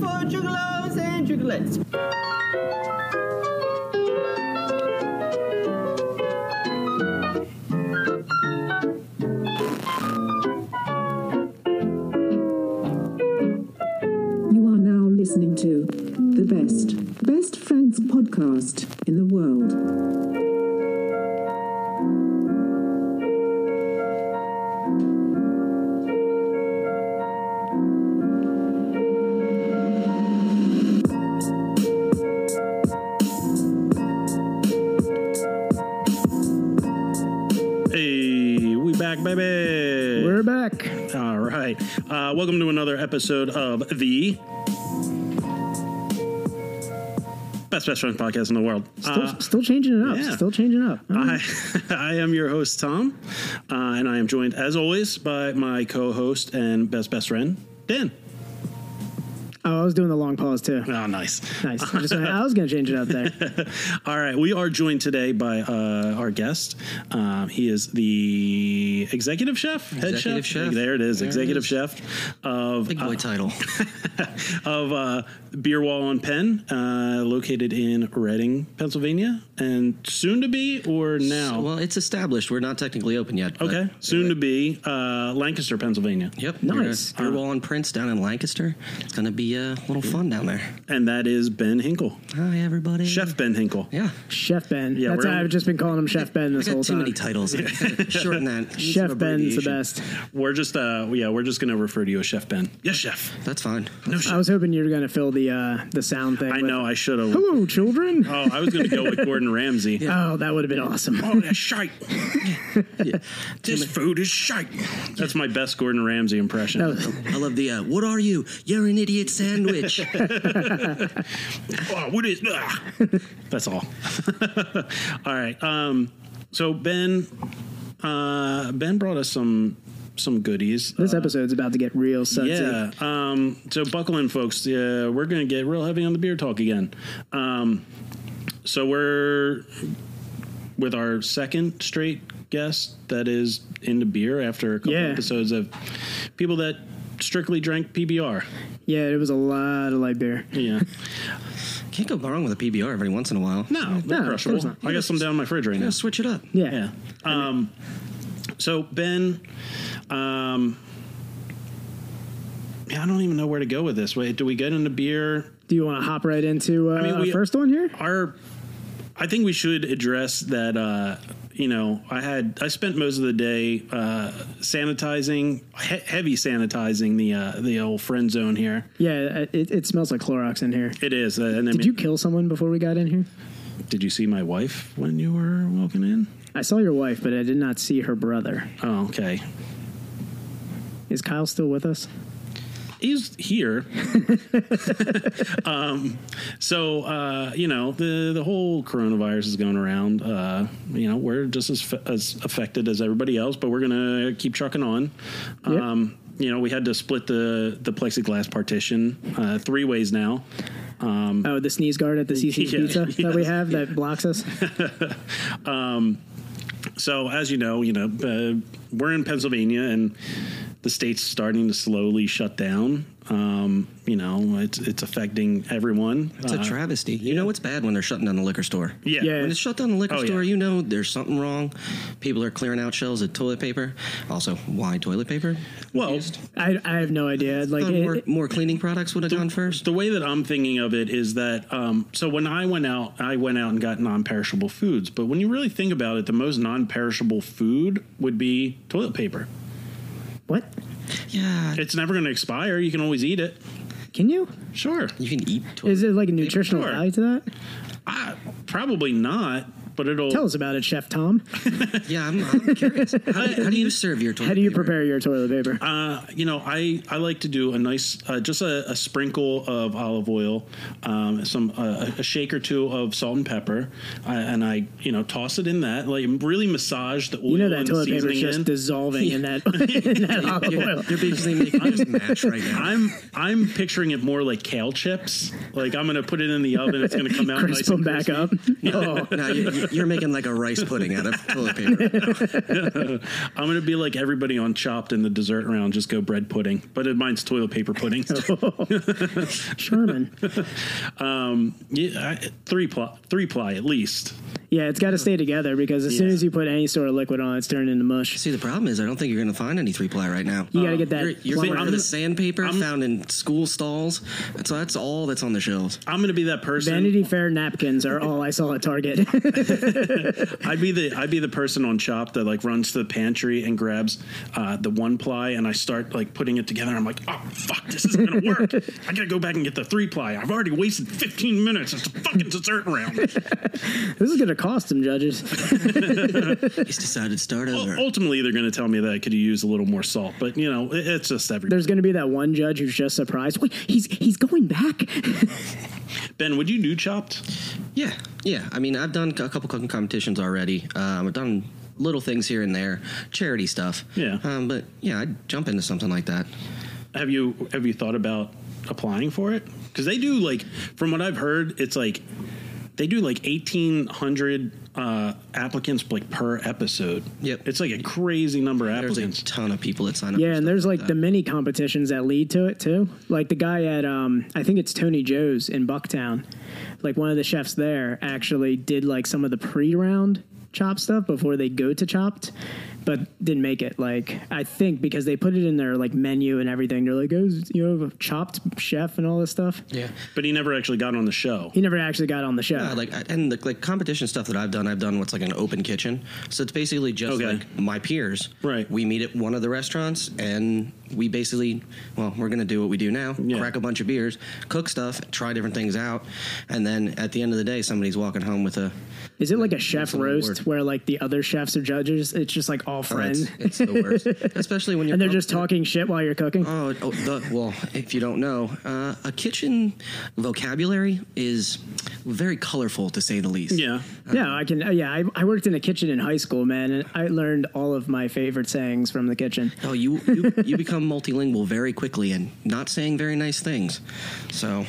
for Juggalos and Juggalettes. You are now listening to the best, best friends podcast in the world. Hey, we back, baby. We're back. All right. Uh, welcome to another episode of the Best Best Friends podcast in the world. Still, Uh, still changing it up. yeah. Still changing it up. Mm. I, I am your host, Tom, uh, and I am joined, as always, by my co host and best best friend, Dan. oh, I was doing the long pause too. Oh, nice. Nice. I, just- I was going to change it up there. All right, we are joined today by uh, our guest. Um, he is the executive chef, head Executive chef. There it is, There it executive is. chef of Big Uh, boy title. of uh, Beer Wall and Penn, uh, located in Reading, Pennsylvania, and soon to be or now. Well, it's established. We're not technically open yet. but- okay, soon to be uh, Lancaster, Pennsylvania, Yep. Nice. Beer Wall and Prince down in Lancaster. It's going to be uh, a little fun down there. and that is Ben Hinkle, Hi, everybody. Chef Ben Hinkle. Yeah. Chef Ben. Yeah, That's we're- how I've just been calling him Chef Ben this I whole got too time. many titles. Shorten that. Use Chef some Ben's the abbreviation. best. We're just uh, yeah, we're just gonna refer to you as Chef Ben. Yes, Chef. That's fine. No, Chef. I was hoping you were going to fill the uh, the sound thing. I with- know I should have. Oh, Hello, children. Oh, I was gonna go with Gordon Ramsay. that would have been awesome. Oh, that's shite. This food is shite. That's my best Gordon Ramsay impression. That was- I love the, uh, what are you? You're an idiot sandwich. oh, what is ah. that's all all right um so ben uh ben brought us some some goodies this Uh, episode's about to get real sudsy. yeah um so buckle in folks yeah we're gonna get real heavy on the beer talk again um so we're with our second straight guest that is into beer after a couple Yeah. episodes of people that strictly drank pbr Yeah, it was a lot of light beer. yeah Can't go wrong with a PBR every once in a while. no, they're No, crushable. there's not. i got some down in my fridge right now Gotta switch it up. Yeah. Yeah. Um, so Ben, um, yeah, I don't even know where to go with this. Wait, do we get into beer? Do you want to hop right into uh, mean, our we- first one here? Our, I think we should address that. Uh, you know, I had I spent most of the day uh, sanitizing, he- heavy sanitizing the uh, the old friend zone here. Yeah, it, it smells like Clorox in here. It is, uh, and I Did mean, you kill someone before we got in here? did you see my wife when you were walking in? I saw your wife, but I did not see her brother. Oh, okay. Is Kyle still with us? he's here. um, so uh, you know the the whole coronavirus is going around. Uh, you know we're just as as affected as everybody else, but we're gonna keep trucking on. Yep. Um, you know we had to split the the plexiglass partition uh, three ways now. Oh, the sneeze guard at the CC's Yeah, Pizza that we have that blocks us. So as you know, you know uh, we're in Pennsylvania and. The state's starting to slowly shut down. Um, you know, it's it's affecting everyone. It's Uh, a travesty. You know it's bad when they're shutting down the liquor store. yeah, Yeah. When it's shut down the liquor Oh, yeah. store, you know there's something wrong. People are clearing out shelves of toilet paper. Also, why toilet paper? Well, I, I have no idea. Like, Thought more, it, more cleaning products would have gone first. The way that I'm thinking of it is that um, so when I went out, I went out and got non-perishable foods. But when you really think about it, the most non-perishable food would be toilet paper. what? Yeah, It's never going to expire. You can always eat it. Can you? Sure, you can eat toilet. Is it like a nutritional Sure. value to that? I, probably not, but it'll. Tell us about it, Chef Tom. yeah, I'm, I'm curious. How, how do you serve your toilet? How do you paper? prepare your toilet paper? Uh, you know, I, I like to do a nice, uh, just a, a sprinkle of olive oil, um, some uh, a shake or two of salt and pepper, uh, and I you know toss it in that like really massage the oil You know that and the toilet paper seasoning just in. dissolving in that, in that olive oil. You're basically making this match right now. I'm I'm picturing it more like kale chips. Like I'm gonna put it in the oven. It's gonna come out Crisp nice them and back crispy. up. Oh, No, you, you, You're making like a rice pudding out of toilet paper. I'm gonna be like everybody on Chopped in the dessert round. Just go bread pudding, but it, mine's toilet paper pudding. Oh. Sherman. um, yeah, I, three ply, three ply at least. Yeah, it's got to stay together because as soon Yeah. as you put any sort of liquid on, it's turned into mush. See, the problem is I don't think you're going to find any three ply right now. You got to get that. You're, you're plumber. going for the sandpaper I'm- found in school stalls. So that's all that's on the shelves. I'm gonna be that person. Vanity Fair napkins are all I saw at Target. I'd be the I'd be the person on Chopped that like runs to the pantry and grabs uh, the one ply, and I start like putting it together. I'm like, oh fuck, this isn't gonna work. I gotta go back and get the three ply. I've already wasted 15 minutes. It's a fucking dessert round. this is going to cost them, judges. He's decided to start over. U- ultimately, they're gonna tell me that I could use a little more salt, but you know, it, it's just every. There's going to be that one judge who's just surprised. Wait, he's he's going back. ben, would you do Chopped? Yeah, yeah. I mean, I've done a couple cooking competitions already. Um, I've done little things here and there, charity stuff. Yeah. Um, but yeah, I'd jump into something like that. Have you have you thought about applying for it? Because they do like, from what I've heard, it's like they do like eighteen hundred uh, applicants like per episode. Yep. it's like a crazy number of There's a applicants. ton of people that sign up. yeah, for and stuff there's like the mini competitions that lead to it too. Like the guy at um, I think it's Tony Joe's in Bucktown. Like one of the chefs there actually did like some of the pre-round chop stuff before they go to chopped, but didn't make it. Like I think because they put it in their like menu and everything. They're like, oh, you know, chopped chef and all this stuff. that. Yeah. But he never actually got on the show. He never actually got on the show. Yeah, Uh, like I- and the like competition stuff that I've done, I've done what's like an open kitchen. So it's basically just Okay. like my peers. Right. We meet at one of the restaurants and we basically, well, we're gonna do what we do now: Yeah. crack a bunch of beers, cook stuff, try different things out, and then at the end of the day, somebody's walking home with a. Is it like a chef a little roast word. where like the other chefs are judges? It's just like all Oh, friends. it's, it's the worst, especially when you're and they're pumped- just talking shit while you're cooking. Oh, oh the, well, if you don't know, uh, a kitchen vocabulary is very colorful to say the least. Yeah, yeah, I can. Uh, yeah, I, I worked in a kitchen in high school, man, and I learned all of my favorite sayings from the kitchen. Oh, you, you you become multilingual very quickly and not saying very nice things. So,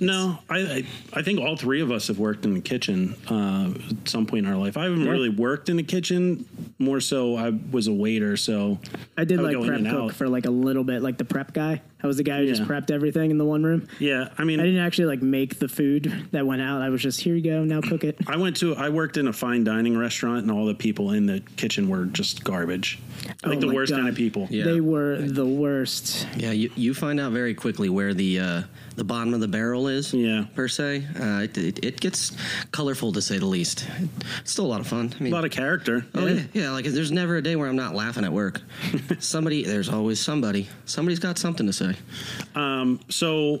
no, I, I I think all three of us have worked in the kitchen uh, at some point in our life. I haven't really worked in the kitchen. More so, I was a waiter, so I did would like go Oh, in prep and cook out. for like a little bit, like the prep guy. I was the guy who just Yeah. prepped everything in the one room. yeah. I mean, I didn't actually like make the food that went out. I was just here you go, now cook it. I went to I worked in a fine dining restaurant and all the people in the kitchen were just garbage. Like Oh the my worst God. kind of people. Yeah. They were the worst. yeah, you, you find out very quickly where the uh, the bottom of the barrel is. Yeah. Per se, uh, it, it, it gets colorful to say the least. It's still a lot of fun. I A mean, lot of character. oh yeah, yeah. Like there's never a day where I'm not laughing at work. somebody, there's always somebody. Somebody's got something to say. Um so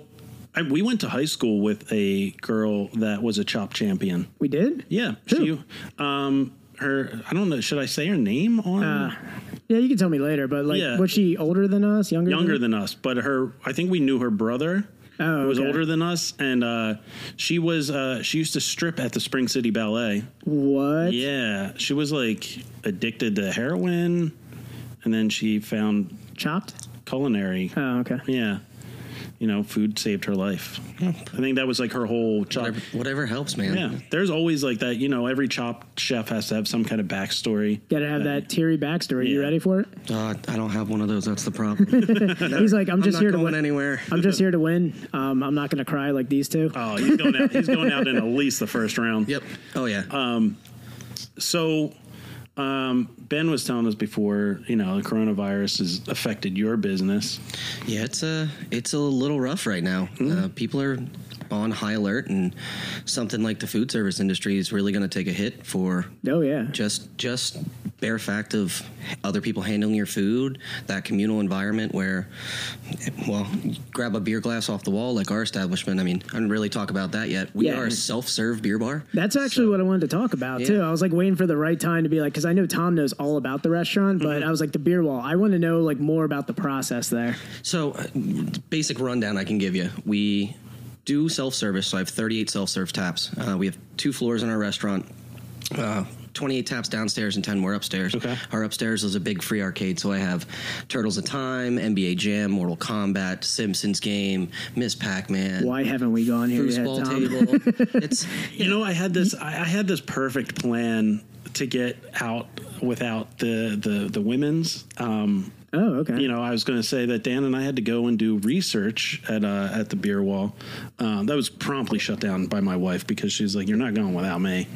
I, we went to high school with a girl that was a chop champion. We did? Yeah. She um her I don't know, should I say her name on Uh, Yeah, you can tell me later, but like, Yeah. was she older than us? Younger? younger us? than us, but her I think we knew her brother. Mm-hmm. Oh, who was okay. older than us, and uh, she was uh, she used to strip at the Spring City Ballet. What? Yeah, she was like addicted to heroin, and then she found Chopped? culinary. Oh, okay. Yeah, you know, food saved her life. I think that was like her whole chop. Whatever, whatever helps, man. Yeah, there's always like that. You know, every chop chef has to have some kind of backstory. Got to have that teary backstory. You Yeah. ready for it? Uh, I don't have one of those. That's the problem. He's like, I'm, I'm just not here to going win. Uh, anywhere. I'm just here to win. Um, I'm not going to cry like these two. Oh, he's going out. he's going out in at least the first round. Yep. Oh yeah. uh, So. Um, ben was telling us before, you know, the coronavirus has affected your business. Yeah, it's a it's a little rough right now. Hmm? Uh, people are on high alert, and something like the food service industry is really going to take a hit for Oh yeah. just just bare fact of other people handling your food, that communal environment where, well, grab a beer glass off the wall like our establishment. I mean, I didn't really talk about that yet. We Yeah. are a self serve beer bar. That's actually what I wanted to talk about too. Yeah. I was like waiting for the right time to be like, because I know Tom knows all about the restaurant, but Mm-hmm. I was like the beer wall. I want to know like more about the process there. So, uh, basic rundown I can give you. We do self service, so I have 38 self serve taps. Uh, we have two floors in our restaurant. Uh, 28 taps downstairs and 10 more upstairs. Okay. Our upstairs is a big free arcade, so I have Turtles of Time, NBA Jam, Mortal Kombat, Simpsons game, Miss Pac Man, Why haven't we gone here yet, foosball Tom? table. it's You know, I had this. I I had this perfect plan to get out without the the the women's. Um, Oh, okay. you know, I was going to say that Dan and I had to go and do research at uh, at the beer wall. Um, that was promptly shut down by my wife because she's like, "You're not going without me."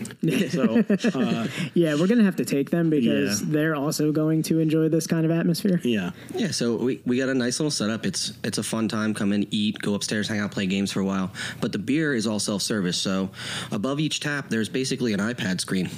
so uh, yeah, we're gonna have to take them because Yeah. they're also going to enjoy this kind of atmosphere. yeah, Yeah, so we, we got a nice little setup. It's it's a fun time. Come in, eat, go upstairs, hang out, play games for a while. But the beer is all self service. So above each tap, there's basically an iPad screen.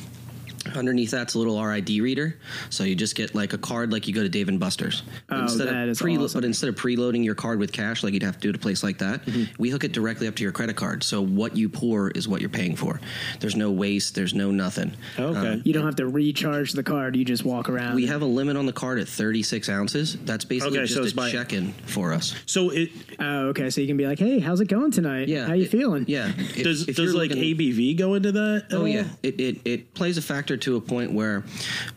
Underneath that's a little RID reader, so you just get like a card like you go to Dave and Buster's. Oh, that of is awesome. But instead of preloading your card with cash like you'd have to do at a place like that, Mm-hmm. we hook it directly up to your credit card. So what you pour is what you're paying for. There's no waste. There's no nothing. Okay. You don't have to recharge the card; you just walk around. We have a limit on the card at 36 ounces. That's basically Okay, just so it's a by- check-in for us. so it oh, okay. So you can be like, "Hey, how's it going tonight? Yeah. how you it- feeling? Yeah. If- does if does you're like looking- ABV go into that? at Oh all? yeah, it, it it plays a factor to a point where,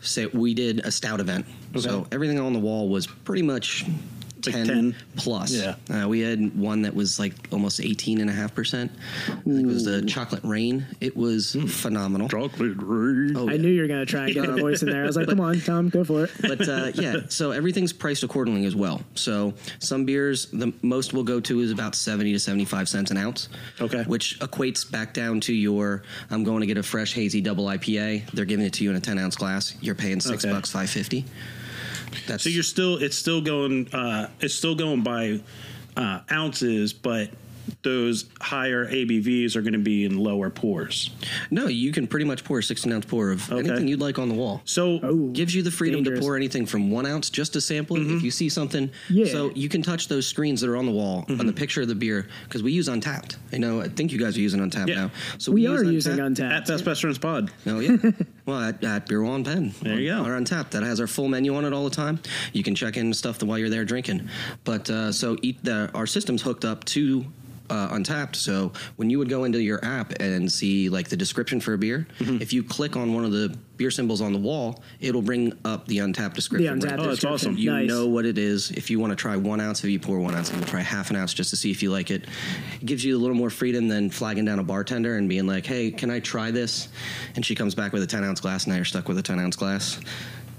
say we did a stout event, so Okay. everything on the wall was pretty much Like 10, 10. plus. Yeah. Uh, we had one that was like almost 18 and a half percent. I think it was the chocolate rain. It was Hmm. phenomenal. chocolate root. Oh, I yeah. knew you were gonna try and get a voice in there. I was like, "Come on, Tom, go for it." but uh, yeah, so everything's priced accordingly as well. So some beers, the most we'll go to is about seventy to seventy-five cents an ounce. Okay. which equates back down to your. I'm going to get a fresh hazy double IPA. They're giving it to you in a ten-ounce glass. You're paying six Okay. bucks five fifty. That's So you're still it's still going uh it's still going by uh ounces, but those higher ABVs are going to be in lower pours. no, you can pretty much pour a sixteen-ounce pour of Okay. anything you'd like on the wall. So Oh. gives you the freedom Dangerous. Mm-hmm. to pour anything from one ounce just to sample it if you see something Yeah. Mm-hmm. so you can touch those screens that are on the wall on the picture of the beer because we use untapped i know i think you guys are using untapped Yeah. now so We, are using at Untapped. Best Best Friends Pod, no yeah well at, at beer Wall and pen There you go. or untapped that has our full menu on it all the time you can check in stuff while you're there drinking but uh, so eat the, our system's hooked up to uh, untapped so when you would go into your app and see like the description for a beer Mm-hmm. if you click on one of the beer symbols on the wall it'll bring up the untapped description the Untapped. right Oh, it's description. awesome. you nice. know what it is. If you want to try one ounce, if you pour one ounce, if you try half an ounce just to see if you like it, it gives you a little more freedom than flagging down a bartender and being like, "Hey, can I try this?" And she comes back with a ten ounce glass. Now you're stuck with a ten ounce glass.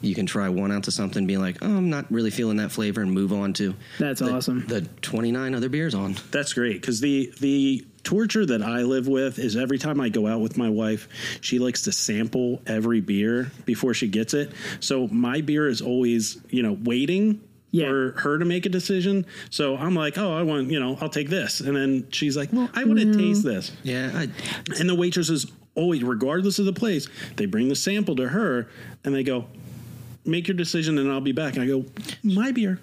You can try one ounce of something, be like, "Oh, I'm not really feeling that flavor," and move on to That's the- awesome. The twenty nine other beers on. that's great because the the torture that I live with is every time I go out with my wife, she likes to sample every beer before she gets it. So my beer is always you know waiting. Yeah. For her to make a decision, so I'm like, oh, I want, you know, I'll take this, and then she's like, well, I want to taste this. Yeah, I, And the waitresses always, regardless of the place, they bring the sample to her and they go, Make your decision and I'll be back. And I go, My beer.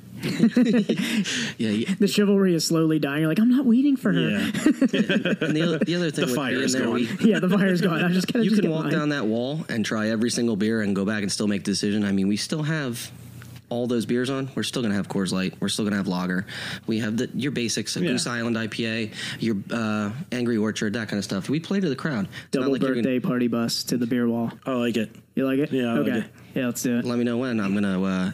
yeah. you- the chivalry is slowly dying. You're like, "I'm not waiting for her." Yeah. And the, other- the other thing The with fire being is there, gone. we- Yeah, the fire's gone. I just gotta you just can get walk mine. down that wall and try every single beer and go back and still make the decision. I mean, we still have all those beers on. We're still going to have Coors Light. We're still going to have Lager. We have the, your basics, a Yeah. Goose Island IPA, your uh, Angry Orchard, that kind of stuff. We play to the crowd. It's not double like you're gonna- birthday party bus to the beer wall. I like it. You like it? Yeah, I like okay. it. Yeah, let's do it. let me know when I'm going to uh,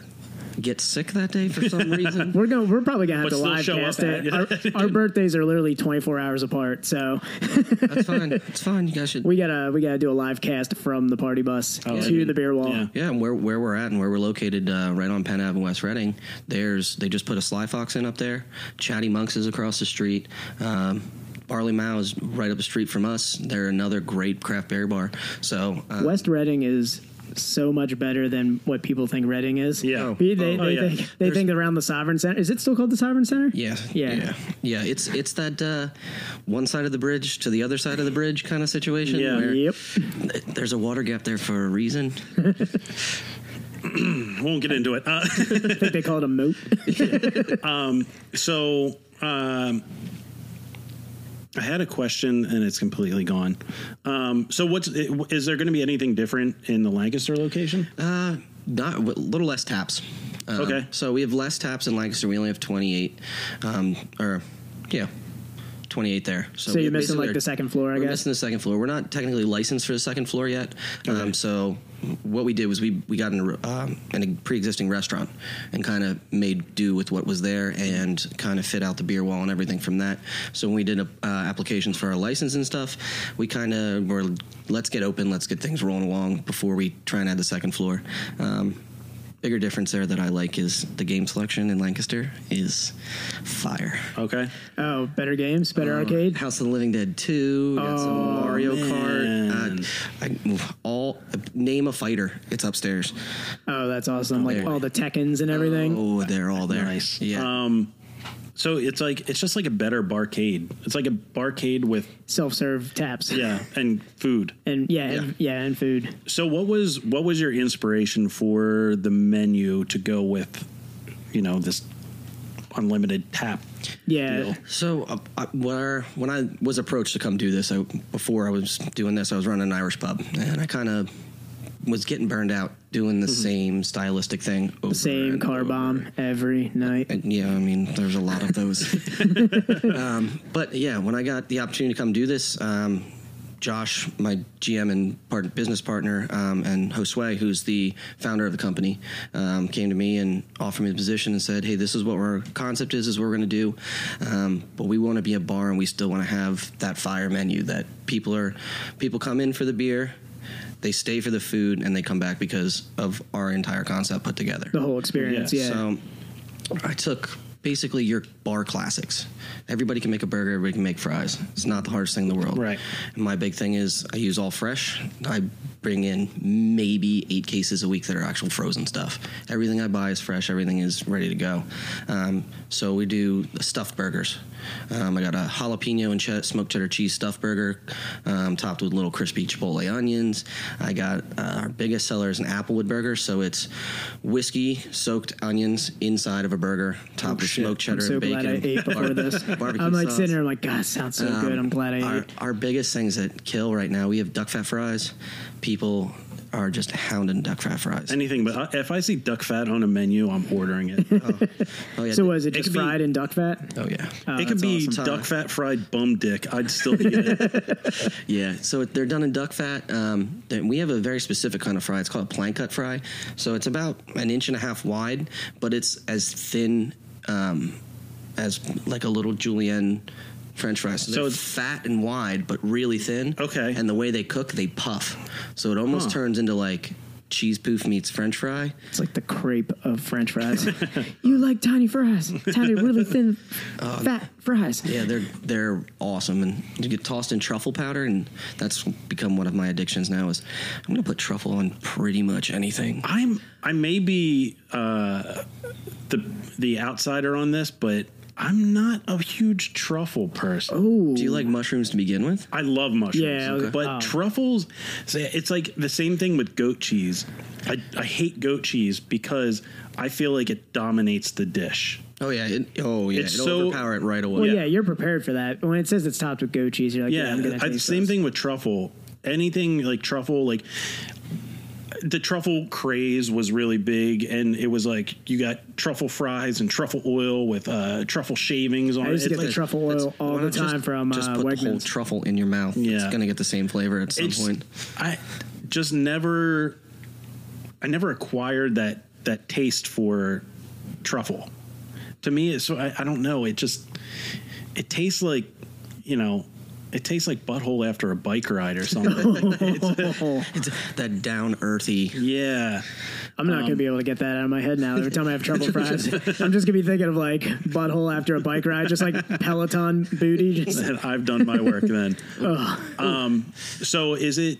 get sick that day for some reason. We're going. We're probably gonna have to But still live show up cast at it. Our, our birthdays are literally 24 hours apart, so That's fine. It's fine. You guys should. we gotta we gotta do a live cast from the party bus I to mean, the beer wall. yeah. Yeah, and where, where we're at and where we're located, uh, right on Penn Ave in West Reading, there's they just put a Sly Fox in up there. Chatty Monks is across the street. Um, Barley Mow is right up the street from us. They're another great craft beer bar. So uh, West Reading is so much better than what people think Reading is. Yeah. They, they, Oh, they yeah. think, they think around the Sovereign Center. Is it still called the Sovereign Center? Yeah, Yeah. yeah, yeah. It's it's that uh, one side of the bridge to the other side of the bridge kind of situation. Yeah. where Yep. th- There's a water gap there for a reason. I won't get into it. Uh, I think they call it a moat. Oh, so um, I had a question and it's completely gone. Um, so, what's is there going to be anything different in the Lancaster location? Uh, not a little less taps. Um, Okay. So we have less taps in Lancaster. We only have twenty eight, um, or yeah, 28 there. So, So we you're missing, basically like, are- the second floor, I we're guess? missing the second floor. We're not technically licensed for the second floor yet. Um, so what we did was we we got in a, re- um, in a pre-existing restaurant and kind of made do with what was there and kind of fit out the beer wall and everything from that. So when we did uh, uh, applications for our license and stuff, we kind of were let's get open, let's get things rolling along before we try and add the second floor. Um, Bigger difference there that I like is the game selection in Lancaster is fire. Okay. Oh, better games, better arcade. House of the Living Dead 2. We got some Mario Oh, man. Kart. Uh, I, all name a fighter. It's upstairs. oh, that's awesome! Like there. all the Tekkens and everything. Oh, they're all there. Nice. Yeah. Um, so it's like it's just like a better barcade. It's like a barcade with Self serve taps. yeah and food. And yeah, Yeah. And, yeah, and food. So what was what was your inspiration for the menu to go with, you know, this unlimited tap? Yeah, Deal. so uh, I, when, our, when I was approached to come do this, I, before I was doing this, I was running an Irish pub, and I kind of was getting burned out doing Hmm. the same stylistic thing. Over same and car over. bomb every night. And, yeah, I mean, there's a lot of those. um, but yeah, when I got the opportunity to come do this, um, Josh, my GM and part- business partner, um, and Josue, who's the founder of the company, um, came to me and offered me the position and said, "Hey, this is what our concept is. Is what we're going to do, um, but we want to be a bar and we still want to have that fire menu that people are people come in for the beer." They stay for the food and they come back because of our entire concept put together. The whole experience. Yeah, Yeah. So I took basically your bar classics. Everybody can make a burger, everybody can make fries. It's not the hardest thing in the world. Right. And my big thing is I use all fresh. I bring in maybe eight cases a week that are actual frozen stuff. Everything I buy is fresh, everything is ready to go. Um, so we do stuffed burgers. Um, I got a jalapeno and ch- smoked cheddar cheese stuffed burger um, topped with little crispy chipotle onions. I got uh, our biggest seller is an applewood burger. So it's whiskey soaked onions inside of a burger topped with smoked cheddar Oh, I'm so and glad bacon. I ate before this. barbecue I'm like sauce. sitting there, I'm like, God, sounds so Um, good. I'm glad I our, ate. our biggest things that kill right now. We have duck fat fries. People are just hounding duck fat fries. Anything, but I- if I see duck fat on a menu, I'm ordering it. oh yeah, So was it Uh, it just could be- fried and duck fat? Oh yeah, it could that's be awesome. duck fat fried bum dick. I'd still eat it. yeah. So they're done in duck fat. Um, then we have a very specific kind of fry. It's called a plank cut fry. So it's about an inch and a half wide, but it's as thin um, as like a little julienne French fry. So So, they're it's- fat and wide, but really thin. Okay. And the way they cook, they puff. So it almost Huh. turns into like cheese poof meets French fry. It's like the crepe of French fries. you like tiny fries, tiny, really thin, fat fries. Oh, Yeah, they're they're awesome, and you get tossed in truffle powder, and that's become one of my addictions now. Is I'm gonna put truffle on pretty much anything. I'm I may be uh, the the outsider on this, but I'm not a huge truffle person. Do you like mushrooms to begin with? I love mushrooms, Yeah, I was- but oh. truffles. so It's like the same thing with goat cheese. I, I hate goat cheese because I feel like it dominates the dish. Oh yeah, it, oh yeah, It's it'll so- overpower it right away. Well, yeah. you're prepared for that. When it says it's topped with goat cheese, you're like, yeah, Yeah, I'm gonna I- taste same this. thing with truffle. Anything like truffle, like the truffle craze was really big, and it was like you got truffle fries and truffle oil with uh, truffle shavings on I it. used to It's get the like- truffle That's- oil all why the not time just, from just uh, put the whole Wegmans. truffle in your mouth. It's Yeah. gonna get the same flavor at some it's- point. I just never, I never acquired that that taste for truffle. To me, it's, so I, I don't know. It just it tastes like you know, it tastes like butthole after a bike ride or something. It's that down earthy. yeah, I'm not gonna be able to get that out of my head now. Every time I have trouble fries, I'm just gonna be thinking of like butthole after a bike ride, just like Peloton booty. Just, Then I've done my work then. um, so is it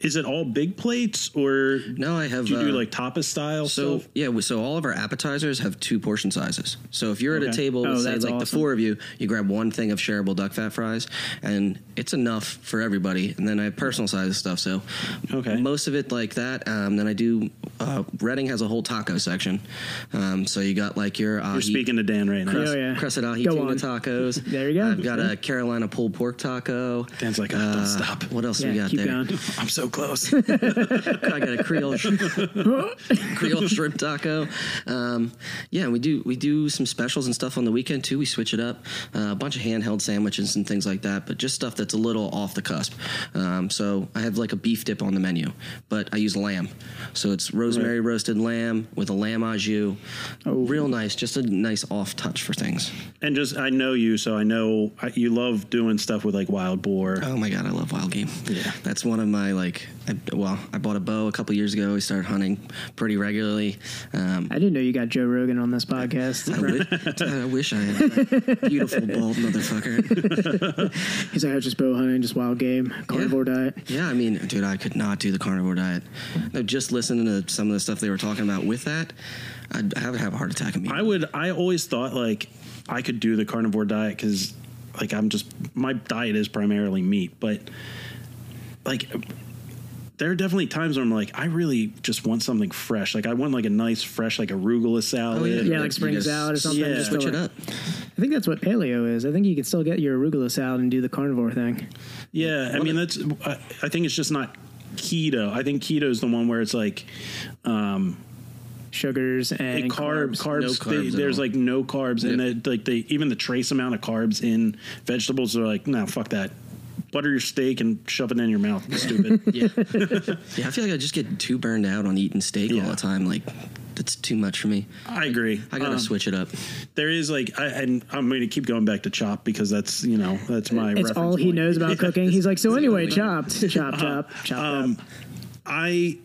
is it all big plates or No, I have. do you do uh, like tapas style So stuff? yeah, so all of our appetizers have two portion sizes. So if you're at Okay. a table, Oh, let's say that's it's like the awesome. four of you, you grab one thing of shareable duck fat fries, and it's enough for everybody. And then I have personal size stuff. So Okay. most of it like that. Um, then I do. Uh, Reading has a whole taco section. Um, so you got like your uh, You're speaking to Dan right now. Oh, yeah. Crescent ahi Go tuna on. tacos. There you go. I've got a Carolina pulled pork taco. Uh, Dan's like, "Ah, don't stop." What else "Oh, Yeah, we got keep there? going. I'm so close. I got a Creole sh- Creole shrimp taco. Um, yeah, we do we do some specials and stuff on the weekend too. We switch it up, uh, a bunch of handheld sandwiches and things like that, but just stuff that's a little off the cusp. Um, so I have like a beef dip on the menu, but I use lamb. So it's rosemary roasted lamb with a lamb au jus. Real nice, just a nice off touch for things. And just I know you, so I know I, you love doing stuff with like wild boar. Oh my god, I love wild game. Yeah. that's one of my like. I, well, I bought a bow a couple years ago. We started hunting pretty regularly. Um, I didn't know you got Joe Rogan on this podcast. I, wi- I wish I had that beautiful bald motherfucker. He's like, I was just bow hunting, just wild game, carnivore diet. Yeah, I mean, dude, I could not do the carnivore diet. No, just listening to some of the stuff they were talking about with that, I'd, I would have a heart attack. I would. I always thought like I could do the carnivore diet because like I'm just my diet is primarily meat, but like there are definitely times where I'm like I really just want something fresh. Like I want like a nice fresh like arugula "Oh, salad. Yeah, like spring just salad or something, just switch to it like- up. I think that's what paleo is. I think you can still get your arugula salad and do the carnivore thing. Yeah, I mean that's. I, I think it's just not keto. I think keto is the one where it's like Sugars and carb, carbs. No they- carbs at there's all. like no carbs, and Yeah. it, like they even the trace amount of carbs in vegetables are like, no, fuck that. Butter your steak and shove it in your mouth. It's stupid. Yeah. yeah, I feel like I just get too burned out on eating steak Yeah. all the time. Like, that's too much for me. I agree. I gotta Um, switch it up. There is like, I, and I'm going to keep going back to chop because that's you know that's my. It's reference all he point. knows about cooking. He's like, so anyway, Exactly. chopped, chopped up, chopped Um, up. I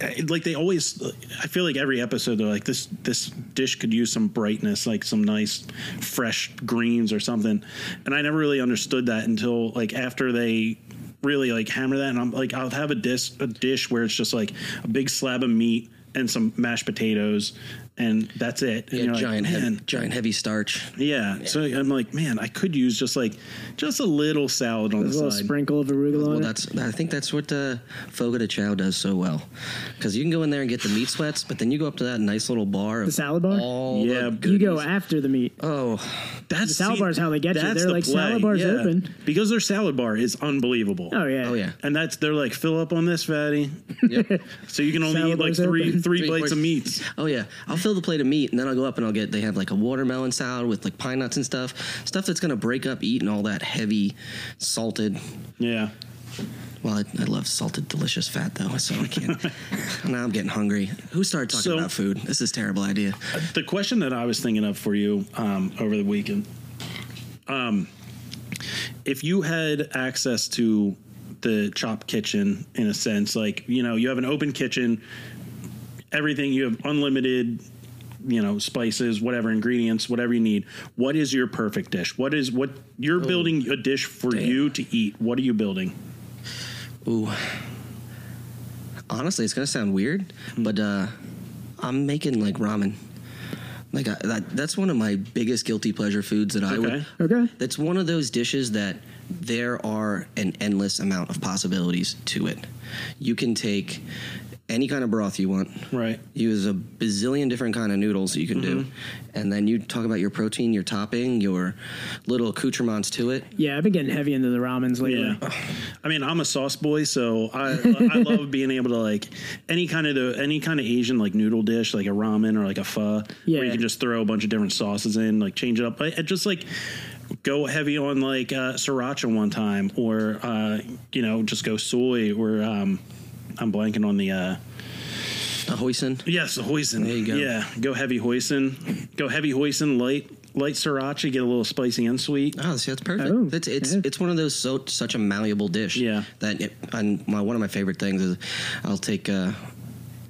I- like they always I feel like every episode they're like this this dish could use some brightness like some nice fresh greens or something and I never really understood that until like after they really like hammer that and I'm like I'll have a dish a dish where it's just like a big slab of meat and some mashed potatoes and that's it and Yeah, you're like, giant, heavy, "Man, giant heavy starch. yeah. so I'm like man I could use just like just a little salad on There's a the little side sprinkle of arugula Well, on it. that's I think that's what uh, Fogo de Chao does so well, because you can go in there and get the meat sweats, but then you go up to that nice little bar, The salad bar? All Yeah, the you You goodies. go after the meat. Oh, That's The salad see, bar's how they get you. that's They're the like, salad bar's open. because their salad bar is unbelievable. Oh yeah. oh yeah. and that's they're like fill up on this fatty, Yep. so you can only Salad eat bar's like three open. three Three plates of plates. meats. Oh yeah, I'll fill the plate of meat, and then I'll go up and I'll get. They have like a watermelon salad with like pine nuts and stuff, stuff that's gonna break up eating all that heavy, salted. Yeah, Well, I, I love salted, delicious fat though, so I can't. now I'm getting hungry. Who started talking So- about food? This is a terrible idea. the question that I was thinking of for you um, over the weekend, um, if you had access to the chop kitchen in a sense, like you know, you have an open kitchen, everything you have unlimited you know spices whatever ingredients whatever you need what is your perfect dish what is what you're building a dish for damn. you to eat what are you building Ooh. Honestly, it's gonna sound weird, Hmm. but uh, I'm making like ramen. Like I, that, that's one of my biggest guilty pleasure foods that I Okay. would. Okay. That's one of those dishes that there are an endless amount of possibilities to it. You can take any kind of broth you want. right Use a bazillion different kind of noodles that you can do, and then you talk about your protein, your topping, your little accoutrements to it. Yeah, I've been getting heavy into the ramens lately. Yeah, I mean, I'm a sauce boy, so I I love being able to like any kind of the, any kind of Asian like noodle dish, like a ramen or like a pho, where you Yeah. can just throw a bunch of different sauces in, like change it up. I, I just like go heavy on like uh, sriracha one time, or uh, you know, just go soy, or um, I'm blanking on the. Uh, A hoisin. Yes, the hoisin. There you go. Yeah, go heavy hoisin. Go heavy hoisin, light light sriracha, get a little spicy and sweet. Oh, see, that's perfect. Oh, it's it's yeah. it's one of those so such a malleable dish. Yeah. That it, and my, one of my favorite things is I'll take. Uh,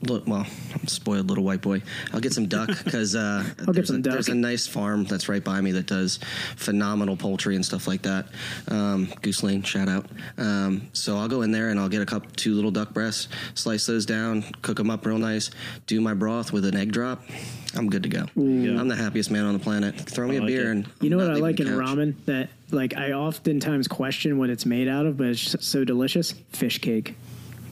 Look, well, I'm a spoiled little white boy. I'll get some duck because uh, get there's, some a- duck. there's a nice farm that's right by me that does phenomenal poultry and stuff like that. Um, Goose Lane, shout out. Um, so I'll go in there and I'll get a cup, two little duck breasts, slice those down, cook them up real nice, do my broth with an egg drop. I'm good to go. Yeah. I'm the happiest man on the planet. Throw me I a like beer it. and You I'm know what not I leaving like the in couch. ramen that like I oftentimes question what it's made out of, but it's so delicious. Fish cake.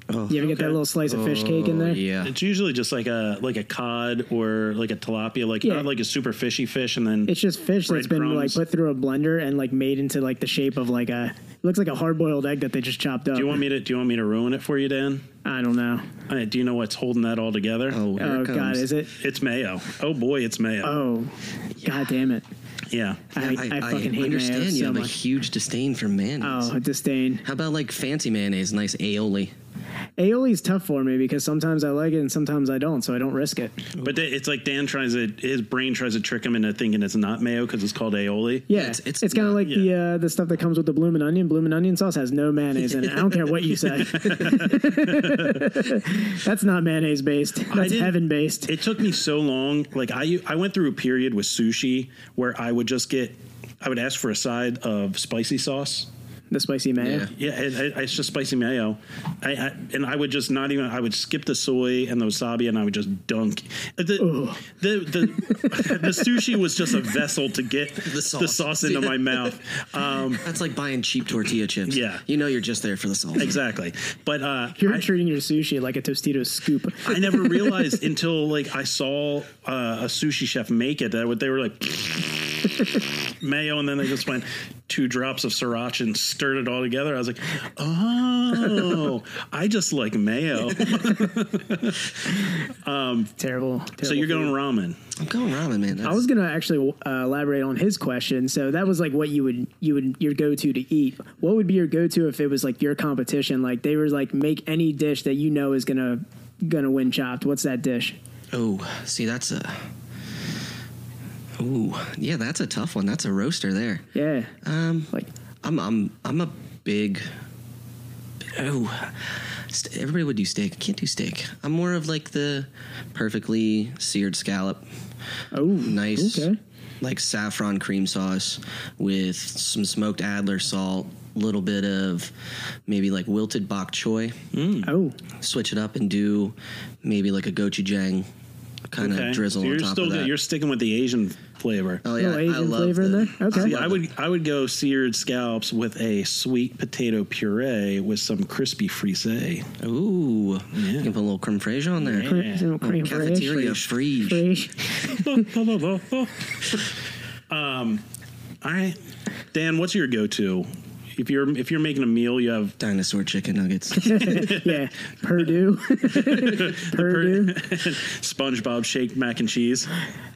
you ever get that Okay. little slice of fish cake in there? Oh. Yeah. It's usually just like a like a cod or like a tilapia, like Yeah. not like a super fishy fish, and then It's just fish that's been like Breadcrumbs. put through a blender and like made into like the shape of like a it looks like a hard boiled egg that they just chopped up. Do you want me to? Do you want me to ruin it for you, Dan? I don't know. Uh, do you know what's holding that all together? Uh, Oh, here oh it comes. God, is it? it's mayo. Oh boy, it's mayo. Oh, God damn it! yeah. I, Yeah, I, fucking hate understand mayo you so have a much. huge disdain for mayonnaise. Oh, disdain. How about like fancy mayonnaise, nice aioli? Aioli's tough for me because sometimes I like it and sometimes I don't, so I don't risk it. But they, it's like Dan tries to. His brain tries to trick him into thinking it's not mayo because it's called aioli. Yeah, it's- it's, it's kind of not- like the yeah. uh, the stuff that comes with the bloomin' onion. Bloomin' onion sauce has no mayonnaise in it. I don't care what you say. That's not mayonnaise based. That's didn't- heaven based. It took me so long. Like I, I went through a period with sushi where I would just get, I would ask for a side of spicy sauce. The spicy mayo. Yeah. Yeah, it, it, it's just spicy mayo, I, I, and I would just not even. I would skip the soy and the wasabi, and I would just dunk. The the, the, the sushi was just a vessel to get the sauce, sauce. into my mouth. Um, That's like buying cheap tortilla chips. Yeah. You know you're just there for the salt. exactly, but uh, You're I- treating your sushi like a Tostitos scoop. I never realized until like I saw uh, a sushi chef make it that they were like mayo, and then they just went two drops of sriracha and stirred it all together. I was like, oh, I just like mayo. terrible, terrible. so you're going ramen. I'm going ramen, man. I was gonna actually uh, elaborate on his question. So that was like what you would you would your go to to eat. What would be your go to if it was like your competition? Like they were like make any dish that you know is gonna gonna win chopped. What's that dish? Oh, see, that's a. Oh, yeah, that's a tough one. That's a roaster there. Yeah, Um, like I'm, I'm, I'm a big. Oh, st- everybody would do steak. I can't do steak. I'm more of like the perfectly seared scallop, oh nice, okay. like saffron cream sauce with some smoked Adler salt, little bit of maybe like wilted bok choy. Hmm. Oh, Switch it up and do maybe like a gochujang kind of Okay. drizzle So on you're top still of that. you're sticking with the Asian flavor. Oh yeah, Little I Asian love flavor in the- there? Okay. I See, love I would I would go seared scallops with a sweet potato puree with some crispy frisee. it. Ooh, Yeah. you can put a little creme fraiche on there. cre- some Oh, cream cafeteria fraiche. fraiche. Fraiche. um, all right, Um, Dan, what's your go-to if you're if you're making a meal? You have Dinosaur chicken nuggets. Yeah, Purdue. Purdue. SpongeBob shaped mac and cheese.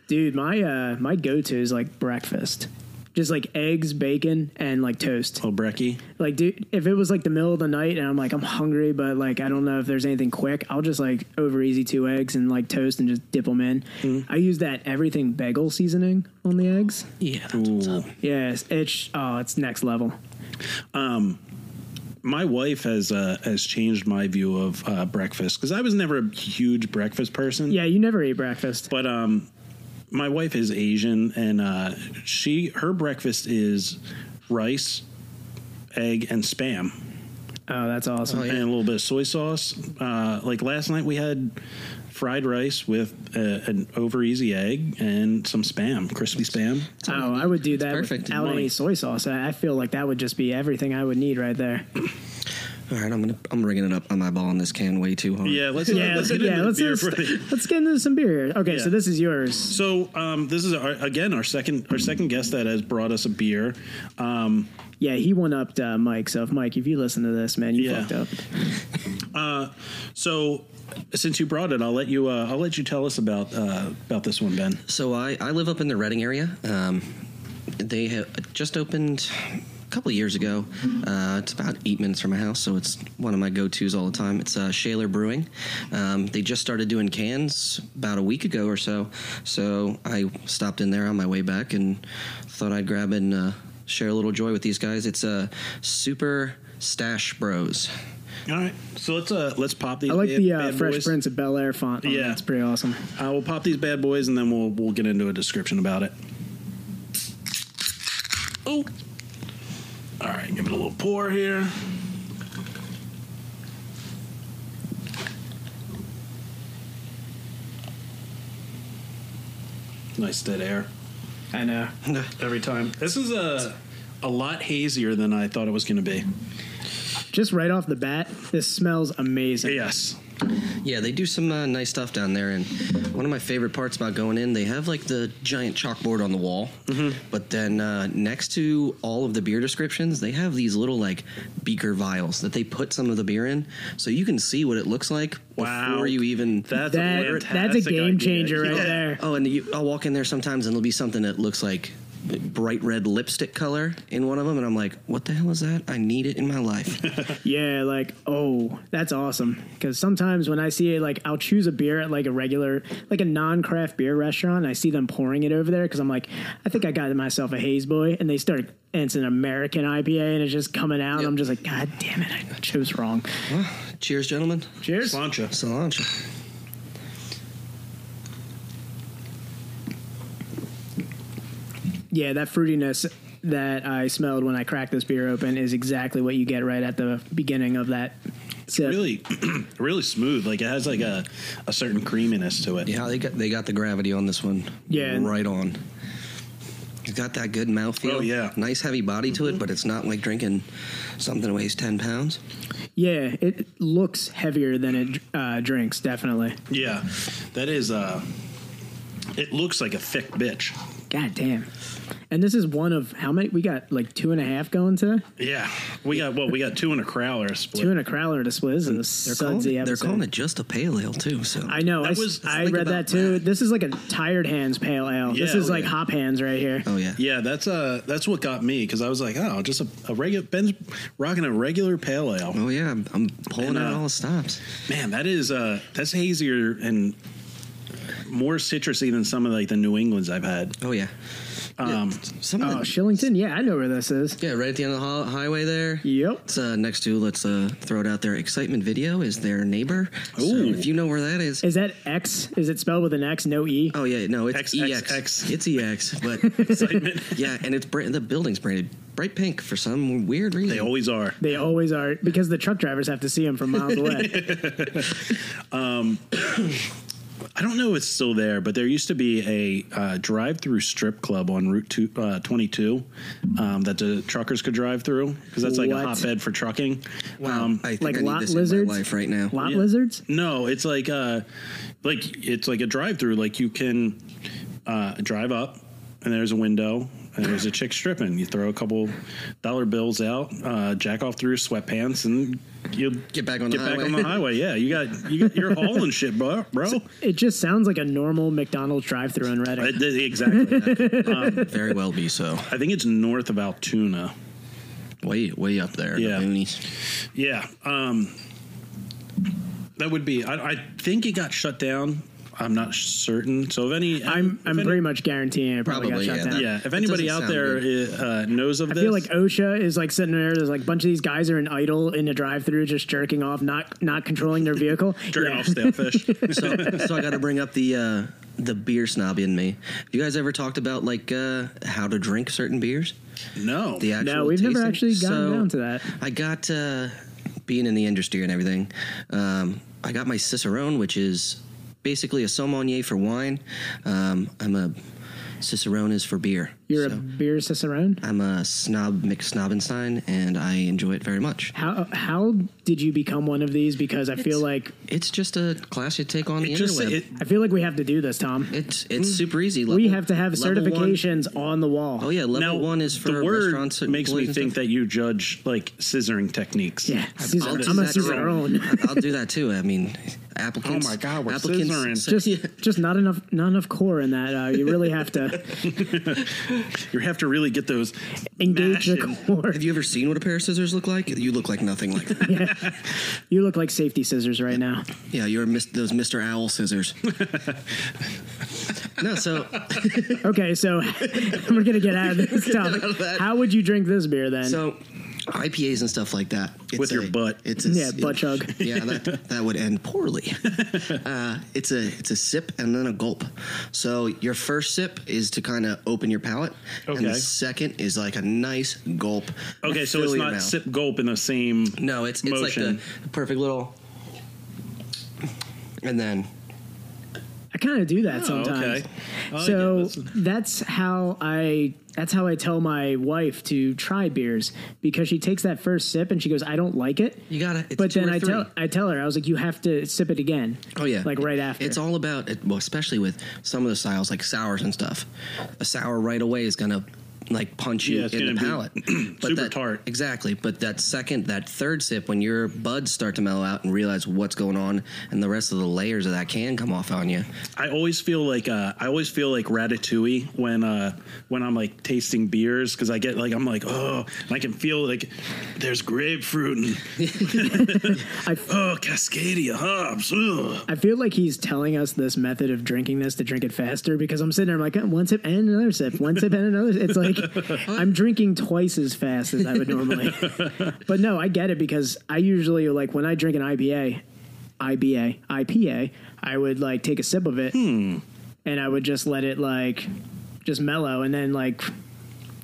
Dude, my uh my go to is like breakfast. Just like eggs, bacon, and like toast. Oh, brekkie. Like, dude, if it was like the middle of the night and I'm like, I'm hungry, but like, I don't know if there's anything quick, I'll just like over easy two eggs and like toast and just dip them in. Mm-hmm. I use that everything bagel seasoning on the eggs. yeah, that's Ooh. Yes, it's oh, it's next level. my wife has uh, has changed my view of uh, breakfast because I was never a huge breakfast person. Yeah, you never eat breakfast. but um, my wife is Asian, and uh, she her breakfast is rice, egg, and spam, Oh, that's awesome. Oh, yeah. and a little bit of soy sauce. Uh, like last night, we had fried rice with uh an over easy egg and some spam, crispy spam. Oh, I would do that perfect. without Money. any soy sauce. I, I feel like that would just be everything I would need right there. All right, I'm gonna I'm ringing it up. I'm eyeballing this can way too hard. Yeah, let's yeah, let's, let's get yeah, into let's, the beer let's, for the- let's get into some beer. here. Okay, Yeah. so this is yours. So um, this is our, again our second our second guest that has brought us a beer. Um, Yeah, he one upped uh, Mike. So if Mike, if you listen to this, man, you Yeah. fucked up. so since you brought it, I'll let you uh, I'll let you tell us about uh, about this one, Ben. So I, I live up in the Reading area. Um, they have just opened a couple of years ago. Uh, it's about eight minutes from my house, so it's one of my go tos all the time. It's uh, Shaler Brewing. Um, they just started doing cans about a week ago or so. So I stopped in there on my way back and thought I'd grab and uh, share a little joy with these guys. It's uh, Super Stash Bros. All right, so let's uh let's pop these. I like bad- the uh, bad Fresh boys. Prince of Bel Air font. yeah, Yeah. that's pretty awesome. Uh, we'll pop these bad boys, and then we'll we'll get into a description about it. Oh, all right, give it a little pour here. Nice dead air I know. every time. This is a a lot hazier than I thought it was going to be. Just right off the bat, this smells amazing. Yes. Yeah, they do some uh, nice stuff down there. And one of my favorite parts about going in, they have like the giant chalkboard on the wall. But then uh, next to all of the beer descriptions, they have these little like beaker vials that they put some of the beer in, so you can see what it looks like Wow. before you even. That's a That, that's a fantastic game idea. changer right Yeah. there. Oh, and you, I'll walk in there sometimes, and there'll be something that looks like bright red lipstick color in one of them, and I'm like, "What the hell is that? I need it in my life." Yeah, like oh, that's awesome. Because sometimes when I see it, like I'll choose a beer at like a regular, like a non-craft beer restaurant, and I see them pouring it over there because I'm like, I think I got myself a haze boy, and they start, and it's an American IPA, and it's just coming out. and Yep. I'm just like, God damn it, I chose wrong. Cheers, gentlemen. Cheers. Slancha. Solange. Yeah, that fruitiness that I smelled when I cracked this beer open is exactly what you get right at the beginning of that. sip. Really, really smooth. Like it has like a, a certain creaminess to it. Yeah, they got they got the gravity on this one. Yeah. right on. It's got that good mouthfeel. Oh, yeah. nice heavy body Mm-hmm. to it, but it's not like drinking something that weighs ten pounds. Yeah, it looks heavier than it uh, drinks, definitely. Yeah, that is. uh It looks like a thick bitch. God damn. And this is one of how many? We got like two and a half going today. Yeah, we got what we got two in a crowler split. Two and a crowler to split. This is a They're calling, sudsy it, they're episode. calling it just a pale ale too. So I know. That I, s- was- I think read about that too. This is like a tired hands pale ale. this Yeah, is oh, like yeah. hop hands right here. oh yeah, Yeah, that's uh that's what got me because I was like, oh, just a, a regular Ben's rocking a regular pale ale. oh yeah. I'm, I'm pulling And, out uh, all the stops. Man, that is uh that's hazier and more citrusy than some of like the New Englands I've had. Oh yeah. Um, Some of Oh, the- Shillington. Yeah, I know where this is. yeah, right at the end of the ho- highway there. Yep. It's uh, next to let's uh, throw it out there. Excitement Video is their neighbor. So Ooh. if you know where that is, Is that X? Is it spelled with an X? No E. Oh yeah, no, it's X, EX. X, X. It's EX, but Excitement. yeah, and it's brand, the building's branded bright pink for some weird reason. They always are. They always are because the truck drivers have to see them from miles away. I don't know if it's still there, but there used to be a uh, drive-through strip club on Route two, uh, 22 um, that the truckers could drive through because that's like a What? hotbed for trucking. wow, um, I think like I need lot this in lizards? my life right now. Lot Yeah. lizards. No, it's like uh like it's like a drive-through. Like you can uh, drive up, and there's a window, and there's a chick stripping. You throw a couple dollar bills out, uh, jack off through your sweatpants, and you Get back on the get back highway. on the highway. Yeah, you got you got you're hauling shit, bro. bro. It just sounds like a normal McDonald's drive-through in Reading. Uh, th- exactly. Very well be so. I think it's north of Altoona. Way way up there. in the Yeah. boonies. Yeah. Um, that would be. I, I think it got shut down. I'm not certain. So if any, I'm if I'm any- pretty much guaranteeing it probably, Probably, got shut yeah, down. that- Yeah. If It anybody doesn't out sound there i- uh, knows of I this, feel like OSHA is like sitting there. There's like a bunch of these guys are in idle in the drive-through, just jerking off, not not controlling their vehicle. jerking Yeah. off stale fish. So so I got to bring up the uh, the beer snob in me. Have you guys ever talked about like uh, how to drink certain beers? No. The actual No, we've never tasting? actually gotten So- down to that. I got uh, being in the industry and everything. Um, I got my cicerone, which is basically a sommelier for wine. Um, I'm a cicerone is for beer. You're a So beer cicerone. I'm a snob McSnobbenstein, and I enjoy it very much. How how did you become one of these? Because I feel It's- like It's just a class you take on the It just interweb. it, Mm. I feel like we have to do this, Tom. it's it's super easy. we Level- have to have level one- certifications on the wall. Oh yeah, level now one is for the word restaurants. makes me employees and think stuff. that you judge like scissoring techniques. yeah. Cicer- I'll do I'm a that too. cicerone. I'll do that too. I mean, applicants. Oh my God, we're applicants, scissoring. just just not enough not enough core in that. Uh, you really have to You have to really get those engage the mashing. core. Have you ever seen what a pair of scissors look like? You look like nothing like that. You look like safety scissors right now. yeah, you're mis- those Mr. Owl scissors. no, so Okay, so we're gonna get out of this topic. of that. How would you drink this beer then? so IPAs and stuff like that. It's With your butt. It's Yeah, butt chug. Yeah, that, that would end poorly. uh, it's a it's a sip and then a gulp. So your first sip is to kind of open your palate, and the Okay. second is like a nice gulp. Okay, so Fill it's your not mouth. sip gulp in the same. No, it's it's like motion. the perfect little, and then I kind of do that Oh, sometimes. okay. Oh, I like so it. that's how I that's how I tell my wife to try beers because she takes that first sip and she goes, "I don't like it." You gotta- it's but two then or I tell three. I tell her I was like, "You have to sip it again." Oh yeah, like right after. It's all about, it, well, especially with some of the styles like sours and stuff. A sour right away is gonna like punch you Yeah, it's in the gonna palate. be But super that- tart. Exactly. But that second, that third sip, when your buds start to mellow out and realize what's going on, and the rest of the layers of that can come off on you. I always feel like uh, I always feel like ratatouille when uh, when I'm like tasting beers because I get like I'm like oh and I can feel like there's grapefruit and I, oh Cascadia hops. Ugh. I feel like he's telling us this method of drinking this to drink it faster because I'm sitting there I'm like "Oh, one sip and another sip, one sip and another. It's like I'm drinking twice as fast as I would normally. but no, I get it because I usually like when I drink an IBA, IBA, IPA, I would like take a sip of it and I would just let it like just mellow and then like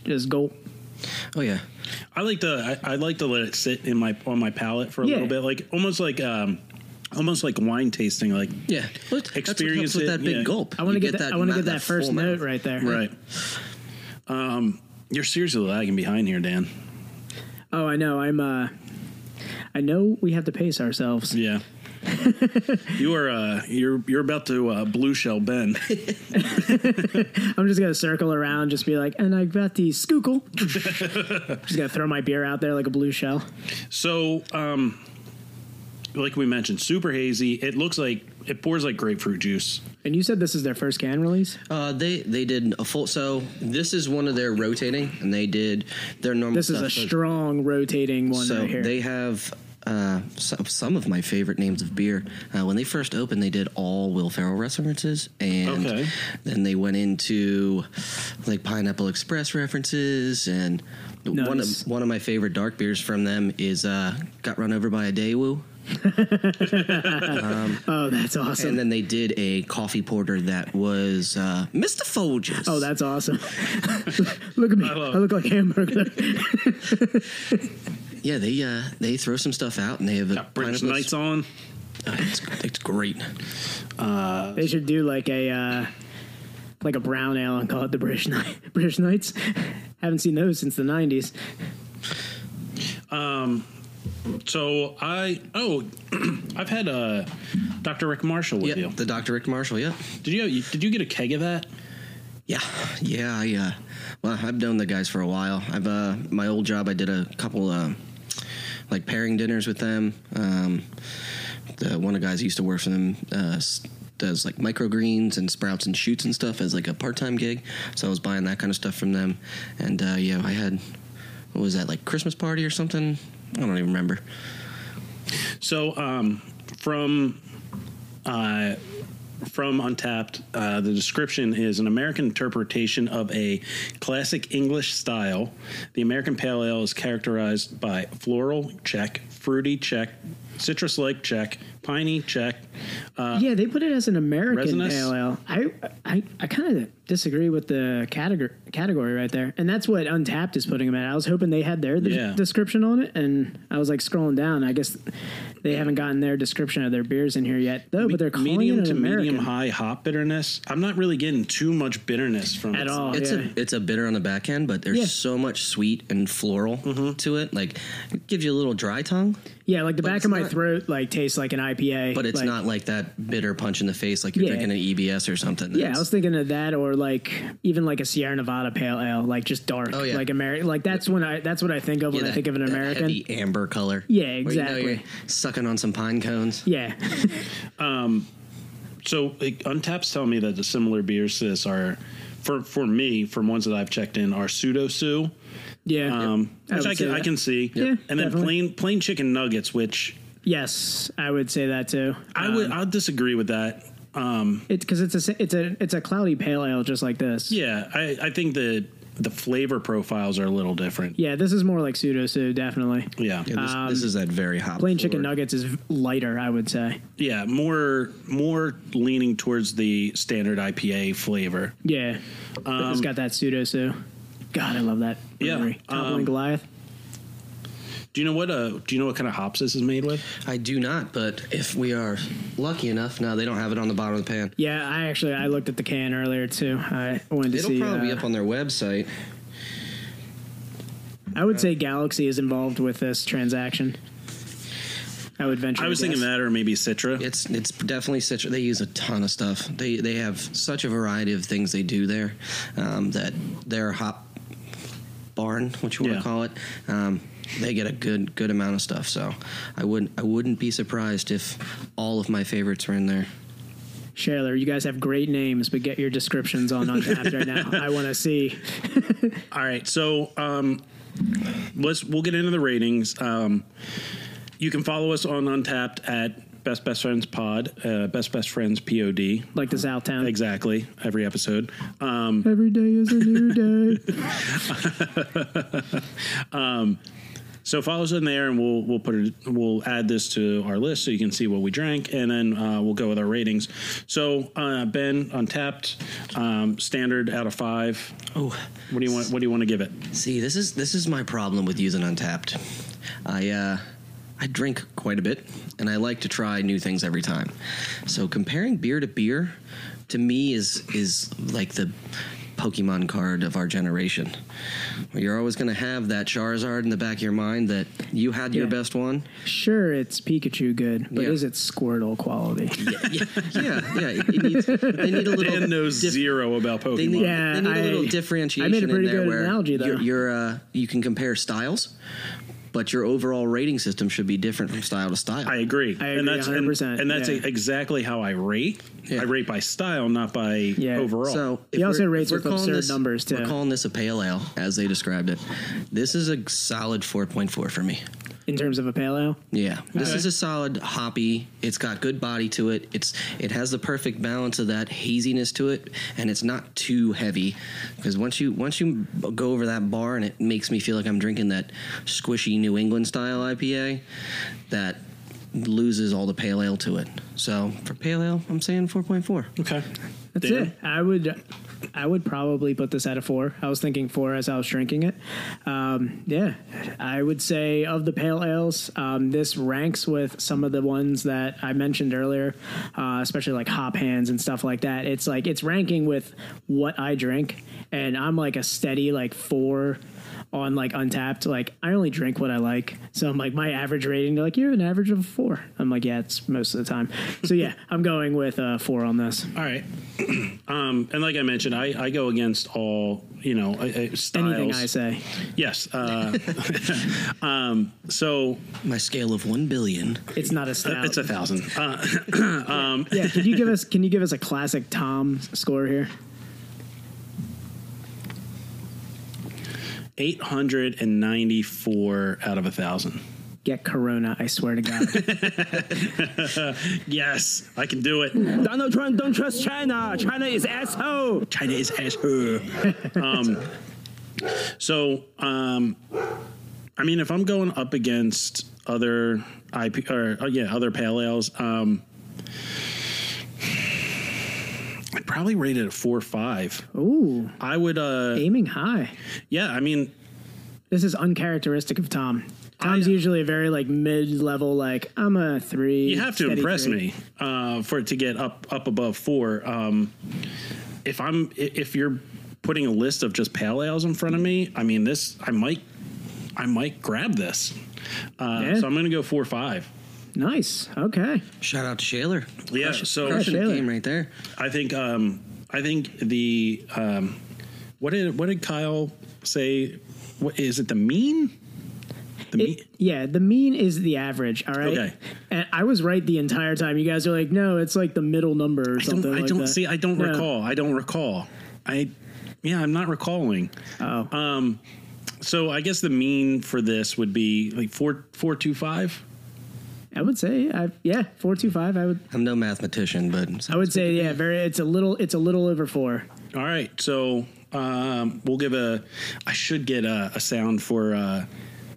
just go. Oh yeah. I like to I, I like to let it sit in my on my palate for a Yeah. little bit like almost like um almost like wine tasting like Yeah, Well, that's what helps Experience with it, that big yeah. gulp. I want You to get, that. I want ma- to get that, first full note mouth. right there. right. Um, you're seriously lagging behind here, Dan. Oh, I know. I'm. uh I know we have to pace ourselves. Yeah. you are uh you're you're about to uh blue shell Ben. I'm just gonna circle around, just be like, and I got the skookle. just gonna throw my beer out there like a blue shell. So, um, like we mentioned, super hazy. It looks like it pours like grapefruit juice. And you said this is their first can release. Uh, they they did a full. So this is one of their rotating, and they did their normal. This is stuff. a strong rotating one So right here. they have uh, some, some of my favorite names of beer. Uh, when they first opened, they did all Will Ferrell references, and Okay. then they went into like Pineapple Express references, and one Nice. of one of my favorite dark beers from them is uh, got run over by a Daewoo. oh, that's awesome. And then they did a coffee porter that was uh, Mr. Folgers. Oh, that's awesome! look at me. I, love- look like hamburger. yeah. They uh, they throw some stuff out, and they have a Got British Pineapple Knights on. Express- It's, it's great. they should do like a uh, like a brown ale and call it the British Knight. British Knights. Haven't seen those since the '90s. So I oh, I've had uh, Dr. Rick Marshall with Yeah, you. the Dr. Rick Marshall. Yeah. Did you did you get a keg of that? Yeah, yeah, I uh, well, I've known the guys for a while. I've uh, my old job, I did a couple uh, like pairing dinners with them. Um, the one of the guys who used to work for them uh, s- does like microgreens and sprouts and shoots and stuff as like a part time gig. So I was buying that kind of stuff from them, and uh, yeah, I had what was that like Christmas party or something? I don't even remember. So um, from uh, from Untapped, uh, the description is an American interpretation of a classic English style. The American Pale Ale is characterized by floral check, fruity check, citrus-like check, piney check. yeah, they put it as an American Resinous? pale ale. I I, I kind of disagree with the category category right there, and that's what Untapped is putting them at. I was hoping they had their de- Yeah. description on it, and I was like scrolling down. I guess they haven't gotten their description of their beers in here yet, though. but they're calling medium it an to American. medium high hop bitterness. I'm not really getting too much bitterness from At it. all. It's Oh, yeah. a it's a bitter on the back end, but there's Yeah. Mm-hmm. so much sweet and floral to it. Like, it gives you a little dry tongue. Yeah, like the But back it's of my not- throat like tastes like an IPA, But it's like- not like that bitter punch in the face like you're Yeah. drinking an EBS or something. Yeah, I It's- was thinking of that, or like even like a Sierra Nevada Pale Ale, like just dark, Oh, yeah. like American. Like that's when I that's what I think of yeah, when I that- think of an that American. heavy amber color. Yeah, Where You know exactly. you're sucking on some pine cones. Yeah. So like, Untaps tell me that the similar beers to this are, for for me, from ones that I've checked in, are Pseudo Sue, Yeah, um, I which would I say can I that. can see, Yeah, and then definitely. plain plain chicken nuggets, which Yes, I would say that too. I Um, would I'll disagree with that. Um, It's because it's a s- it's a it's a cloudy pale ale just like this. yeah, I, I think the the flavor profiles are a little different. Yeah, this is more like pseudo so definitely. Yeah, Yeah, this, this is that very hot. um, Plain chicken forward. nuggets is v- lighter, I would say. yeah, more more leaning towards the standard IPA flavor. Yeah, But it's got that pseudo so. God, I love that. Um, Yeah, brewery. Topple um, and Goliath. Do you know what? Uh, do you know what kind of hops this is made with? I do not, but if we are lucky enough, no, they don't have it on the bottom of the pan. Yeah, I actually I looked at the can earlier too. I wanted to It'll see. probably be uh, up on their website. I would say Galaxy is involved with this transaction. I would venture. I to was thinking guess. that, or maybe Citra. It's it's definitely such. They use a ton of stuff. They they have such a variety of things they do there um, that their hop barn, what you want Yeah. to call it, um, they get a good good amount of stuff. So I wouldn't I wouldn't be surprised if all of my favorites were in there. Shaler, you guys have great names, but get your descriptions on Untapped right now. I want to see. All right, so um, let's we'll get into the ratings. Um, you can follow us on Untapped at Best Best Friends Pod, uh, Best Best Friends Pod. Like the Southtown. Exactly, every episode. Um, Every day is a new day. So follow us in there, and we'll we'll put it we'll add this to our list so you can see what we drank, and then uh, we'll go with our ratings. So uh, Ben, Untapped, um, standard out of five. Oh, What do you want? What do you want to give it? see, this is this is my problem with using Untapped. I uh, I drink quite a bit, and I like to try new things every time. So comparing beer to beer, to me is is like the Pokemon card of our generation. You're always going to have that Charizard in the back of your mind that you had your Yeah. best one. Sure, it's Pikachu good, but Yeah. is it Squirtle quality? yeah, yeah. It, it needs, they need a little. Dan knows diff- zero about Pokemon. They need, Yeah, they need a I- I little made a differentiation pretty in there good where analogy, though. You're, you're, uh, you can compare styles, but your overall rating system should be different from style to style. I agree. I and agree that's 100%, And, and that's yeah. exactly how I rate. Yeah. I rate by style, not by Yeah. overall. So He also we're- rates we're with calling absurd this- numbers, too. We're calling this a pale ale, as they described it. This is a solid 4.4 for me. In terms of a pale ale? Yeah, this Okay. is a solid hoppy. It's got good body to it. It's it has the perfect balance of that haziness to it, and it's not too heavy. Because once you once you go over that bar, and it makes me feel like I'm drinking that squishy New England style IPA that loses all the pale ale to it. So for pale ale, I'm saying 4.4. okay, That's Dan? it. I would, I would probably put this at a four. I was thinking four as I was drinking it. Um, yeah, I would say of the pale ales, um, this ranks with some of the ones that I mentioned earlier, uh, especially like hop hands and stuff like that. It's like it's ranking with what I drink, and I'm like a steady like four on like untapped like i only drink what i like so i'm like my average rating they're like you're an average of four i'm like yeah it's most of the time so yeah i'm going with uh four on this All right. um, and like I mentioned, I, I go against all you know uh, uh, styles. anything i say Yes. Uh, um, so My scale of one billion. It's not a stout. it's a thousand. Uh, yeah. Can you give us? Can you give us a classic Tom s- score here? 894 out of a thousand. Get Corona. I swear to God. Yes, I can do it. Donald Trump, don't trust China. China is asshole. China is asshole. um, so, um, I mean, if I'm going up against other IP or uh, yeah, other pale ales, um, I'd probably rate it at four or five. Ooh, I would, uh, aiming high. yeah. I mean, This is uncharacteristic of Tom. Tom's I- usually a very like mid-level. Like I'm a three. you have to steady impress three. me uh, for it to get up up above four. Um, if I'm i- if you're putting a list of just pale ales in front of me, I mean this I might I might grab this. Uh, Yeah. So I'm going to go four or five. Nice. Okay. Shout out to Shaler. Yeah. So crush Crushing the Shaler. game right there. I think um, I think the um, what did what did Kyle say? What is it? The mean. The mean. It- yeah, the mean is the average. All right. Okay. And I was right the entire time. You guys are like, no, it's like the middle number or I don't, something. I like don't that. see. I don't No. recall. I don't recall. I, yeah, I'm not recalling. Oh. Um, so I guess the mean for this would be like four, four, two, five. I would say, I, yeah, four two five. I would. I'm no mathematician, but I would say, yeah, very. It's a little. It's a little over four. All right. So um, we'll give a. I should get a, a sound for uh,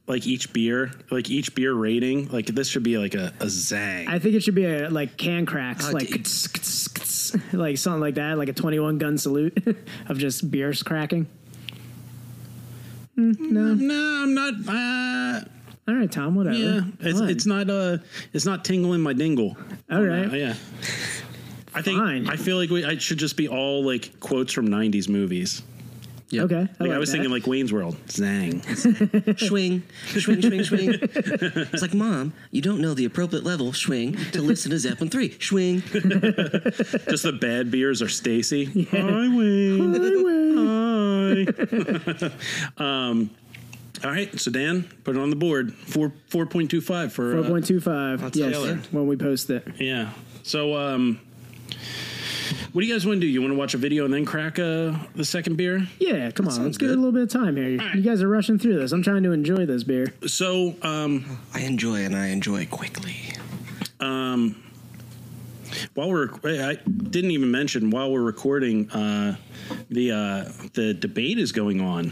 like each beer, like each beer rating. Like this should be like a, a zang. I think it should be a like can cracks, Oh, like dude. kts, kts, kts, like something like that, like a twenty-one gun salute of just beers cracking. no, I'm not. Uh, All right, Tom. Whatever. Yeah, it's, Oh, Fine. it's not uh it's not tingling my dingle. All right. yeah. I think Fine. I feel like we I should just be all like quotes from '90s movies. Yeah. Okay. Like, I like was that. thinking like Wayne's World, Zang. Swing, swing, swing, swing. It's like, Mom, you don't know the appropriate level, swing, to listen to Zeppelin 3. Swing. just the bad beers are Stacy. Hi Wayne. Hi. um, all right, so Dan, put it on the board. Four four point two five for Four uh, point two five. That's Yes, killer. when we post it. Yeah. So, um, what do you guys want to do? You want to watch a video and then crack uh, the second beer? Yeah, come on. sounds Let's give it a good. little bit of time here. right. You guys are rushing through this. I'm trying to enjoy this beer. So, um, I enjoy and I enjoy quickly. while we're I didn't even mention while we're recording uh, the uh, the debate is going on.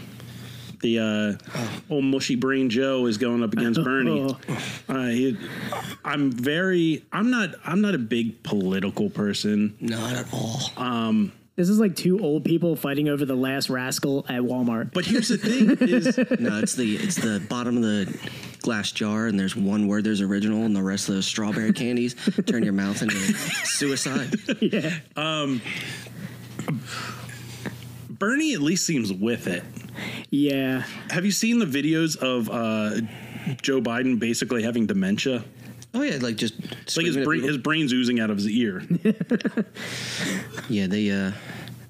The Oh. uh, old mushy brain Joe is going up against Bernie. Uh, he, I'm very. I'm not. I'm not a big political person. Not at all. This is like two old people fighting over the last rascal at Walmart. But here's the thing: is No, it's the it's the bottom of the glass jar, and there's one word there's original, and the rest of those strawberry candies turn your mouth into suicide. yeah. Bernie at least seems with it. Yeah. Have you seen the videos of uh, Joe Biden basically having dementia? Oh yeah, like just Like screaming his at brain, people. his brain's oozing out of his ear. yeah, they uh,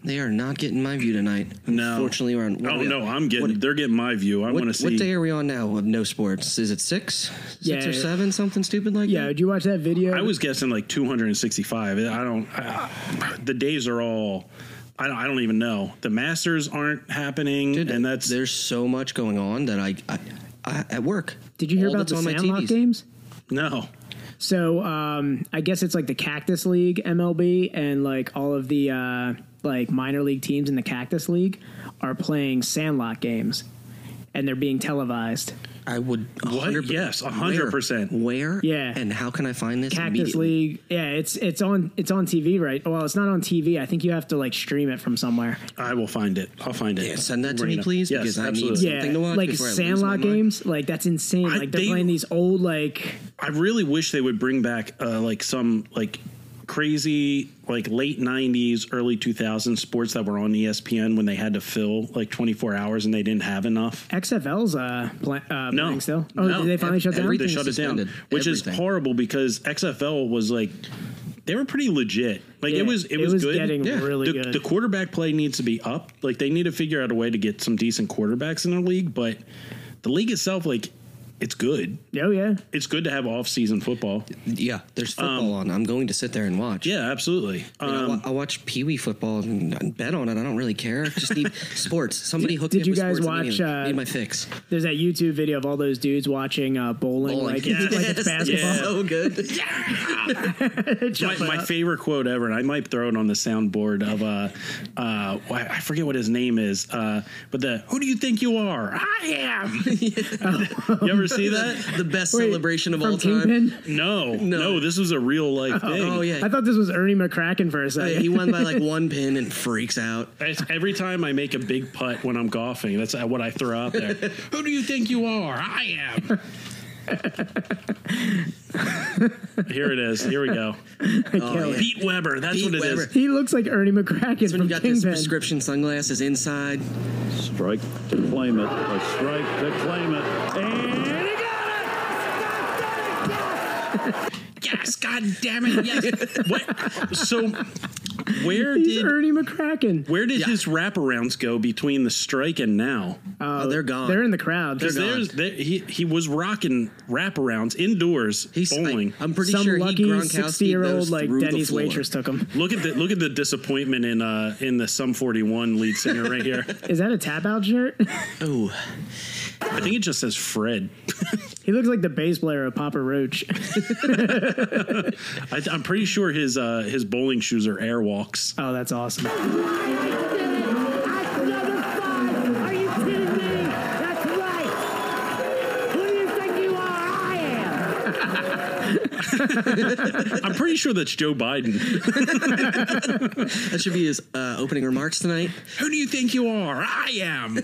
they are not getting my view tonight. No. fortunately, we're on. what are oh we no, on? I'm getting. What- they're getting my view. I What, want to what see. day are we on now of no sports? Is it six, six Yeah. or seven, something stupid like Yeah. that? Did you watch that video? I was guessing like 265. I don't. I, the days are all. I don't. I don't even know. The Masters aren't happening, Dude, and that's there's so much going on that I, I, I at work. Did you hear all about that's the on my Sandlot TVs. games? no. So um, I guess it's like the Cactus League MLB and like all of the uh, like minor league teams in the Cactus League are playing Sandlot games, and they're being televised. I would. What? 100% Yes, 100%. Where? Where? Yeah. And how can I find this? Cactus immediately? League, yeah, it's it's on it's on TV right. Well, it's not on TV. I think you have to like stream it from somewhere. I will find it. I'll find it. Yeah, send that to me, Marina. please, Yes, because I need absolutely. some- Yeah, Something to watch like before I lose my Sandlot mind. games, like that's insane. I- like they're they- playing these old like I really wish they would bring back uh, like some like crazy like late 90s early 2000s sports that were on E espn when they had to fill like 24 hours and they didn't have enough XFL's uh, pla uh No. playing still. Oh, No. did they finally shut down? Everything- they shut it down suspended. which is Everything. horrible because xfl was like they were pretty legit like Yeah, it was it, was, good getting Yeah. really the, good. the quarterback play needs to be up like they need to figure out a way to get some decent quarterbacks in their league but the league itself like it's good oh yeah, it's good to have off-season football Yeah, there's football on. I'm going to sit there and watch. Um, yeah um, absolutely Uh, I, mean, I wa- I watch Pee Wee football and I bet on it. I don't really care. Just need sports. Somebody hooked did me up you with guys sports. I watch, need, I uh, need my fix. There's that YouTube video of all those dudes watching uh, bowling, Bowling. like, it's, like it's basketball. so good. my, my favorite quote ever, and I might throw it on the soundboard of uh, uh, wh- I forget what his name is, uh, but the "Who do you think you are? I am." you ever see that? the best Wait, celebration of from all time. Kingpin? No, no, this was a real life thing. Oh yeah. I thought this was Ernie McCracken for a second. Yeah, he won by like one pin and freaks out. It's every time I make a big putt when I'm golfing, that's what I throw out there. Who do you think you are? I am. Here it is. Here we go. Oh, yeah. Pete Weber. That's Pete what it is. Weber. He looks like Ernie McCracken When from you got this Kingpin. prescription sunglasses inside. Strike to claim it. A strike to claim it. And he got it! Yes, God damn it, yes. what? So, where He's did Ernie McCracken. where did his wraparounds go between the strike and now? Oh, they're gone. They're in the crowd. Because there's there, he he was rocking wraparounds indoors He's bowling. I, am pretty Some sure he lucky Gronkowski sixty-year-old those like through the Denny's floor. waitress took him. look at the look at the disappointment in uh in the Sum 41 lead singer right here. Is that a tap out shirt? Oh, I think it just says Fred. he looks like the bass player of Papa Roach. I, I'm pretty sure his uh his bowling shoes are Airwalks. oh, that's awesome. Are you kidding me? That's right. Who do you think you are? I am. I'm pretty sure that's Joe Biden. that should be his uh, opening remarks tonight. Who do you think you are? I am.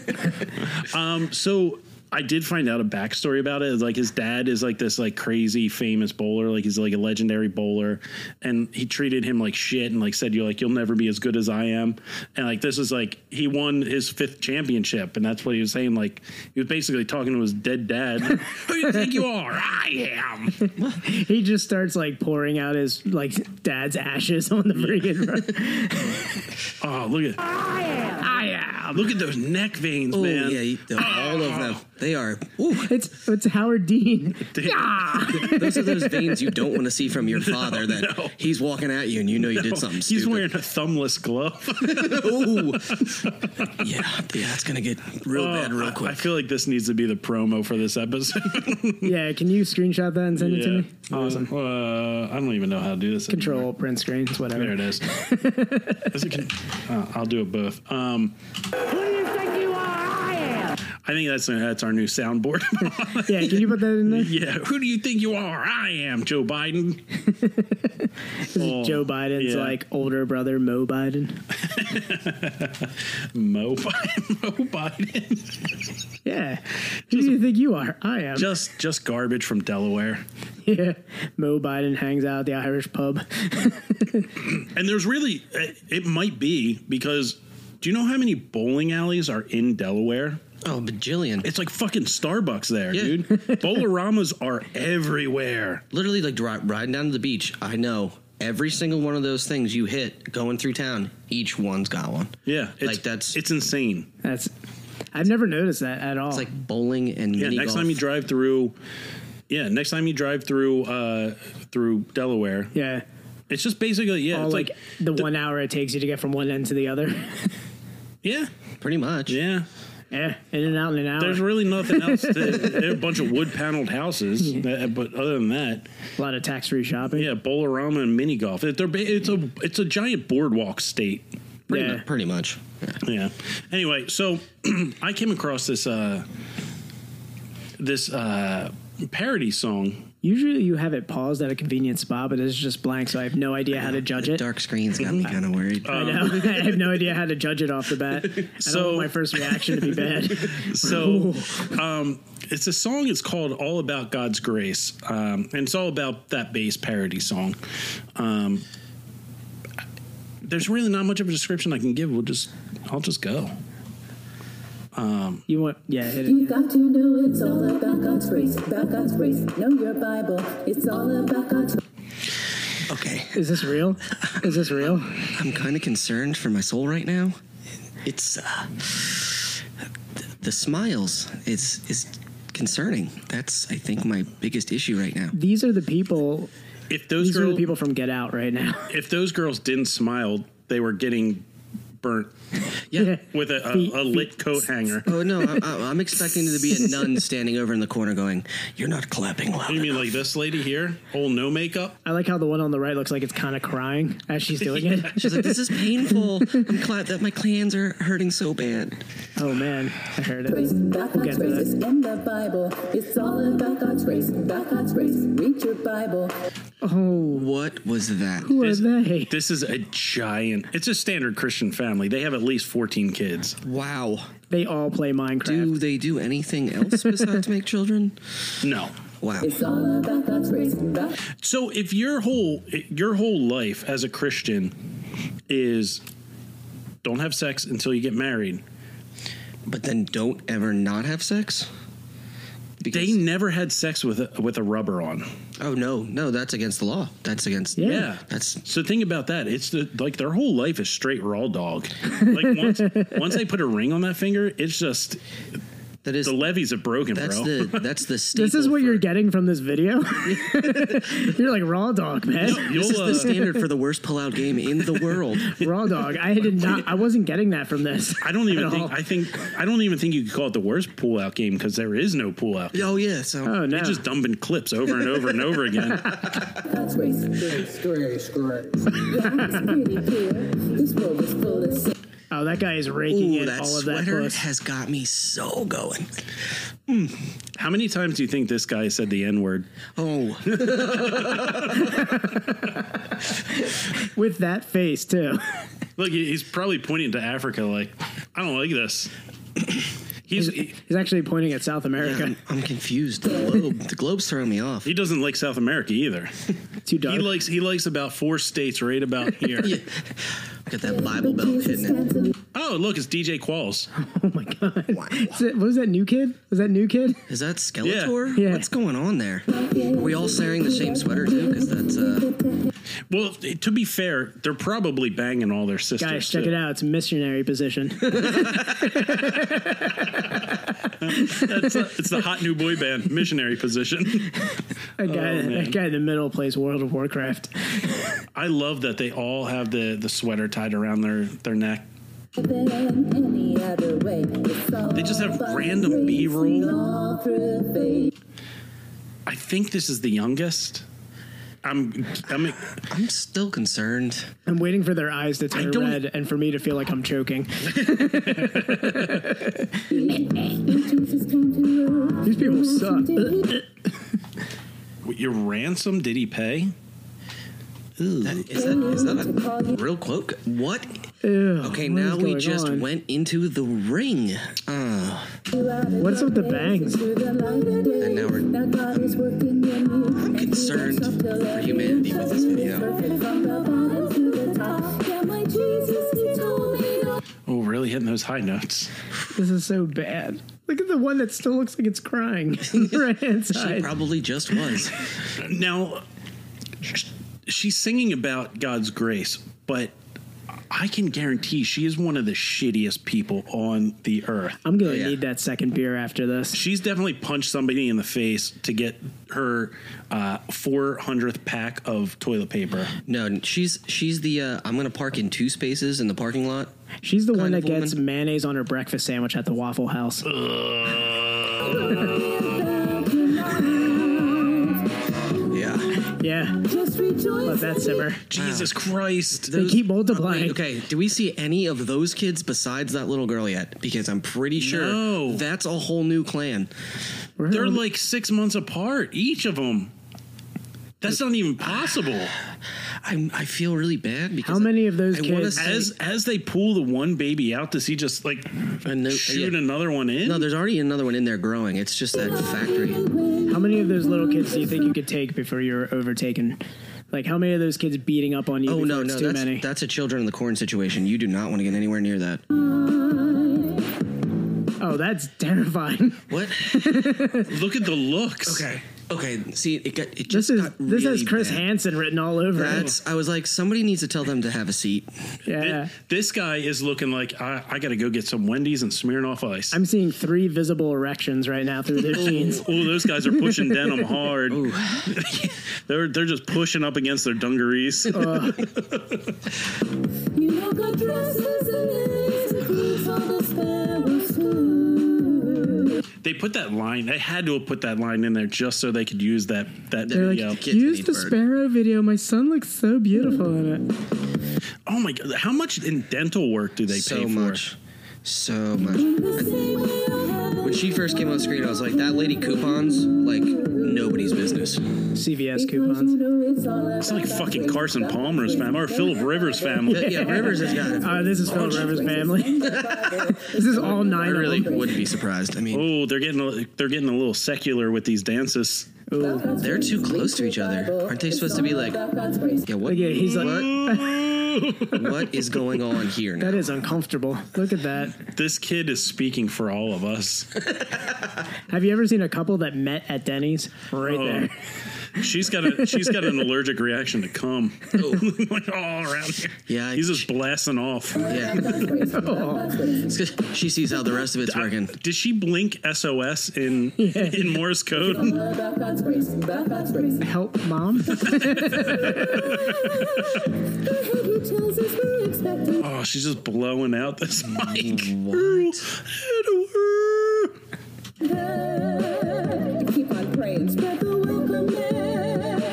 um, so I did find out a backstory about it. It's Like his dad is like this like crazy famous bowler. Like he's like a legendary bowler, and he treated him like shit and like said you like you'll never be as good as I am. And like this is like he won his fifth championship, and that's what he was saying. Like he was basically talking to his dead dad. Who do you think you are? I am. He just starts like pouring out his like dad's ashes on the freaking road. Oh look at I am. look at those neck veins, Oh man. yeah, you- the- all of them. They are. Ooh, It's it's Howard Dean. Yeah. those are those veins you don't want to see from your father. that no. he's walking at you, and you know you did something He's stupid. wearing a thumbless glove. Ooh. yeah, yeah, that's gonna get real bad Oh, real I- quick. I feel like this needs to be the promo for this episode. yeah. Can you screenshot that and send it to me? Yeah. Awesome. Uh, I don't even know how to do this. Control anymore. print screen. It's whatever. There it is. Is it con- oh, I'll do it both. Um, Who do you think you are? I am. I think that's that's our new soundboard. Yeah. Can you put that in there? yeah. Who do you think you are? I am Joe Biden. Oh, Joe Biden's yeah. like older brother Mo Biden. Mo Biden. Mo Biden. Yeah. Who do you think you are? I am. just just garbage from Delaware. yeah. Mo Biden hangs out at the Irish pub. And there's really it, it might be because do you know how many bowling alleys are in Delaware? oh, bajillion. It's like fucking Starbucks there, Yeah. dude. Bowleramas are everywhere. Literally, like dri- riding down to the beach. I know every single one of those things you hit going through town. Each one's got one. Yeah, it's, Like, that's- it's insane. That's. I've never noticed that at all. It's like bowling and Oh. Yeah, mini next golf. time you drive through, yeah, next time you drive through uh through Delaware, yeah. it's just basically yeah, All it's like, like, the, one hour it takes you to get from one end to the other. yeah, pretty much. yeah. yeah. In and out in an hour. There's really nothing else. To, there are a bunch of wood paneled houses, uh, but other than that, a lot of tax free shopping. yeah, Bolarama and mini golf. They're ba- it's a it's a giant boardwalk state. pretty, Yeah. mu- pretty much. Yeah. Anyway, so I came across this uh this uh parody song. Usually you have it paused at a convenient spot, but it's just blank, so I have no idea how to judge The it. dark screen's got me kind of worried. I know. I have no idea how to judge it off the bat. I So- don't want my first reaction to be bad. So um it's a song it's called All About God's Grace. Um and it's all about that bass parody song. Um there's really not much of a description I can give. We'll just I'll just go. You want? Yeah. Hit it. You got to know it's all about God's grace, about God's grace. Know your Bible, it's all about God's okay, Is this real? Is this real? I'm kind of concerned for my soul right now. It's uh, the smiles. It's is concerning. That's I think my biggest issue right now. These are the people. If those These are the girls people from Get Out right now. if those girls didn't smile, they were getting burnt Yeah. with a, Feet- a, a lit coat hanger. Oh no, I, I, I'm expecting to be a nun standing over in the corner going, "You're not clapping loud." You mean like this lady here? All no makeup? I like how the one on the right looks like it's kind of crying as she's doing it. She's like, "This is painful. I'm glad that my clans are hurting so bad." Oh man, I heard grace, it. about God's get to grace. that. It's in the Bible, it's all about God's grace, about God's grace. Read your Bible. What was that? Oh, Who are they? This is a giant. It's a standard Christian family. They have at least 14 kids. Wow. They all play Minecraft. Do they do anything else besides make children? No. Wow. It's all about God's grace, about So if your whole your whole life as a Christian is don't have sex until you get married. But then don't ever not have sex. Because, They never had sex with a, with a rubber on. oh no, no, that's against the law. That's against Yeah. That's So think about that. It's the like their whole life is straight raw dog. Like once once they put a ring on that finger, it's just that is the levees have broken, that's bro. the that's the staple This is what for- you're getting from this video. you're like raw dog, man. You'll, This is the uh, standard for the worst pullout game in the world. raw dog. I did not. I wasn't getting that from this. I don't even at all. think I think I don't even think you could call it the worst pull out game because there is no pull out. Oh yeah, so oh no. They're just dumping clips over and over and over again. God's grace. Grace, grace, grace. it's pretty clear. This world is full of sin. oh, that guy is raking Ooh, in that all of that sweater puss. has got me so going. How many times do you think this guy said the N word? Oh, with that face too. Look, he- he's probably pointing to Africa like, I don't like this. He's he, He's, he's actually pointing at South America. I'm, I'm confused. The globe, the globe's throwing me off. he doesn't like South America either. Too dark. He likes he likes about four states right about here. Got that Bible belt hitting it. Oh, look, it's DJ Qualls. oh my god! Is it- what was that new kid? Was that new kid? Is that Skeletor? Yeah. Yeah. What's going on there? Are we all sharing the same sweater too? Because that's uh, Well, to be fair, they're probably banging all their sisters. Guys, check too. it out. It's a missionary position. It's, the- it's the hot new boy band missionary position. Oh, A guy, man. that guy in the middle plays World of Warcraft. I love that they all have the the sweater tied around their their neck. They just have random B-roll. I think this is the youngest. I'm I'm I'm still concerned. I'm waiting for their eyes to turn don't- red and for me to feel like I'm choking. These people suck. your ransom. Did he pay? That, is that is that a real quote? What? okay, what now is we going just on? went into the ring. Uh, What's with the bangs? And now we're- I'm concerned for humanity with this video. Oh, really hitting those high notes. This is so bad. Look at the one that still looks like it's crying. on the right hand she side. probably just was. Now, sh- she's singing about God's grace, but I can guarantee she is one of the shittiest people on the earth. I'm gonna yeah. need that second beer after this. She's definitely punched somebody in the face to get her uh, 400th pack of toilet paper. No, she's she's the uh, I'm gonna park in two spaces in the parking lot. She's the one Kind that of gets woman. mayonnaise on her breakfast sandwich at the Waffle House. Yeah. Yeah, let that simmer. Jesus Christ. They keep multiplying. Wait, okay, do we see any of those kids besides that little girl yet? Because I'm pretty sure No. that's a whole new clan. Where They're are the- like six months apart, each of them. That's not even possible. I I feel really bad because how many of those I wanna kids? say- As as they pull the one baby out, does he just like I know- shoot yeah. another one in? No, there's already another one in there growing. It's just that factory. How many of those little kids do you think you could take before you're overtaken? Like how many of those kids beating up on you? Oh before no, it's no, too that's many. that's a children in the corn situation. You do not want to get anywhere near that. oh, that's terrifying. What? Look at the looks. Okay. See, it got it just This is got this has really Chris bad. Hansen written all over it. That's I was like, somebody needs to tell them to have a seat. Thi- Yeah. This guy is looking like I, I got to go get some Wendy's and smearing off ice. I'm seeing three visible erections right now through their jeans. oh, those guys are pushing denim hard. they're they're just pushing up against their dungarees. Uh. they put that line. They had to have put that line in there just so they could use that that They're They're video. like, Kids use need the bird." sparrow video. My son looks so beautiful in it. oh my god, how much in dental work do they pay so for? much. So much. When she first came on screen, I was like, that lady coupons like nobody's business. CVS coupons. It's It's like fucking Carson Palmer's family or Philip Rivers family. But yeah, Rivers has got it. Uh, this is Phil Rivers' family. This is all I nine really of them. wouldn't be surprised. I mean, Oh, they're getting a, they're getting a little secular with these dances. they're too close to each other. Aren't they supposed to be like, yeah, what? Yeah, he's like- what, what is going on here? Now? That is uncomfortable. Look at that. This kid is speaking for all of us. Have you ever seen a couple that met at Denny's? Right Oh. there. She's got a she's got an allergic reaction to cum. like all around here. Yeah, I- he's just blasting off. Yeah. It's 'cause she sees how the rest of it's working. Did she blink SOS in in Morse code? Help, mom. Oh, she's just blowing out this mic. What? Edward. Keep on praying, spread the welcome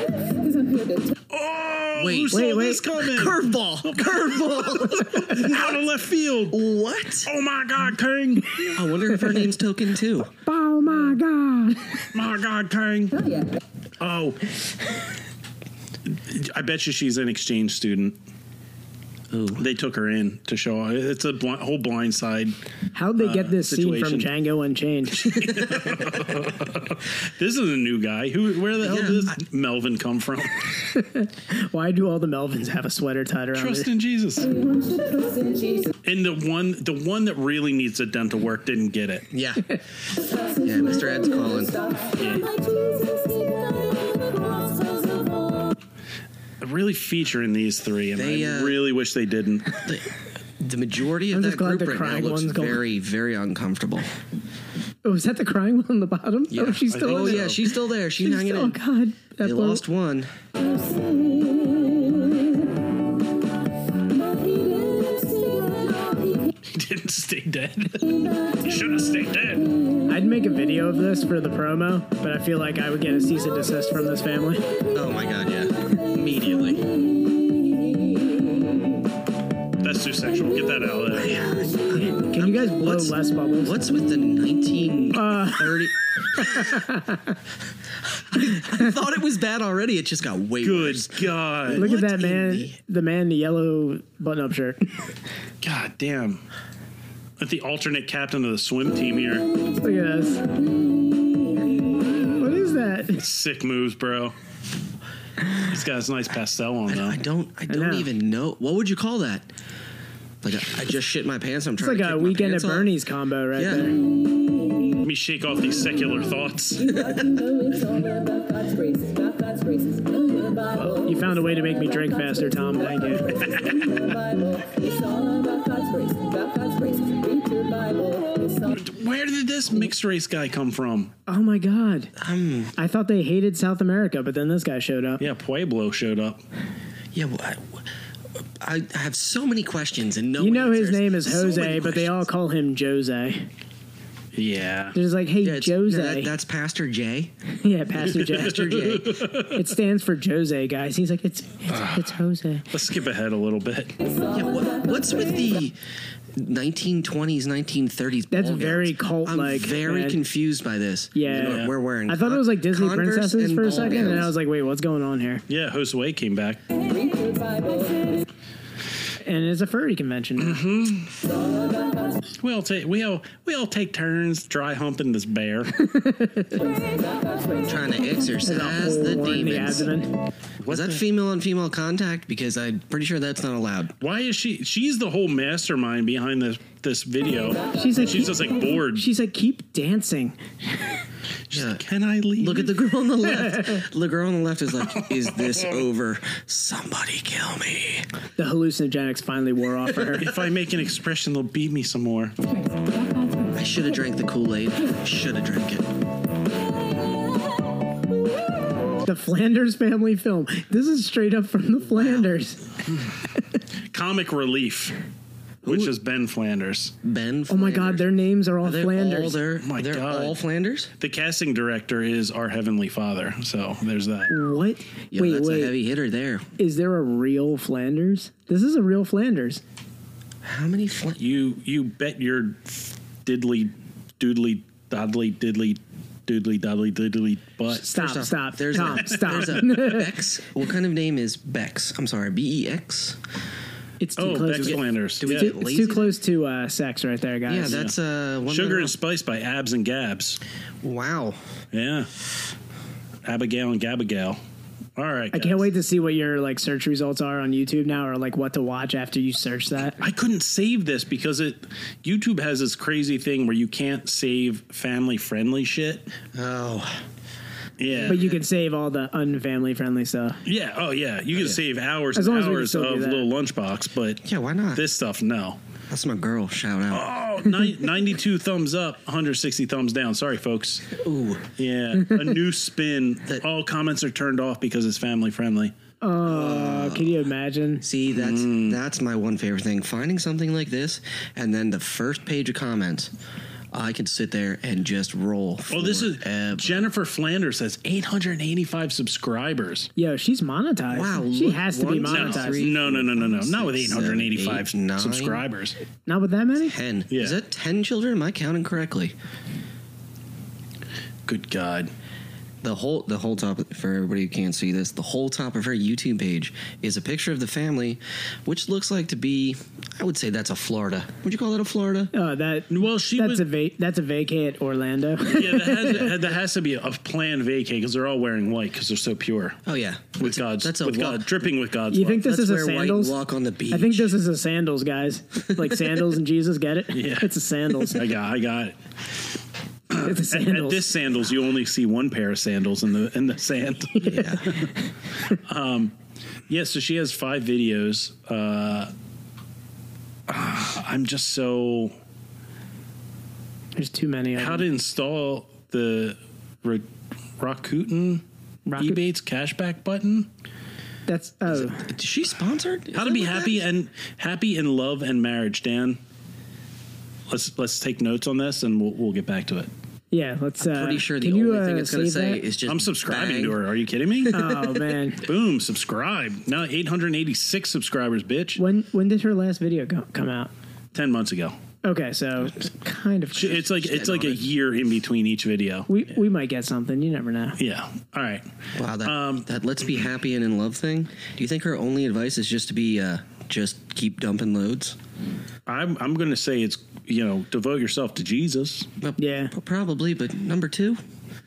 Because I'm here to tell Oh, Wait, who saw wait, wait. this coming? Curveball! Curveball! out of left field. what? Oh my God, King! I wonder if her name's Token too. oh my god. My God, King! you. Oh, I bet you she's an exchange student. They took her in to show. It's a bl- whole blind side. How'd Uh, they get this scene from situation. Django Unchained? This is a new guy. Who? Where the hell Yeah, did this Melvin come from? Why do all the Melvins have a sweater tied around Trust their in Jesus. Everyone should trust in Jesus. And the one, the one that really needs the dental work didn't get it. Yeah. Yeah, Mr. Ed's calling. Really featuring these three, and They, I uh, really wish they didn't. the, the majority of I'm that just glad the group right now crying looks one's gone. very, very uncomfortable. Oh, is that the crying one on the bottom? Oh, she's I still. Oh think in yeah, it. she's still there. She's, She's hanging still- Oh in. God, that They blow- lost one. He didn't stay dead. Should have stayed dead. I'd make a video of this for the promo, but I feel like I would get a cease and desist from this family. Oh my god, yeah. Immediately. That's too sexual. Get that out of there. Can you guys blow What's- less bubbles? What's with the 1930? Uh. I thought it was bad already. It just got way Good worse. God. Look at What that in man, the- the, man in the yellow button-up shirt. God damn. But the alternate captain of the swim team here. Look at this. What is that? Sick moves, bro. He's got his nice pastel on though. I don't. I don't know. even know. What would you call that? Like I, I just shit my pants. I'm It's trying. like to kick a my weekend at pants off. Bernie's combo right Yeah. there. Let me shake off these secular thoughts. You found a way to make me drink faster, Tom. Thank you. Where did this mixed race guy come from? Oh my God. I thought they hated South America, but then this guy showed up. Yeah, Pueblo showed up. Yeah. Well, I, I- I have so many questions and no. You know his answers. name is So many Jose, but they all questions. call him Jose. Yeah. They're just like, hey, Yeah, it's- Jose. yeah, that- that's Pastor J. Yeah, Pastor Jay. Pastor J. it stands for Jose, guys. He's like, it's it's, Ah. it's Jose. Let's skip ahead a little bit. Yeah, what, what's with the 1920s, 1930s? That's ball gowns? very cult-like, I'm very man. confused by this. Yeah. We're- we're wearing. I thought it was like Disney Converse princesses and for a ball second, and gowns. I was like, wait, what's going on here? Yeah, Josue came back. And it's a furry convention. Mm-hmm. We all take we all we all take turns dry humping this bear. trying to exorcise the Or in the demons. abdomen. was that female on female contact? Because I'm pretty sure that's not allowed. Why is she she's the whole mastermind behind this this video. She's like, She's just like bored. she's like, keep dancing. She's Yeah. like, Can I leave? Look at the girl on the left. the girl on the left is like, "Is this over? Somebody kill me!" The hallucinogenics finally wore off for her. If I make an expression, they'll beat me some more. I should have drank the Kool Aid. Should have drank it. the Flanders family film. This is straight up from the Flanders. Comic relief, which is Ben Flanders. Ben. Oh my God, their names are all They're Flanders. all their, Oh My they're God. all Flanders. The casting director is our Heavenly Father, so there's that. what? Yeah, wait, that's wait. a heavy hitter there. Is there a real Flanders? This is a real Flanders. How many Flanders? You you bet your diddly doodly doddly diddly doodly doddly diddly butt. Stop, stop. There's Tom, a, stop. There's a Bex. What kind of name is Bex? I'm sorry, B E X. it's too Oh, close. Bex to- Flanders. do we Yeah. get- It's Lazy. too close to uh, sex right there, Yeah, guys. that's uh one Sugar letter and Spice by Abs and Gabs. off. Wow. Yeah. Abigail and Gabigail. All right. I guys. can't wait to see what your like search results are on YouTube now, or like what to watch after you search that. I couldn't save this because it YouTube has this crazy thing where you can't save family friendly shit. Oh, Yeah. But you can save all the unfamily friendly stuff. Yeah. Oh, yeah. You can save hours As and long as we can hours still do of that. little lunchbox, but yeah. Why not? this stuff, no. That's my girl. Shout out. Oh, ni- 92 thumbs up, 160 thumbs down. Sorry, folks. Ooh. Yeah. A new spin. That- All comments are turned off because it's family friendly. Uh, Oh, can you imagine? See, that's Hmm. that's my one favorite thing. Finding something like this, and then the first page of comments, I can sit there and just roll. Oh, this is forever. Jennifer Flanders has 885 subscribers. Yo, she's monetized. Wow, she look, has to be one, No, monetized. three, no, no, no, no, no. Not with six, seven, 885 eight, nine. subscribers. Not with that many. ten. Yeah. Is that ten children? Am I counting correctly? Good God. the whole the whole top for everybody who can't see this, the whole top of her YouTube page is a picture of the family, which looks like to be, I would say that's a Florida. Would you call that a Florida? Oh, that Well, she that's was- a va- that's a vacate Orlando. yeah, that has, that has to be a planned vacay because they're all wearing white because they're so pure. Oh yeah, With God's, That's a with walk- God, dripping with God's You love. think this is That's a where white sandals? walk on the beach. I think this is a sandals, guys. Like sandals and Jesus, get it? Yeah. It's a sandals. I got, I got it. It's a At- sandals. At this sandals, you only see one pair of sandals in the in the sand. Yeah. Yeah, so she has five videos. Uh, ah, I'm just so There's too many. Of how them. to install the Ra- Rakuten Rocket- Rebates cashback button. that's oh, Is she sponsored? Is How to that be what that happy is? and happy in love and marriage, Dan. Let's let's take notes on this and we'll we'll get back to it. yeah. Let's. Uh, Pretty sure the can you, only uh, thing it's going to save say that? is just. I'm subscribing bang. to her. Are you kidding me? Oh man, Boom, subscribe. Now 886 subscribers, bitch. when when did her last video go, come out? 10 months ago. Okay, so kind of. She- It's like Shit it's like on a it. year in between each video. we we might get something. You never know. Yeah. All right. Wow, that, Um, that let's be happy and in love thing. Do you think her only advice is just to be uh, just keep dumping loads? I'm I'm going to say it's you know devote yourself to Jesus. Well, Yeah. p- probably. But number two,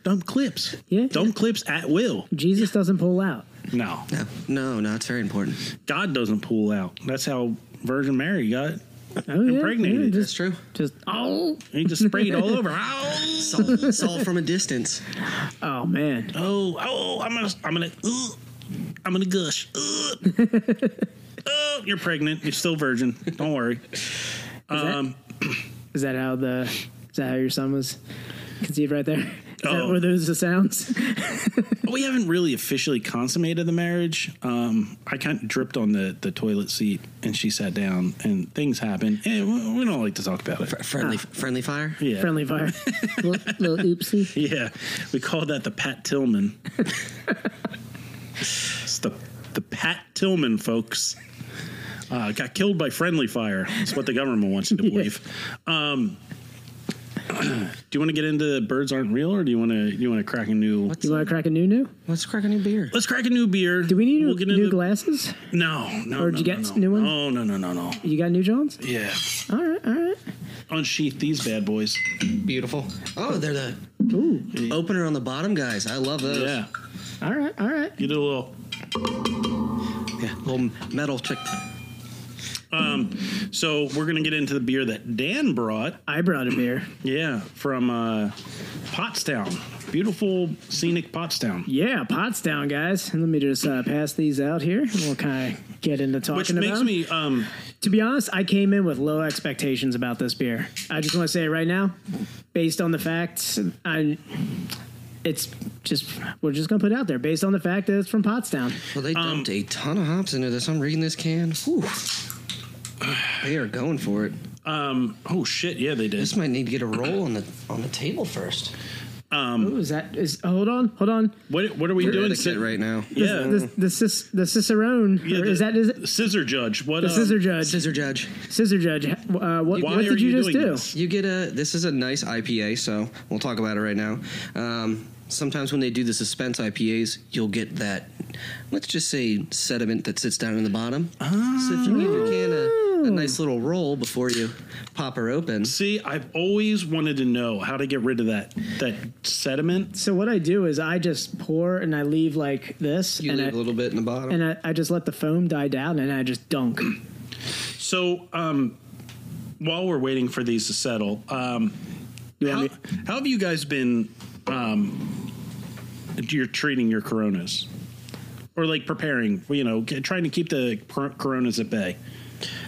Dump clips. Yeah. Dump clips at will. Jesus doesn't pull out. No, no, no, no, it's very important. God doesn't pull out. That's how Virgin Mary got. Oh, yeah, Impregnated. yeah, That's just true. just oh He just sprayed all over. Oh, Ow! Saul, Saul from a distance. oh man. Oh, oh, I'm gonna, I'm gonna, ugh, I'm gonna gush. Ugh. oh, you're pregnant. You're still virgin. Don't worry. Um, Is that how the is that how your son was conceived right there? Is Oh. that, were those the sounds? we haven't really officially consummated the marriage. Um, I kind of dripped on the, the toilet seat, and she sat down, and things happen. And we- we don't like to talk about it. Fr- friendly, Ah. friendly fire. Yeah, Friendly fire. little, oopsie. yeah. We call that the Pat Tillman. it's the the Pat Tillman folks. Uh, got killed by friendly fire. That's what the government wants you to believe. Um, do you want to get into birds aren't real, or do you want to you want to crack a new? You want to crack a new new? Let's crack a new beer. Let's crack a new beer. Do we need We'll new, get into new the- glasses? No, no. Or no, did you no, get no. new ones? No, no, no, no, no. You got new Johns? Yeah, All right, all right. unsheath these bad boys. Beautiful. Oh, they're the Ooh, opener on the bottom, guys. I love those. Yeah, all right, all right. you do a little. yeah. Little metal trick. So we're gonna get into the beer that Dan brought. I brought a beer. Yeah, from uh, Pottstown. Beautiful, scenic Pottstown. Yeah, pots down, guys. And let me just uh, pass these out here. and We'll kind of get into talking Which about. makes them. me, um, To be honest, I came in with low expectations about this beer. I just want to say it right now, based on the facts, I. It's just we're just gonna put it out there based on the fact that it's from Pottstown. Well, they Um, dumped a ton of hops into this. I'm reading this can. Whew. They are going for it. um, oh shit, yeah, they did. This might need to get a roll on the on the table first. Um, Ooh, is that is? oh, Hold on, hold on. What, what are we doing? Etiquette right now. Yeah, The the, cis- the cicerone yeah, or the is that is it, scissor judge? What the um, scissor judge? Scissor judge. Scissor judge. Uh, what, Why what are did you, you just doing do? this? You get a. This is a nice IPA, so we'll talk about it right now. Um, sometimes when they do the suspense IPAs, you'll get that. Let's just say sediment that sits down in the bottom. So if you give your can Oh. a, a nice little roll before you pop her open, See, I've always wanted to know how to get rid of that that sediment. So what I do is I just pour and I leave like this, you and leave I, a little bit in the bottom. and I, I just let the foam die down, and I just dunk. So, um, while we're waiting for these to settle, um, You how, want how have you guys been? Um, you're treating your coronas, or like preparing? You know, get- trying to keep the cor- coronas at bay.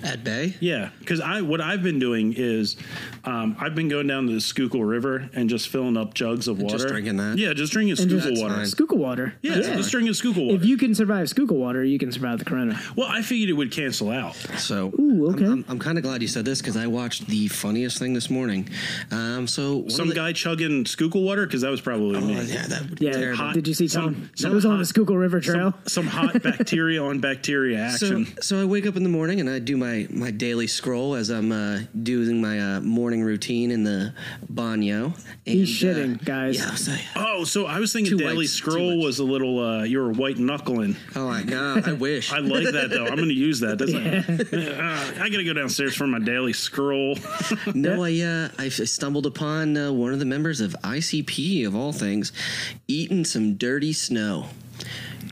At bay. Yeah, because I what I've been doing is um, I've been going down to the Schuylkill River and just filling up jugs of water. just drinking that? Yeah, just drinking just- Schuylkill That's water. fine. Schuylkill water. Yeah, just drinking Schuylkill water. If you can survive Schuylkill water, you can survive the Corona. well, I figured it would cancel out. So Ooh, I'm- okay. I'm, kind of glad you said this because I watched the funniest thing this morning. Um, so one Some of the- guy chugging Schuylkill water because that was probably Oh, me. yeah, that would be Yeah. terrible. Hot- Did you see some- Tom? some that was on the hot- Schuylkill River Trail. Some hot bacteria on bacteria So, action. so I wake up in the morning and I do my, my daily scroll as I'm uh, doing my uh, morning routine in the banyo. And, uh, He's shitting, guys. Yeah, so, Oh, so I was thinking Two Daily wipes, two Scroll wipes. was a little. Uh, you were white knuckling. oh my god, I wish. I like that though. I'm going to use that. That's uh, I got to go downstairs for my Daily Scroll. No, I uh, I stumbled upon uh, one of the members of ICP of all things, eating some dirty snow.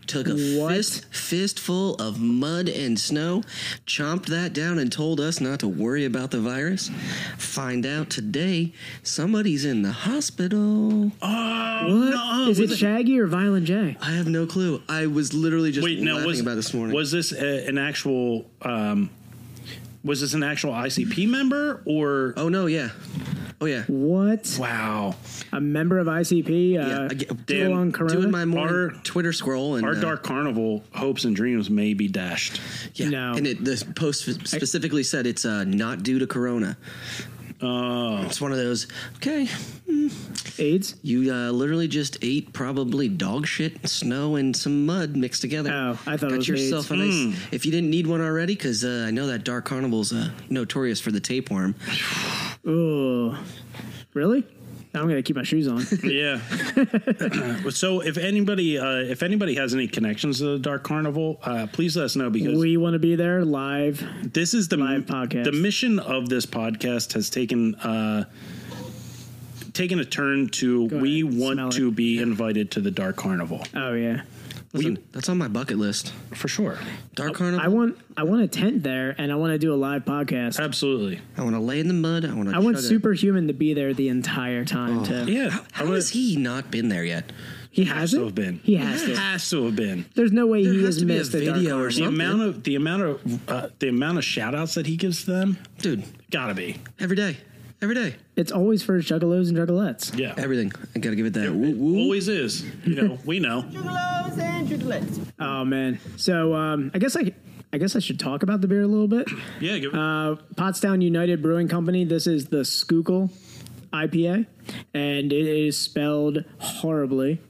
Took a What? fist, fistful of mud and snow, chomped that down, and told us not to worry about the virus. Find out today somebody's in the hospital. oh What? no! Is it was Shaggy or Violent J? I have no clue. I was literally just Wait, laughing now was about this morning. was this a, an actual? Um, was this an actual ICP member or? oh no, yeah, oh yeah, What? Wow, A member of ICP? yeah. Uh, I get- Dan, full on Corona? doing my morning our- Twitter scroll and our uh, dark carnival hopes and dreams may be dashed. Yeah, No. and it, the post specifically said it's uh, not due to corona. Oh, It's one of those. Okay, AIDS? you uh, literally just ate probably dog shit, snow, and some mud mixed together. Oh, I thought got it was yourself a nice. Hmm. If you didn't need one already, because uh, I know that Dark Carnival's uh, notorious for the tapeworm. Oh, really? I'm gonna keep my shoes on. yeah. so if anybody uh, if anybody has any connections to the Dark Carnival, uh, please let us know because we want to be there live. this is the Live podcast. The mission of this podcast has taken uh, taken a turn to Go we ahead, smell want it. to be invited to the Dark Carnival Oh yeah, That's, on, that's on my bucket list. for sure. Dark Carnival. I want I want a tent there, and I want to do a live podcast. Uh, Absolutely. I want to lay in the mud. I want to. I want Superhuman to be there the entire time too. Yeah. I How wanna- has he not been there yet? He has has to have it. been. He has to. Has to have been. There's no way There he has has to be a missed the dark video or Carnival. The Something. amount of the amount of uh, the amount of shout outs that he gives them Dude, gotta be every day, every day, It's always for juggalos and juggalettes. yeah everything. I gotta give it that. Woo, It woo. always is you know we know Juggalos and juglets. Oh man. So um, I guess I I guess I should talk about the beer a little bit. yeah give, Uh, Pottstown United Brewing Company. This is the Schuylkill IPA, and it is spelled horribly.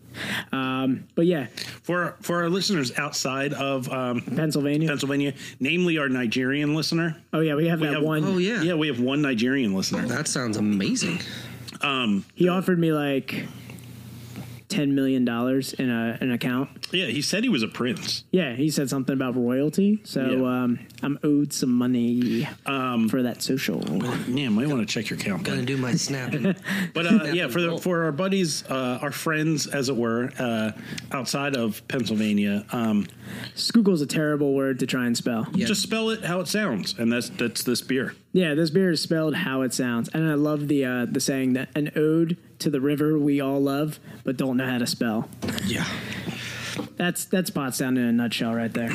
Um, but yeah, for for our listeners outside of um, Pennsylvania. Pennsylvania namely our Nigerian listener Oh yeah, we have that have- one. Oh yeah. yeah we have one Nigerian listener That sounds amazing. He offered me like ten million dollars in a an account. yeah he said he was a prince Yeah, he said something about royalty, so Yeah. Um, um, I'm owed some money for that social. yeah might want to check your account bud. Gonna do my snapping. But uh, yeah, for the, for our buddies, uh, our friends, as it were, uh, outside of Pennsylvania, um, Schuylkill's a terrible word to try and spell. Yeah. just spell it how it sounds, and that's that's this beer. Yeah, this beer is spelled how it sounds, and I love the uh, the saying that an ode to the river we all love but don't know how to spell. yeah. That's that's Pottstown in a nutshell right there.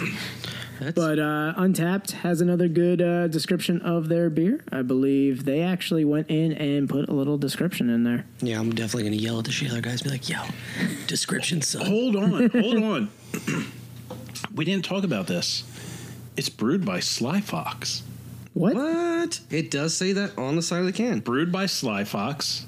But uh, Untapped has another good uh, description of their beer. I believe they actually went in and put a little description in there. yeah, I'm definitely gonna yell at the Shaler guys. Be like, yo, description son. Hold on, hold on. we didn't talk about this. It's brewed by Sly Fox. What? What? It does say that on the side of the can. Brewed by Sly Fox,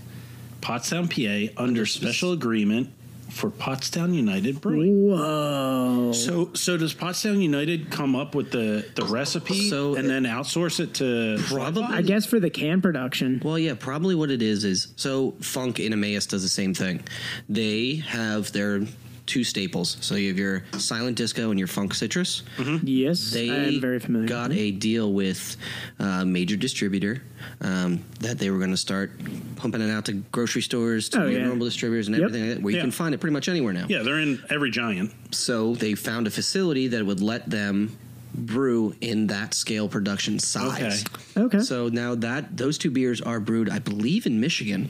Pottstown, PA, under special agreement for Pottstown United Brewing. Whoa! So, so does Pottstown United come up with the, the recipe So- and then outsource it to Probably. I guess for the can production, Well, yeah, probably what it is is so Funk and Emmaus does the same thing. They have their two staples. So you have your silent disco and your funk citrus. yes, They I am very familiar. got a deal with a major distributor um, that they were going to start pumping it out to grocery stores, to Oh, your yeah. normal distributors, and Yep. everything like that, where you Yeah. can find it pretty much anywhere now. Yeah, they're in every giant. So they found a facility that would let them brew in that scale production size. okay. So now that those two beers are brewed, I believe in Michigan.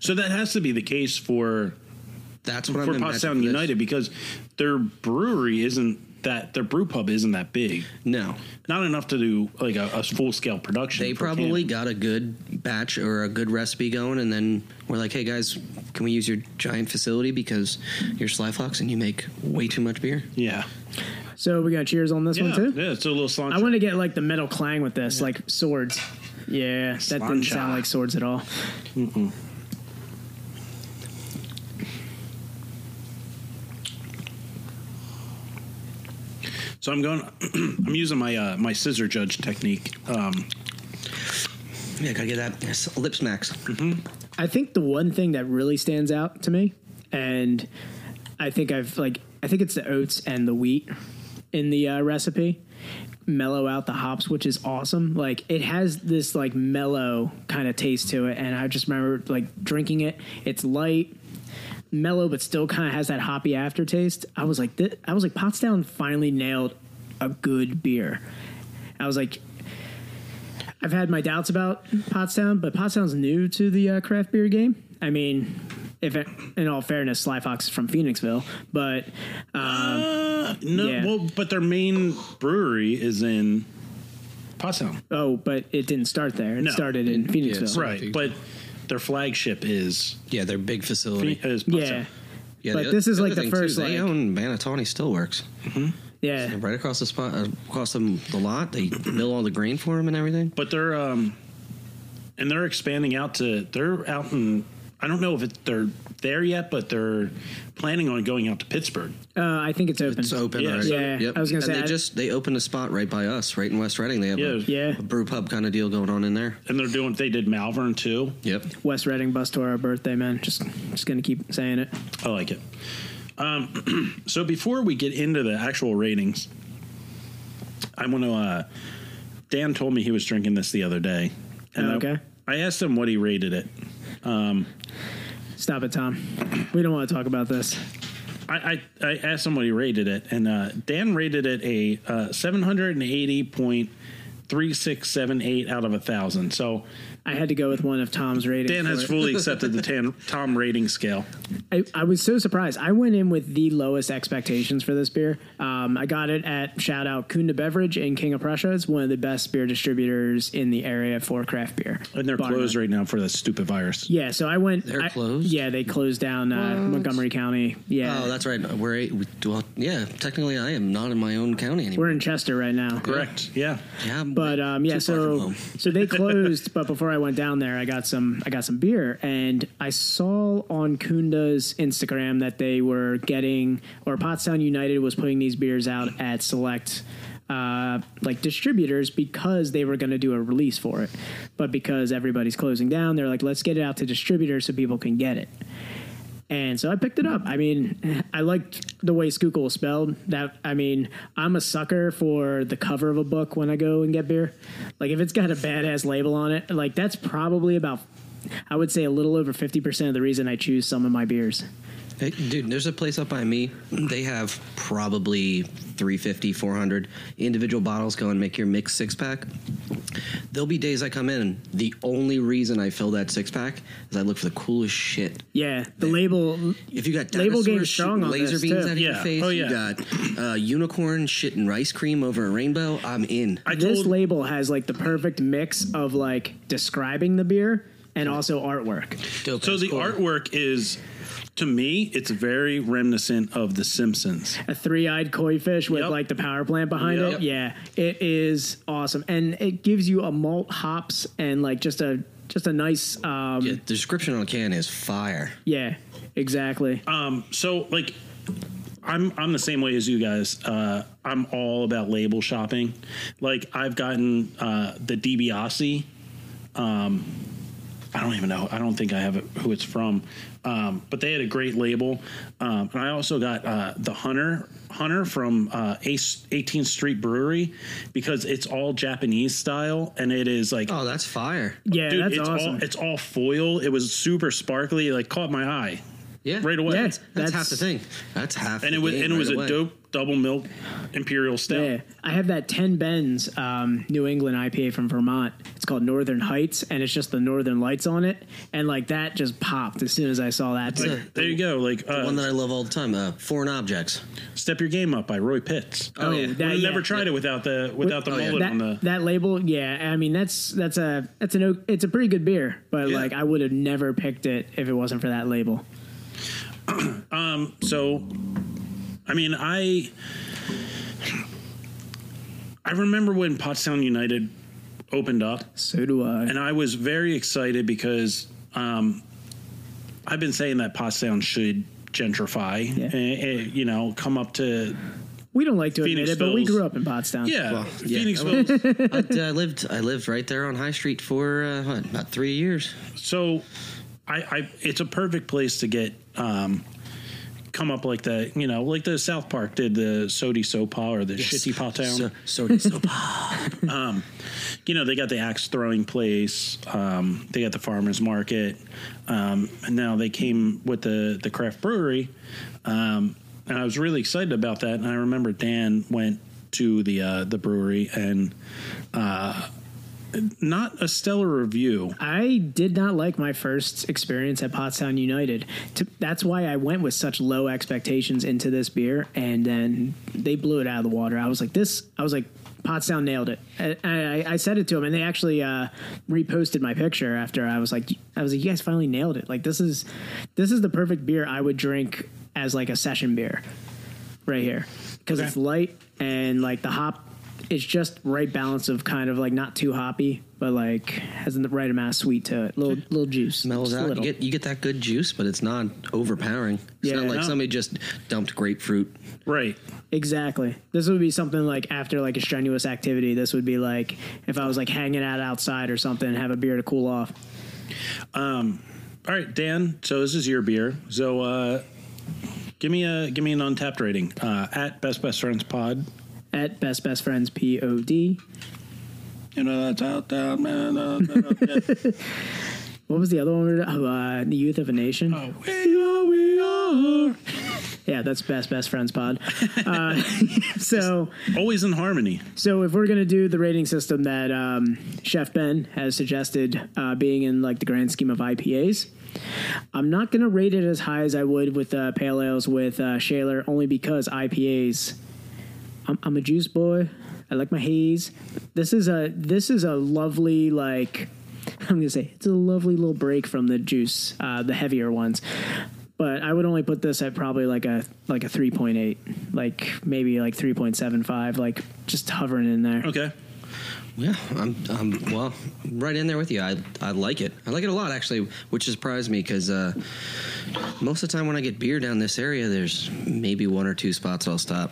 So that has to be the case for That's what for I'm imagining Pottstown this. United because their brewery isn't that their brew pub isn't that big. No, Not enough to do like a, a full scale production. they for probably Canada. got a good batch or a good recipe going, and then we're like, "Hey guys, can we use your giant facility because you're Sly Fox and you make way too much beer?" yeah, so we got cheers on this yeah, one too. yeah. It's a little cilantro. I want to get like the metal clang with this, like swords. Yeah, that didn't Slancha. sound like swords at all. So I'm going. I'm using my uh, my scissor judge technique. Um, Yeah, gotta get that yes, lip smacks. I think the one thing that really stands out to me, and I think I've like, I think it's the oats and the wheat in the uh, recipe mellow out the hops, which is awesome. Like it has this like mellow kind of taste to it, and I just remember like drinking it. It's light, mellow, but still kind of has that hoppy aftertaste. I was like, th- I was like, Potsdam finally nailed a good beer. I was like, I've had my doubts about Potsdam, but Potsdam's new to the uh, craft beer game. I mean, if it, in all fairness, Sly Fox is from Phoenixville, but uh, no, Um, yeah. well, but their main brewery is in Potsdam, oh, but it didn't start there. It No. started in Phoenixville, so- right? But their flagship is Yeah, their big facility. is Potsdam. Yeah, Yeah, But the- this is the like other the thing, first, Too, they like- own Manitoni Steelworks. yeah. Right across the spot, uh, across them the lot. They mill all the grain for them and everything. but they're um and they're expanding out to they're out in I don't know if it, they're there yet, but they're planning on going out to Pittsburgh. Uh, I think it's open. It's open. Yeah, already. so- Yeah, Yep. I was gonna and say, they I- just they opened a spot right by us, right in West Reading. They have Yeah. a, Yeah. a brew pub kind of deal going on in there. And they're doing they did Malvern too. Yep. West Reading bus to our birthday, man. Just just gonna keep saying it. I like it. Um, so before we get into the actual ratings, I want to. Uh, Dan told me he was drinking this the other day, Oh, I- okay. I, asked him what he rated it. Stop it, Tom. We don't want to talk about this. I, I, I asked him what he rated it, and uh, Dan rated it a uh, seven hundred and eighty point three six seven eight out of a thousand. So I had to go with one of Tom's ratings. Dan for has it. fully accepted the tan, Tom rating scale. I, I was so surprised. I went in with the lowest expectations for this beer. Um, I got it at shout out Kunda Beverage in King of Prussia. It's one of the best beer distributors in the area for craft beer. And they're Bar closed none. right now for the stupid virus. Yeah, so I went. They're I- closed? Yeah, they closed down uh, Montgomery County. Yeah, Oh, that's right. We're eight, we, well, yeah. Technically, I am not in my own county anymore. we're in Chester right now. Correct. Yeah. yeah, I'm But way um, yeah, too far from so home. so they closed. but before I went down there, I got some I got some beer, and I saw on Kunda's Instagram that they were getting or Pottstown United was putting these beers out at select. Uh, like distributors because they were going to do a release for it, but because everybody's closing down, they're like, let's get it out to distributors so people can get it. And so I picked it up. I mean, I liked the way Schuylkill was spelled. That I mean, I'm a sucker for the cover of a book when I go and get beer. Like if it's got a badass label on it, like that's probably about I would say a little over 50% of the reason I choose some of my beers. Hey, dude, there's a place up by me. They have probably 350, 400 individual bottles go and make your mixed six pack. There'll be days I come in, and the only reason I fill that six pack is I look for the coolest shit. Yeah, the label If you got Label dinosaurs game shooting strong on laser this, beams too. out of Yeah. your face, Oh, you yeah. got uh, unicorn shitting rice cream over a rainbow, I'm in. I this told label has like the perfect mix of like describing the beer and also artwork. Dope So as the cool. artwork is, to me, it's very reminiscent of The Simpsons. a three-eyed koi fish with Yep. like the power plant behind Yep. it. Yeah, it is awesome, and it gives you a malt hops and like just a just a nice um, Yeah, yeah. the description on the can is fire. exactly. So like, I'm I'm the same way as you guys. Uh, I'm all about label shopping. Like I've gotten uh, the DiBiase. Um, I don't even know. I don't think I have it, who it's from, um, but they had a great label. Um, and I also got uh, the Hunter Hunter from uh, Ace- 18th Street Brewery because it's all Japanese style and it is like Oh, that's fire. yeah, Dude, that's it's awesome. all it's all foil. It was super sparkly, like caught my eye Yeah. right away. Yeah. That's, that's half the That's- thing. That's half And the it was game and it right was a away. dope double milk imperial stout. yeah, I have that Ten Bends um, New England IPA from Vermont. It's called Northern Heights, and it's just the Northern Lights on it, and like that just popped as soon as I saw that. Like- There you go. Like uh, One that I love all the time, uh, Foreign Objects. Step Your Game Up by Roy Pitts. Oh, yeah. I that- would have never yeah. tried it without the without the Oh, yeah. mullet that, on the that label yeah i mean that's that's a that's an o- it's a pretty good beer but Yeah. like i would have never picked it if it wasn't for that label so I mean I I remember when Pottstown United opened up so do i and I was very excited because um, I've been saying that Potsdam should gentrify, Yeah. eh, eh, you know, come up to We don't like to Phoenix admit it, but we Phil's- grew up in Pottstown. Yeah, Well, yeah. Phoenixville. I, uh, I lived I lived right there on High Street for uh, what, about three years. so, I, I it's a perfect place to get um, come up like the you know like the South Park did the Sodi Sopa or the Shitty Pot Town. So, so, so you know they got the axe throwing place um, they got the farmers market um, and now they came with the the craft brewery um, and i was really excited about that and i remember dan went to the uh, the brewery and uh, not a stellar review I did not like my first experience at Pottstown United. To, that's why I went with such low expectations into this beer, and then they blew it out of the water. I was like, this. I was like, Pottstown nailed it. And I, I said it to them, and they actually uh, reposted my picture after. I was like, I was like, you guys finally nailed it. Like this is, this is the perfect beer I would drink as like a session beer, right here, because it's light and like the hop it's just right balance of kind of like not too hoppy, but like has the right amount of sweet to it. Little little juice. mellows Just a out. You little. get you get that good juice, but it's not overpowering. It's Yeah, not like no. somebody just dumped grapefruit. right exactly. This would be something like after like a strenuous activity. This would be like if I was like hanging out outside or something and have a beer to cool off. all right dan so this is your beer so uh, give me a give me an untapped rating uh, at best best friends pod At best best friends P O D. you know that's out there man uh, uh, What was the other one? we were- Oh, uh, the Youth of a Nation. uh, we are we are Yeah, that's best best friends pod. Uh, so always in harmony So if we're gonna do the rating system that um, Chef Ben has suggested, uh, being in like the grand scheme of IPAs, I'm not gonna rate it as high as I would with uh, pale ales with uh, Shaler, only because IPAs. I'm, I'm a juice boy. I like my haze. This is a this is a lovely like. I'm gonna say it's a lovely little break from the juice, uh, the heavier ones. But I would only put this at probably like a like a 3.8, like maybe like 3.75, like just hovering in there. okay Yeah, I'm, I'm well, right in there with you. I, I like it. I like it a lot actually, which surprised me because uh, most of the time when I get beer down this area, there's maybe one or two spots I'll stop.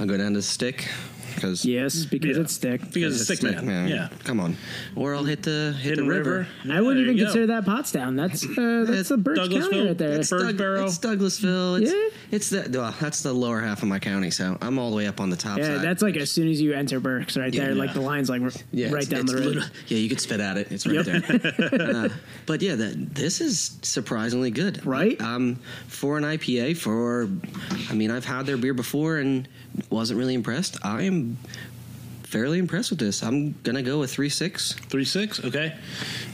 I'll go down to Stick because Yes, because Yeah. it's thick. because it's sick man. Yeah. come on, or I'll hit the hit the river. I wouldn't even consider that Pottstown. That's uh, that's That's a Birch Douglasville. County right there. That's Birch- Birdsboro. It's Douglasville. It's, Yeah. it's the well, that's the lower half of my county, so I'm all the way up on the top yeah, side. that's like as soon as you enter Burke's right Yeah, there, like yeah. the line's like r- Yeah, right it's- down it's the road. little- yeah, you could spit at it. It's right there. Uh, but yeah, that this is surprisingly good. Right? Um, for an IPA, for I mean, I've had their beer before and wasn't really impressed. I am fairly impressed with this. I'm gonna go with three six. Three six. Okay.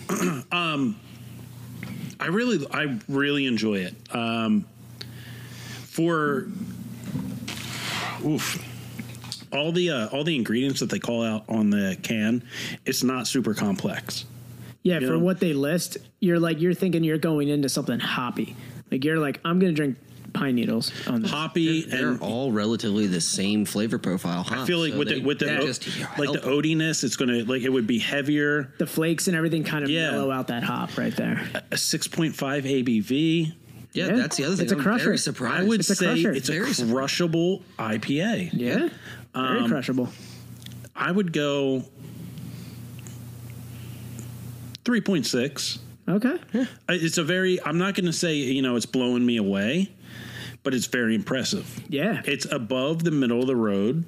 um, I really, I really enjoy it. Um, for oof, all the uh, all the ingredients that they call out on the can, it's not super complex. Yeah, You for know? what they list, you're like you're thinking you're going into something hoppy. Like you're like I'm gonna drink pine needles on this. Hoppy They're and all relatively the same flavor profile. I hops, feel like so with they- the with the they o- just like the help. odiness, it's gonna like it would be heavier. The flakes and everything kind of Yeah. mellow out that hop right there. A six point five ABV. yeah, yeah, that's the other thing. it's a I'm crusher. I Very surprised. I would It's a say crusher. it's a Very surprised. crushable IPA. Yeah, very Um, crushable. I would go 3.6. Okay, I- It's a very, I'm not going to say, you know, it's blowing me away, but it's very impressive. yeah, It's above the middle of the road,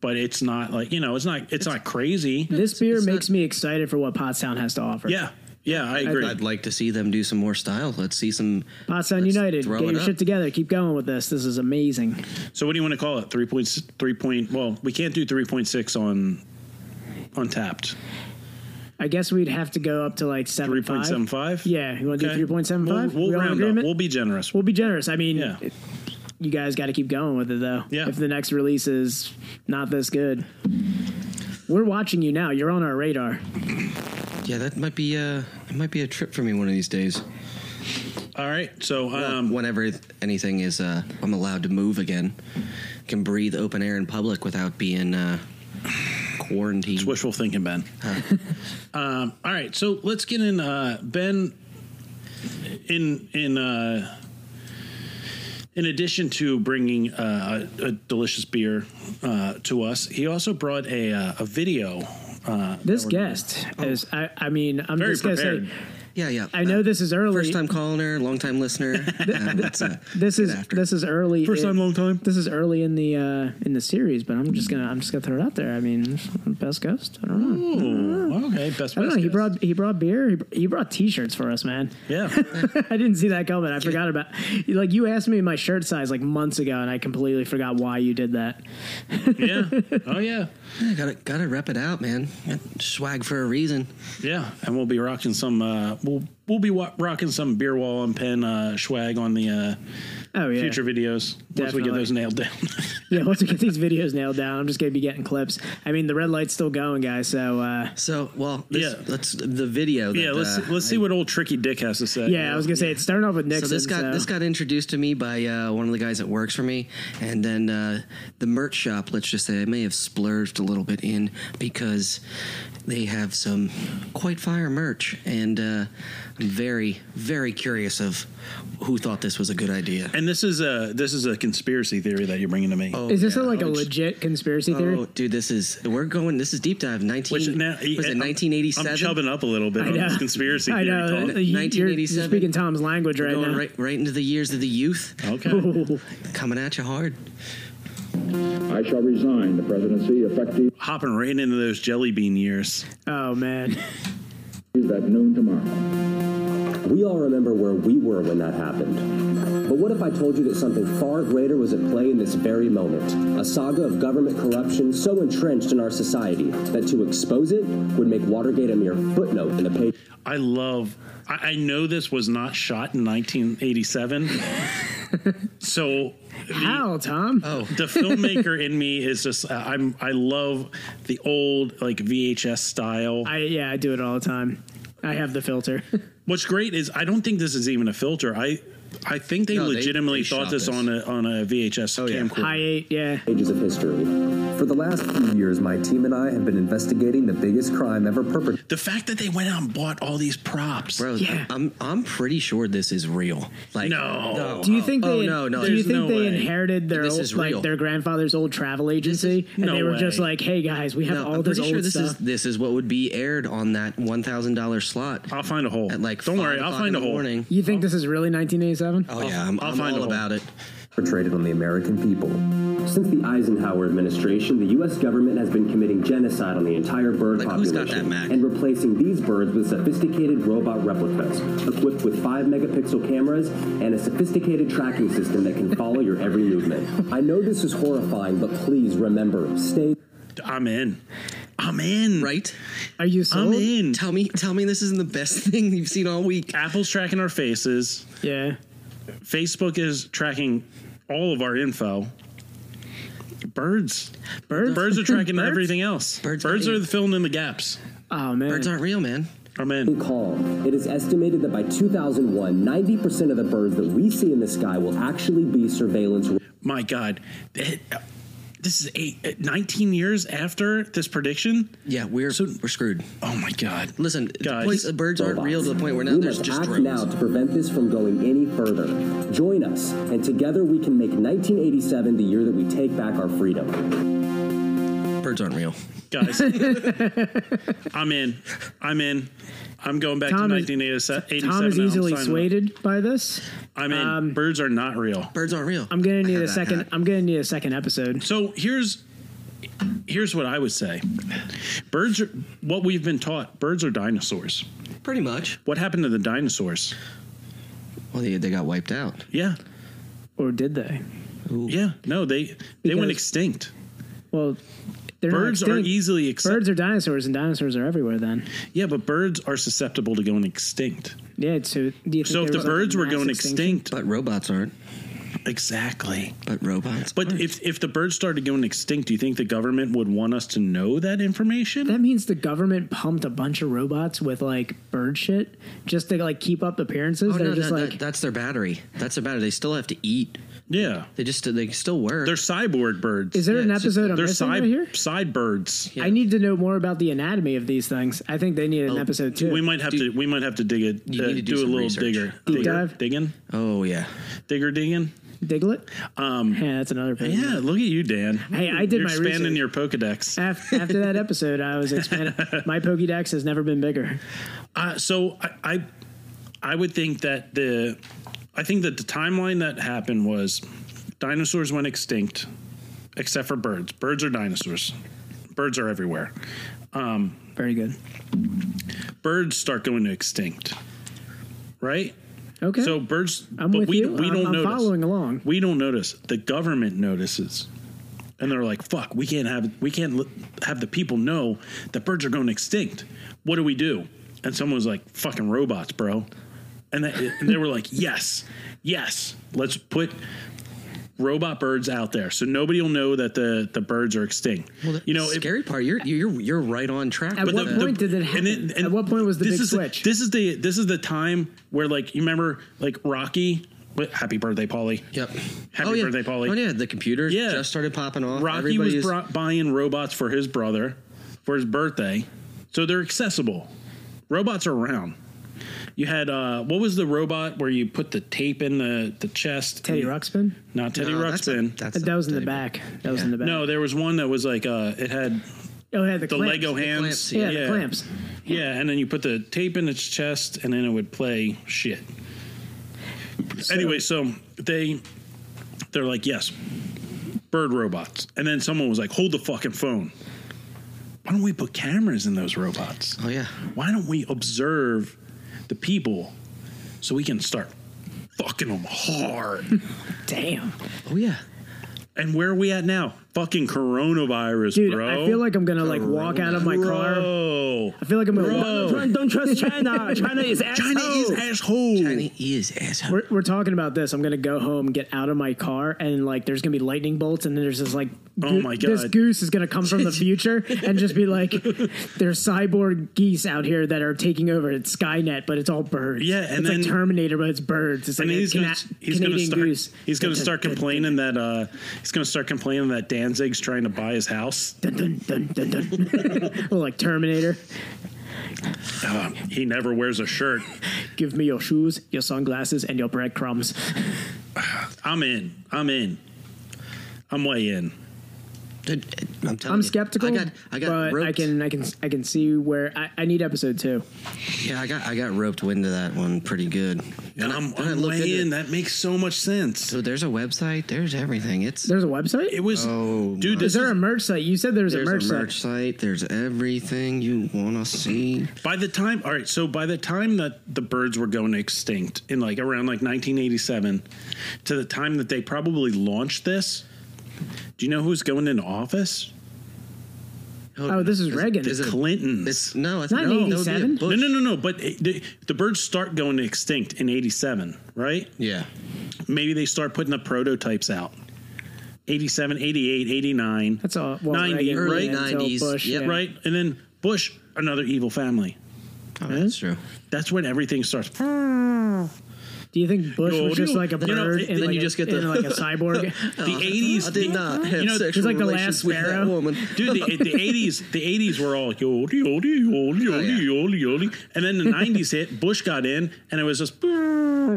but it's not like, you know, it's not, it's, not crazy. this beer it's not- makes me excited for what Pottstown has to offer. Yeah. Yeah. I agree. I'd like to see them do some more style. Let's see some. Pottstown let's United, throw get it your up. shit together. Keep going with this. This is amazing. so what do you want to call it? 3.6, 3 point, well, we can't do 3.6 on untapped. I guess we'd have to go up to like seven 3.75? Yeah, you want to Okay. do 3.75? We'll, We we'll all in round up. agreement? We'll be generous. We'll be generous. I mean, Yeah. you guys got to keep going with it though. Yeah. If the next release is not this good, we're watching you now. You're on our radar. Yeah, that might be uh, it might be a trip for me one of these days. All right. So, um, whenever th- anything is uh, I'm allowed to move again, can breathe open air in public without being uh, quarantined. It's wishful thinking, Ben. um, all right, so let's get in, uh, Ben. In in uh, in addition to bringing uh, a, a delicious beer uh, to us, he also brought a, uh, a video. Uh, This that we're gonna- guest is, I, I mean, I'm Very just going to say, prepared. Yeah, yeah. I know this is early. First time calling her, long time listener. Uh, Yeah, that's a- This is after. this is early. First in- time, long time. This is early in the uh, in the series, but I'm just gonna I'm just gonna throw it out there. I mean, best ghost. I don't know. Ooh, okay, best. I don't know. best He guest. brought he brought beer. He, br- he brought T-shirts for us, man. Yeah, I didn't see that coming. I forgot about. Like you asked me my shirt size like months ago, and I completely forgot why you did that. yeah. Oh yeah, Yeah, gotta gotta rep it out, man. Swag for a reason. yeah. And we'll be rocking some. Uh, we'll we'll be wa- rocking some beer wall and pen uh, swag on the uh, Oh yeah. future videos once we Definitely. get those nailed down. Yeah. Once we get these videos nailed down, I'm just gonna be getting clips. I mean, the red light's still going, guys. So uh, So, well, this, Yeah. let's the video. That, yeah, let's uh, let's see what old Tricky Dick has to say. yeah, I was gonna say it's starting off with so Nixon. this got so- this got introduced to me by uh, one of the guys that works for me, and then uh, the merch shop. Let's just say I may have splurged a little bit in because they have some quite fire merch, and uh, I'm very very curious of who thought this was a good idea. And this is a this is a conspiracy theory that you're bringing to me. Oh, Is this yeah. a, like a legit conspiracy theory? Oh, dude, this is we're going. This is deep dive. Nineteen Which now, was it I'm- nineteen eighty seven? I'm chubbing up a little bit on this conspiracy I theory know. talk. You- you're- You're, 1987. speaking Tom's language right Going now. right, right into the years of the youth, Okay. Ooh. coming at you hard. I shall resign the presidency effective Hopping right into those jelly bean years. Oh man. at noon tomorrow. We all remember where we were when that happened. But what if I told you that something far greater was at play in this very moment? A saga of government corruption so entrenched in our society that to expose it would make Watergate a mere footnote in the page. I love. I, I know this was not shot in 1987, so How, Tom? Oh. the filmmaker in me is just. Uh, I'm. I love the old like VHS style. I yeah, I do it all the time. I have the filter. What's great is I don't think this is even a filter. I. I think they No, they- legitimately they thought shot this, this. on a on a VHS Oh, yeah. camcorder. I ate yeah. Pages of history. For the last few years, my team and I have been investigating the biggest crime ever perpetrated. The fact that they went out and bought all these props. Bro, Yeah. I'm I'm pretty sure this is real. Like No. Do you think oh, they no, no, do you there's think no they way. inherited their This old, is like real. their grandfather's old travel agency and no they were way. just like, "Hey guys, we have no, all I'm this old pretty sure this stuff." is this is what would be aired on that one thousand dollar slot I'll find a hole. at like. don't worry, 5 I'll o'clock find in a the hole. Morning. you think this is really 1987? Oh yeah, I'm, I'll I'm find a all hole. about it. perpetrated on the American people. Since the Eisenhower administration, the U.S. government has been committing genocide on the entire bird Like, who's population got that, Mac? and replacing these birds with sophisticated robot replicas equipped with 5 megapixel cameras and a sophisticated tracking system that can follow your every movement. I know this is horrifying, but please remember stay. I'm in. I'm in. Right? Are you sold? I'm in. Tell me, tell me, this isn't the best thing you've seen all week. Apple's tracking our faces. Yeah. Facebook is tracking all of our info. Birds. Birds? Birds are tracking Birds? everything else. Birds Birds, are- are filling in the gaps. Oh man. Birds aren't real, man. I'm in. Calm. It is estimated that by 2001, 90% of the birds that we see in the sky will actually be surveillance. My God. It- This is eight, 19 years after this prediction. Yeah, we're So- we're screwed. Oh my God. Listen, the Guys. point, the birds aren't real to the point where now we there's must just act drones. now to prevent this from going any further. Join us, and together we can make 1987 the year that we take back our freedom. Birds aren't real. Guys, I'm in. I'm in. I'm going back Tom to is- 1987. Tom is now. I'm easily signing up. swayed by this. I'm in. Um, Birds are not real. Birds aren't real. I'm gonna I need have a that second. hat. I'm gonna need a second episode. So here's here's what I would say. Birds are what we've been taught. Birds are dinosaurs. Pretty much. What happened to the dinosaurs? Well, they, they got wiped out. Yeah, Or did they? yeah. No, they they went Because- extinct. Well, they're not Birds are extinct. easily extinct. Birds are dinosaurs, and dinosaurs are everywhere. Then, Yeah, but birds are susceptible to going extinct. yeah. So, do you think So if there the was, like, a birds were mass going extinction? extinct, But robots aren't. exactly. But robots. But aren't. if if the birds started going extinct, do you think the government would want us to know that information? that means the government pumped a bunch of robots with like bird shit just to like keep up appearances. Oh, They're no, just that- that- like, that's their battery. That's their battery. They still have to eat. Yeah, They just they still work. they're cyborg birds. is there yeah, an it's just- episode I'm They're missing side right here? side birds. Yeah. I need to know more about the anatomy of these things. I think they need an episode too. Oh, We might have Dude, to we might have to dig it. you uh, need to do do a some little research. digger Deep digger dive? digging oh yeah. digger digging. Diglett. Um, Yeah, that's another page. yeah, look at you, Dan. Hey, I did You're my expanding research. your Pokedex. Af- After that episode, I was expanding. My Pokédex has never been bigger. Uh, so I, I, I would think that the, I think that the timeline that happened was, dinosaurs went extinct, except for birds. Birds are dinosaurs. Birds are everywhere. Um, Very good. birds start going extinct, right? Okay. So birds, I'm but with we you. we I'm- don't I'm notice. following along. We don't notice. The government notices, and they're like, "Fuck, we can't have we can't l- have the people know that birds are going extinct. What do we do?" And someone was like, "Fucking robots, bro." And, that, and they were like, "Yes, yes, let's put." Robot birds out there, so nobody will know that the, the birds are extinct. you know, it- scary part. You're you're you're right on track. At with what that. point did it happen? and it- and At what point was the this big is switch? this is the this is the time where like you remember like Rocky. What, happy birthday, Polly. Yep. Happy oh, yeah. birthday, Polly. Oh yeah, the computer Yeah. just started popping off. Rocky Everybody was is- bro- buying robots for his brother for his birthday, so they're accessible. Robots are around. You had uh, what was the robot where you put the tape in the the chest? Teddy Ruxpin. Not Teddy No, Oh, that's a- Ruxpin. that's That a was in the teddy bear. back. That was in the back. no, there was one that was like uh, it had oh, it had the, the clamps. Lego hands. clamps, Yeah, the clamps. Yeah, and then you put the tape in its chest, and then it would play shit. anyway, so they they're like, yes, bird robots, and then someone was like, hold the fucking phone. Why don't we put cameras in those robots? Oh yeah. Why don't we observe the people so we can start fucking them hard? Damn, Oh yeah. and where are we at now? Fucking coronavirus, dude. bro. I feel like I'm gonna like walk out of my car. Bro. I feel like I'm gonna. Bro. Don't, don't trust China. China is asshole. China Oh. is asshole. And he is asshole. We're, we're talking about this. I'm gonna go home, get out of my car, and like, there's gonna be lightning bolts, and then there's this like, Oh my this God. goose is gonna come from the future and just be like, there's cyborg geese out here that are taking over. It's Skynet, but it's all birds. Yeah, and it's then- like Terminator, but it's birds. It's like And a he's Cana- gonna, he's gonna Canadian start goose. he's gonna Dun, dun, start dun, dun, complaining that uh he's gonna start complaining that Danzig's trying to buy his house. dun, dun, dun, dun, dun. Well, like Terminator. Uh, he never wears a shirt. Give me your shoes, your sunglasses, and your breadcrumbs. I'm in. I'm in. I'm way in. Dude, I'm telling I'm you. skeptical. I got I got but roped. I can I can I can see where I, I need episode two. yeah, I got I got roped into that one pretty good. And I- I'm, and I I'm looked into way it. in. That makes so much sense. So there's a website. There's everything. It's There's a website. It was Oh dude. my- is This there a is, merch site? You said there was there's a merch a site. merch site. There's everything you want to see. by the time. All right. So by the time that the birds were going extinct in like around like 1987, to the time that they probably launched this, do you know who's going into office? Oh, this is Reagan. Is it Clinton's. It's no, it's Not in no, that would be a 87? Bush. No, no, no, no. But it, the, the birds start going extinct in '87, right? Yeah, Maybe they start putting the prototypes out. 87, 88, 89, That's all. Well, 90, Reagan, early yeah, until 90s, Bush, yep. yeah. right? And then Bush, another evil family. oh, that's true. That's when everything starts. Do you think Bush Yo, was just dude. like a You bird? know, and then like you a, just get the- and like a cyborg. The 80s. I did not have you know, sexual it's like the last relations with that sparrow. woman. Dude, the, the 80s, the 80s were all yoli, yoli, yoli, yoli, Oh, yeah. yoli, yoli. And then the 90s hit, Bush got in, and it was just. I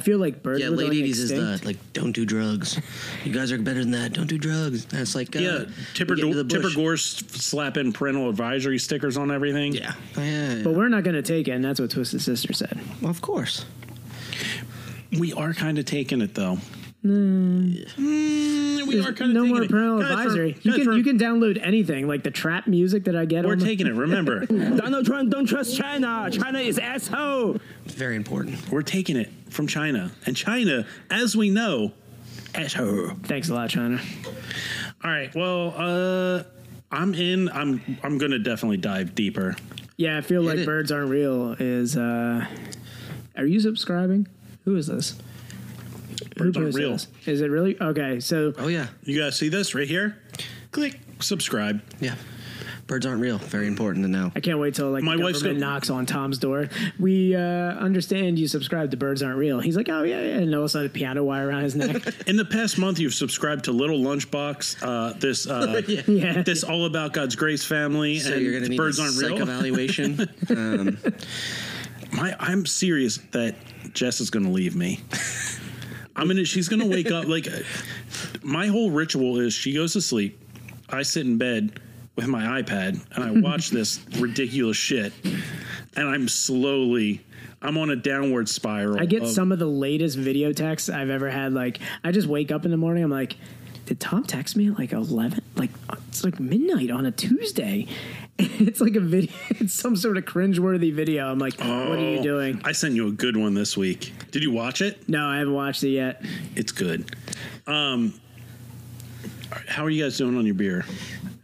feel like birds. Yeah, were late going eighties is the extinct. like, don't do drugs. You guys are better than that. Don't do drugs. That's like uh, Yeah, Tipper, we get Gore- into the Tipper bush. Gore s- slapping parental advisory stickers on everything. Yeah, yeah. But we're not going to take it, and that's what Twisted Sister said. Well, of course. We are kind of taking it though. Hmm. Mm, we are kind of no taking more it. parental Guys, advisory. we're- you guys, can we're- you can download anything like the trap music that I get. We're on my- taking it. Remember, Donald Trump, don't trust China. China is asshole. Very important. we're taking it from China, and China, as we know, at her. Thanks a lot, China. All right. Well, uh, I'm in. I'm. I'm gonna definitely dive deeper. Yeah, I feel like it. birds aren't real. Is uh, are you subscribing? Who is this? Birds Who posted aren't real. this? Is it really okay? So Oh yeah, You guys see this right here? Click subscribe. yeah. Birds aren't real. Very important to know. I can't wait till like My my wife's wife's going gonna- knocks on Tom's door. We uh, understand you subscribe to Birds Aren't Real. He's like, oh yeah, yeah. And all of a sudden, a piano wire around his neck. In the past month, you've subscribed to Little Lunchbox, uh, this uh, yeah, this all about God's grace family, So and you're gonna need birds a aren't psych real. evaluation. um, My, I'm serious that Jess is going to leave me. I'm gonna. She's gonna wake up. Like my whole ritual is she goes to sleep. I sit in bed with my iPad and I watch this ridiculous shit. And I'm slowly. I'm on a downward spiral. I get of- some of the latest video texts I've ever had. Like, I just wake up in the morning. I'm like, did Tom text me at like eleven? Like it's like midnight on a Tuesday. And it's like a video. It's some sort of cringeworthy video. I'm like, what are you Oh, doing? I sent you a good one this week. Did you watch it? No, I haven't watched it yet. It's good. Um, all right, how are you guys doing on your beer?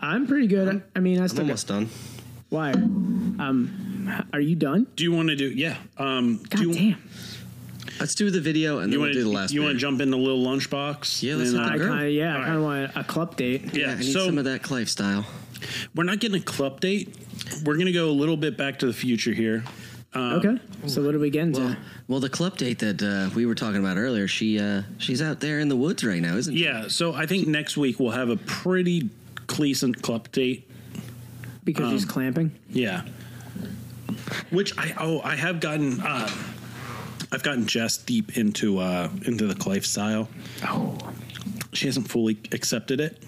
I'm pretty good. I mean, I I'm still got, almost done. why? Um, h- are you done? Do you want to do? Yeah. Um, God do you, damn. Let's do the video and then You we'll want do the to? last. You want beer. to jump into little lunchbox? Yeah, let's And, hit uh, the I girl. kind of yeah. All I right. kind of want a club date. Yeah, Yeah. I need so some of that Clive style. we're not getting a club date. We're gonna go a little bit back to the future here. Uh, okay. So what are we getting Well, to? well, the club date that uh, we were talking about earlier, she uh, she's out there in the woods right now, isn't she? Yeah. So I think next week we'll have a pretty decent club date. Because um, she's clamping. Yeah. Which I oh I have gotten uh, I've gotten Jess deep into uh, into the Clive style. Oh. She hasn't fully accepted it,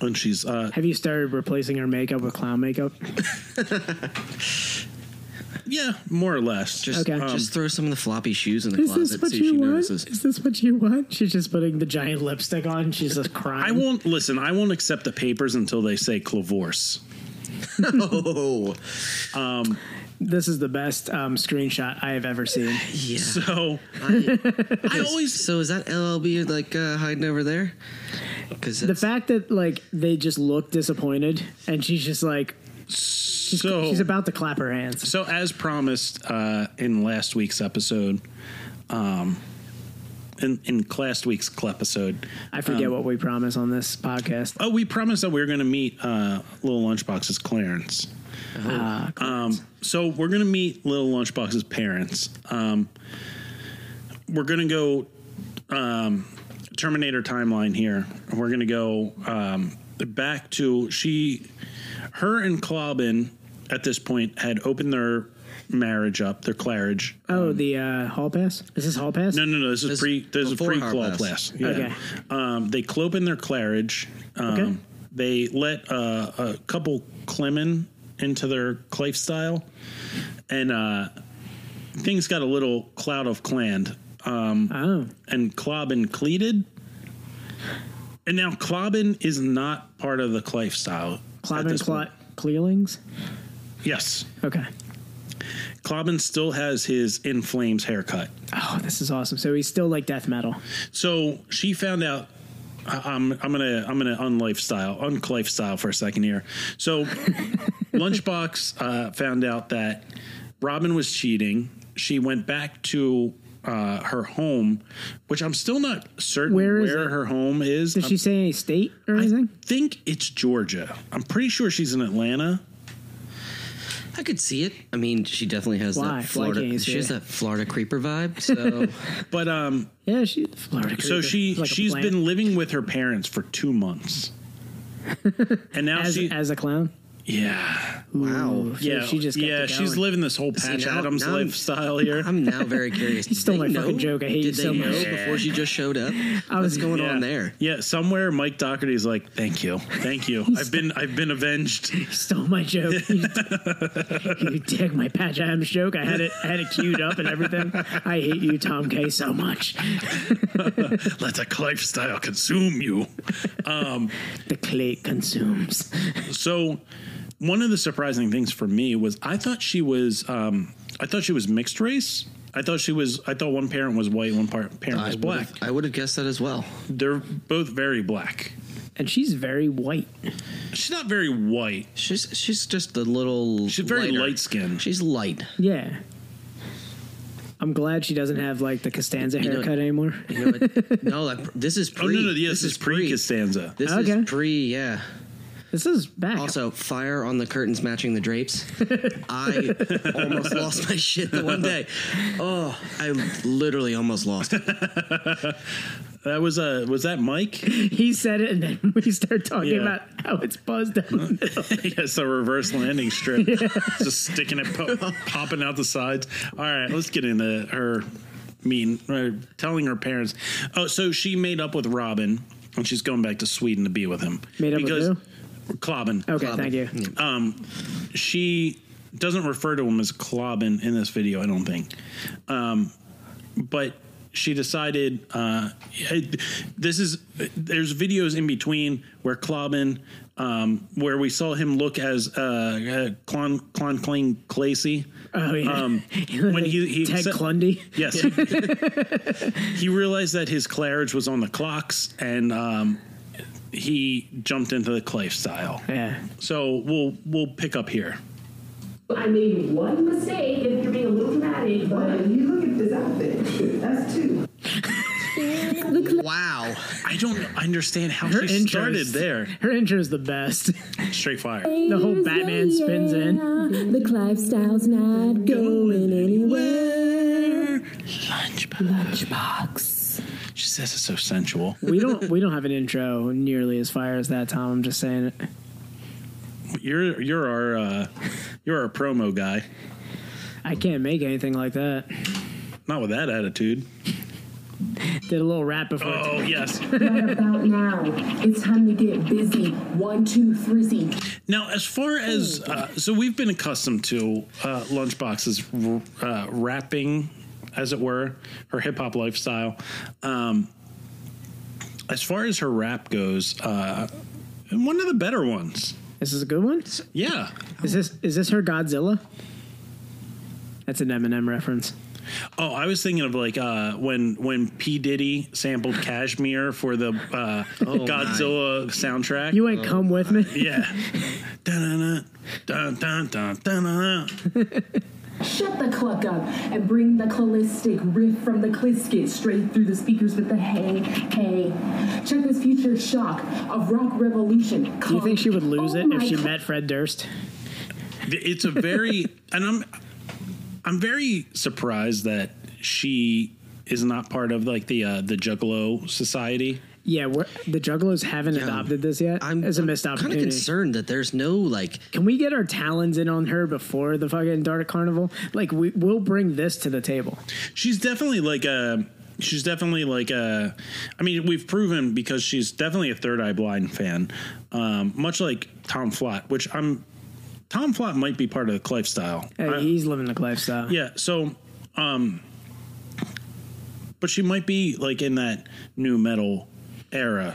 and she's uh, Have you started replacing her makeup with clown makeup? yeah more or less. Just, Okay. just throw some of the floppy shoes in the Is this closet, what see if she you want? notices. Is this what you want? She's just putting the giant lipstick on. She's just crying. I won't listen. I won't accept the papers until they say clavorse. oh, This is the best um, screenshot I have ever seen. yeah. So I always So is that LLB like uh, hiding over there? Because The fact that like they just look disappointed, and she's just like so she's about to clap her hands. so as promised uh, in last week's episode, um, in in last week's episode, I forget um, what we promise on this podcast. oh, we promised that we were going to meet uh, Little Lunchbox's Clarence. Uh, Um, so we're gonna meet Little Lunchbox's parents. Um, we're gonna go um, Terminator timeline here. We're gonna go um, back to she, her and Claubin at this point had opened their marriage up, their clarage. oh, the uh, hall pass. Is this hall pass? No, no, no. This is This- pre. This is before pre our claw class. class. Yeah. Okay. Um, they clope in their clarage. Um, Okay. They let uh, a couple clemen into their clave style, and uh, things got a little cloud of cland. Um, Oh, and Clobin cleated. And now Clobin is not part of the clave style. at Clob and this Clot point. Clearlings. Yes. Okay. Clobin still has his in flames haircut. Oh, this is awesome. So he's still like death metal. So she found out. I- I'm I'm gonna I'm gonna unlifestyle unlifestyle for a second here. So Lunchbox uh, found out that Robin was cheating. She went back to uh, her home, which I'm still not certain Where where, is it? her home is. Did she say any state or Um, I anything? think it's Georgia. I'm pretty sure she's in Atlanta. I could see it. I mean, she definitely has Why? Why that Florida. can't you see she has it? that Florida creeper vibe. So But um, yeah, she. Florida so creeper. she Like a she's plant. been living with her parents for two months, and now as she as a clown. yeah. wow. So she just kept yeah, it she's going. living this whole See, Patch now- Adams now I'm- lifestyle here. I'm now very curious. Did stole they my fucking joke. I hate Did you they so know much. before she just showed up? I was- What's going yeah. on there? Yeah, somewhere Mike Doherty's like, "Thank you, thank you. I've been I've been avenged." You stole my joke. you you took my Patch Adams joke. I had it I had it queued up and everything. I hate you, Tom K, so much. Let the lifestyle consume you. The clay consumes. So, one of the surprising things for me was I thought she was um, I thought she was mixed race. I thought she was. I thought one parent was white, one par- parent I was would've- black. I would have guessed that as well. They're both very black. And she's very white. She's not very white. She's she's just a little. She's very lighter. light skinned. She's light. Yeah. I'm glad she doesn't have like the Costanza know- haircut anymore. You know what? no, that, this is Oh pre. no, no, yeah, this, is pre Costanza. This Okay. is pre. Yeah. This is back. Also, fire on the curtains matching the drapes. I almost lost my shit the one day. Oh, I literally almost lost it. That was uh, was that Mike? he said it and then we start talking Yeah. about how it's buzzed down the middle. It's a reverse landing strip. Just sticking it, po- popping out the sides. All right, let's get into her mean, or telling her parents. Oh, so she made up with Robin, and she's going back to Sweden to be with him. Made up with because who? Klobin. Okay, Klobin. thank you. Um, she doesn't refer to him as Klobin in this video, I don't think. Um, but she decided uh, it- this is there's videos in between where Klobin, um, where we saw him look as uh, uh, Clon Clon Cling Clacy. Oh yeah. Um, when when he, he Ted said- Clundy. Yes. he realized that his clarage was on the clocks and um, he jumped into the clay style. Yeah. So we'll we'll pick up here. I made one mistake if you're being a little dramatic, but you look at this outfit. That's two. Wow. I don't understand how Her she started interest- there. Her intro is the best. Straight fire. The whole Batman spins in. The lifestyle's not going anywhere. Lunchbox. Lunchbox. She says it's so sensual. We don't we don't have an intro nearly as fire as that, Tom. I'm just saying it. You're you're our uh, you're our promo guy. I can't make anything like that. Not with that attitude. Did a little rap before. Oh yes. Right about now, it's time to get busy. One, two, three. Now, as far as uh, so, we've been accustomed to uh, Lunchbox's uh, rapping, as it were, her hip hop lifestyle. Um, as far as her rap goes, uh, one of the better ones. Is this a good one? Yeah. Is this is this her Godzilla? That's an Eminem reference. Oh, I was thinking of like uh, when when P Diddy sampled Cashmere for the uh, Godzilla soundtrack. You Oh ain't come with me. yeah. Dun-dun-dun, dun-dun-dun, dun-dun-dun. Shut the cluck up and bring the callistic riff from the Clisket straight through the speakers with the hey, hey. Check this future shock of rock revolution. Do you think she would lose Oh it if my she God. met Fred Durst? it's a very and i'm i'm very surprised that she is not part of like the uh the juggalo society Yeah, we're, the Juggalos haven't adopted this yet. I'm, it's a missed I'm opportunity. Kind of concerned that there's no like Can we get our talons in on her before the fucking Dark Carnival? Like, we, we'll bring this to the table. she's definitely like a she's definitely like a i mean we've proven because she's definitely a third eye blind fan um much like tom flott which i'm tom flott might be part of the lifestyle Hey, I- he's living the lifestyle. Yeah. So, um, but she might be like in that new metal era.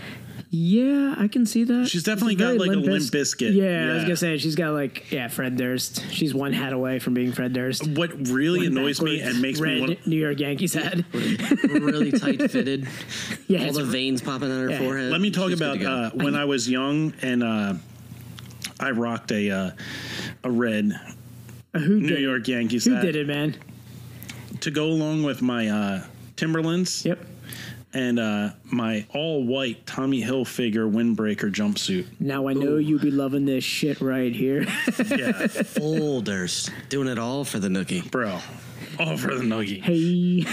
Yeah, I can see that. She's definitely It's very got, like, a Limp Bizk- Bizkit. Yeah, I was Yeah. gonna say she's got like yeah, Fred Durst. She's one hat away from being Fred Durst. What really One annoys me backwards and makes red me want New York Yankees hat. really tight fitted. Yeah, all it's- the veins popping on her forehead. Let me talk She's good about to go. uh, when I was young and uh, I rocked a uh, a red Uh, who New did it? York Yankees Who hat did it, man? to go along with my uh, Timberlands Yep. and uh, my all white Tommy Hilfiger windbreaker jumpsuit. Now I know you be loving this shit right here. Yeah, folders doing it all for the nookie. bro, all for the nugget. hey,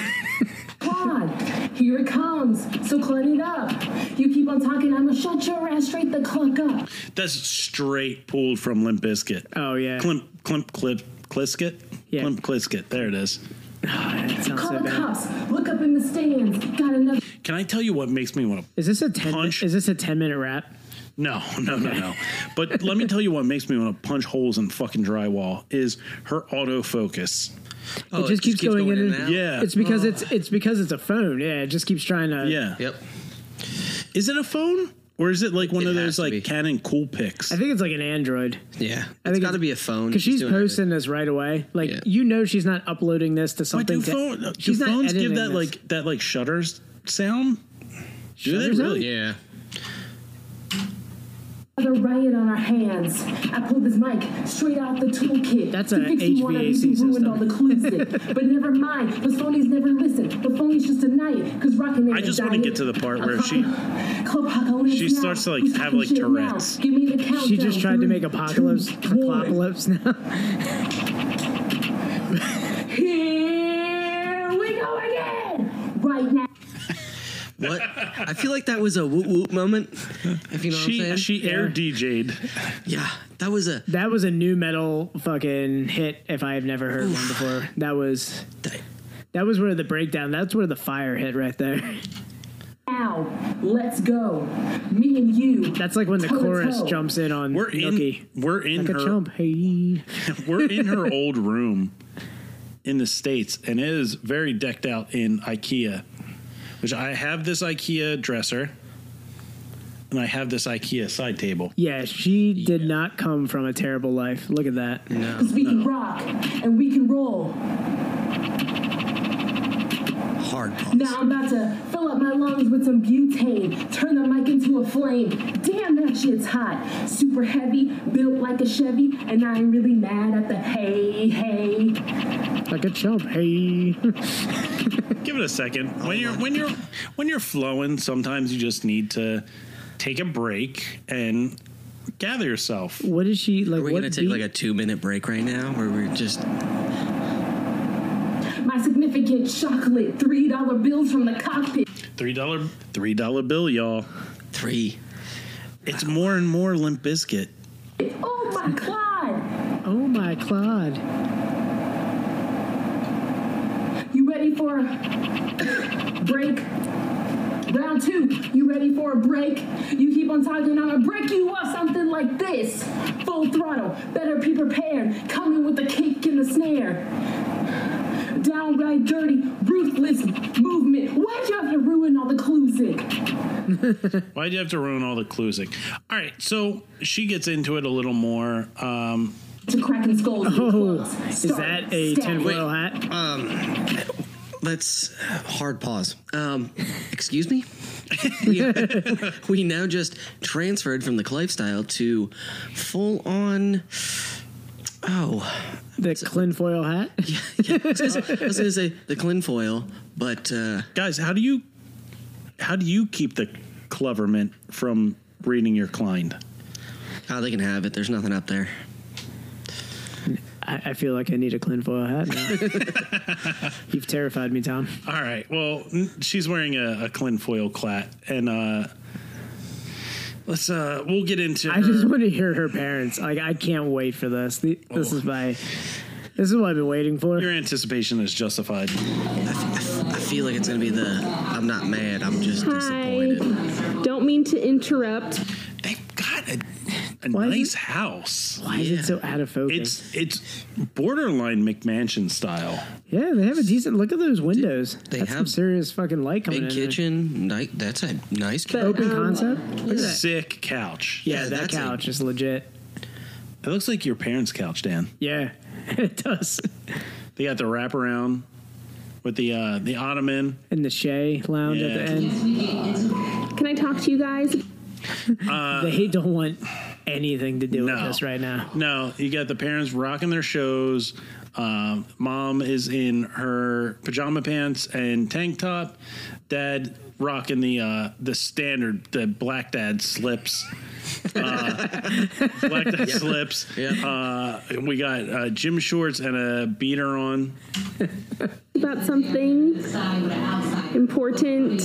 Pod, here it comes. So clean it up. You keep on talking, I'ma shut your ass straight the cluck up. That's straight pulled from Limp Bizkit. oh yeah, Climp, Climp, Clip, Clisket? Yeah. Climp, Clisket. There it is. Ah, that sounds Call so the bad. cops. Look up in the stands. Got another. Can I tell you what makes me want to? Is this a ten? Punch. Is this a ten minute rap? No, no, no, no. but let me tell you what makes me want to punch holes in fucking drywall is her autofocus. Oh, it just keeps, going, in. and and out? Yeah. It's because it's it's because it's a phone. Yeah, it just keeps trying to. Oh. Yeah. Yep. Is it a phone? Or is it like one It of those has to like be. Canon cool picks? I think it's like an Android. Yeah. I it's think got to it's- be a phone. because she's doing everything. posting this right away. Like Yeah. you know, she's not uploading this to Wait, something. do, to- phone, do she's not phones give editing that this. like that like shutters sound? Do they Shutter sound? really? Yeah. Another riot on our hands. I pulled this mic straight out the toolkit. That's to a fix you HVAC wanna be ruined system. all the clues in. but never mind. The phonies never listen. The phonies just deny it because rocking. I just wanna get to the part where she- she starts to, like, have, like, Tourette's. Give me the countdown. she just tried to make Three, apocalypse, two, one. apocalypse now. Here we go again. Right now. What? I feel like that was a whoop whoop moment. If you know what I'm She saying. she air DJ'd. yeah. That was a. That was a new metal fucking hit. If I have never heard one before, that was that- That was where the breakdown. That's where the fire hit right there. Now, let's go. Me and you. That's like when the toe to chorus toe. jumps in on We're in. Nookie. We're in like her. a chump. Hey. we're in her old room in the states, and it is very decked out in IKEA. Which I have this IKEA dresser, and I have this IKEA side table. Yeah, she did not come from a terrible life. Look at that. No, Because we can rock and we can roll. Hard Now I'm about to fill up my lungs with some butane, turn the mic into a flame. Damn, that shit's hot. Super heavy, built like a Chevy, and I ain't really mad at the hey, hey. Like a chump. Hey. Give it a second. Oh When you're when you're when you're flowing, sometimes you just need to take a break and gather yourself. what is she like? Are we what gonna take beat- like a two minute break right now, where we're just My significant chocolate $3 bills from the cockpit. Three dollar three dollar bill, y'all. three? It's more and more Limp Biscuit. Oh my god! oh my Claude. You ready for a break? Round two, you ready for a break? You keep on talking, I'm gonna break you up something like this. Full throttle, better be prepared. Coming with the kick and the snare. Downright dirty, ruthless movement. Why'd you have to ruin all the Kluzik? Why'd you have to ruin all the Kluzik? All right, so she gets into it a little more. Um, To cracking skulls. and Oh, clubs. is Start that a stabbing. tinfoil hat? Let's uh, hard pause. Um, excuse me. we, we now just transferred from the Clive style to full on. Oh, The clinfoil hat? I was gonna say the Clinfoil, but uh, guys, how do you how do you keep the cleverment from reading your client? oh, they can have it. There's nothing up there. I, I feel like I need a clinfoil hat now. You've terrified me, Tom. All right, well, n- she's wearing a, a Clinfoil clat, and uh, let's uh, we'll get into. Uh-huh. I just her- want to hear her parents. Like, I can't wait for this. The, this Oh. is my. This is what I've been waiting for. your anticipation is justified. I f- I f- I feel like it's gonna be the. I'm not mad. I'm just Hi. disappointed. Don't mean to interrupt. They've got a, a Why is nice it- house. Why is it so out of focus? It's it's borderline McMansion style. yeah, they have a decent look at those windows. They That's some have serious fucking light coming Big in. there. kitchen. Night. That's a nice. kitchen. Open concept. Look at that. Sick couch. Yeah, Yeah, that that's a- couch is legit. It looks like your parents' couch, Dan. Yeah, it does. They got the wraparound with the uh, the ottoman. And the Shea lounge at the Yeah. end. Can I talk to you guys? they don't want anything to do with No. this right now. No, you got the parents rocking their shows. Um, mom is in her pajama pants and tank top. Dad rocking the uh, the standard the black dad slips. Uh, black dad slips. Uh, we got uh, gym shorts and a beater on. About something important.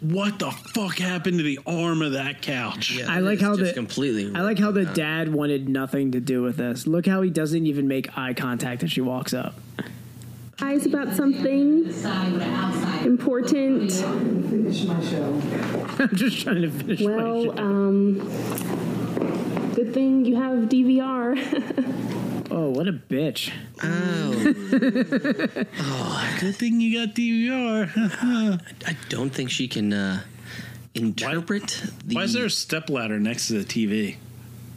What the fuck happened to the arm of that couch? Yeah, I like it's how just the- completely. I like how the dad wanted nothing to do with this. Look how he doesn't even make eye contact as she walks up. Guys, about something important. I'm just trying to finish my shit. Well, um, good thing you have DVR. oh, what a bitch. Oh, Good thing you got DVR. I don't think she can uh, interpret. the, Why is there a stepladder next to the TV?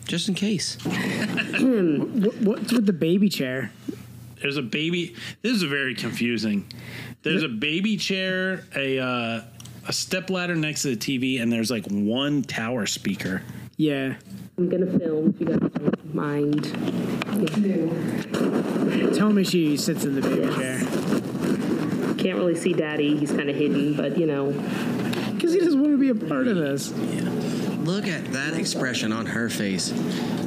Just in case. What, what's with the baby chair? There's a baby. This is very confusing. There's a baby chair, a uh, a stepladder next to the TV, and there's like one tower speaker. Yeah. I'm gonna film if you guys don't mind. Tell me she sits in the baby chair. Can't really see Daddy, he's kind of hidden, but you know. Because he doesn't want to be a part of this. Look at that expression on her face.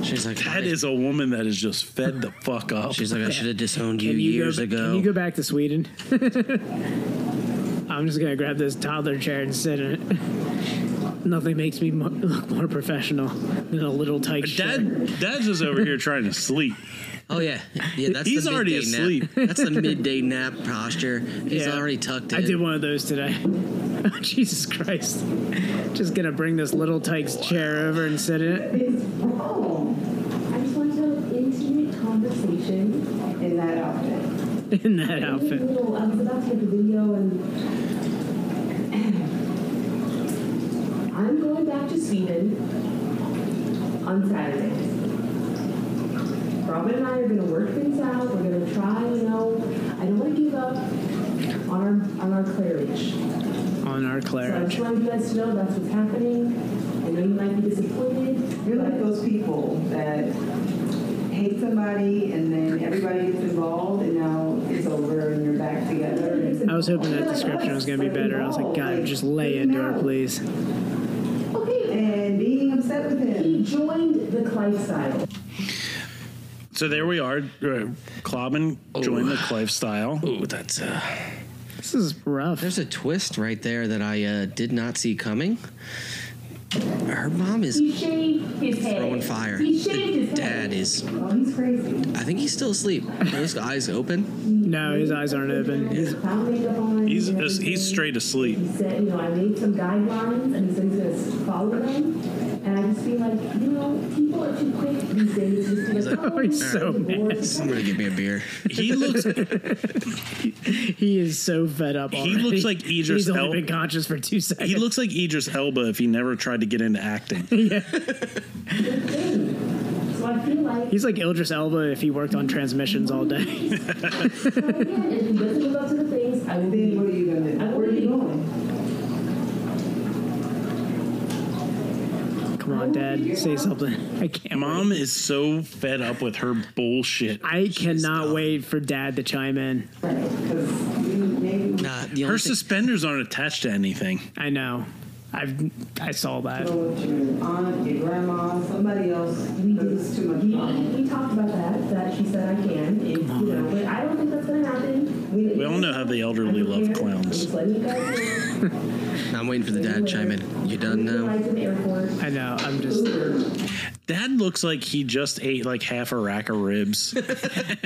She's like, That is a woman that is just fed the fuck up. She's like, I should have disowned you, Can you years go, ago. Can you go back to Sweden? I'm just going to grab this toddler chair and sit in it. Nothing makes me mo- look more professional than a little tight shirt. Dad, Dad's just over here trying to sleep. Oh yeah, yeah. That's He's the already midday nap. asleep. That's the midday nap posture. He's Yeah. already tucked in. I did one of those today. Jesus Christ. Just gonna bring this little tyke's chair over and sit in it. oh, I just want to have an intimate conversation in that outfit. In that outfit. Little, I was about to take a video and. I'm going back to Sweden on Saturday. Robin and I are going to work things out. We're going to try, you know, I don't want to give up on our, on our Claridge. On our So I Claire. just wanted you guys to know that's what's happening. I know you might be disappointed. You're like those people that hate somebody and then everybody gets involved and now it's over and you're back together. and- I was hoping that description was gonna be better. I was like, God, just lay into her, please. And being upset with him. He joined the lifestyle. So there we are. Uh, Clobbin joined Oh. the lifestyle. Ooh, that's. Uh, This is rough. There's a twist right there that I uh, did not see coming. Her mom is He shaved his head. throwing fire. He shaved The his head. dad is. Oh, he's crazy. I think he's still asleep. Are his eyes open. No, his eyes aren't open. Clown makeup on. He's and just, he's straight asleep. He said, you know, I made some guidelines, and he said he's going to follow them. And I just feel like, you know, people are too quick these days. Just to like, oh, he's so mad. Somebody give me a beer. He looks. He is so fed up. He already. looks like Idris He's only El- been conscious for two seconds. He looks like Idris Elba if he never tried to get into acting. So I feel like, He's like Idris Elba if he worked on transmissions all day. again, if he doesn't live up to the things, I will be. What are you going to do? I will Where are be. you going? Come on, Dad, say something. I can't. Mom is so fed up with her bullshit. I cannot wait for Dad to chime in. Nah, the Her only thing, suspenders aren't attached to anything. I know. I've I saw that. Go with your aunt, your grandma, somebody else. Because it's too much fun. We talked about that, that she said I can, and, you know, but I don't think that's going to happen. We, We all know how the elderly love clowns. Just letting you guys know. I'm waiting for the dad to chime in. You done now? Flights in the airport. I know. I'm just. Dad looks like he just ate like half a rack of ribs.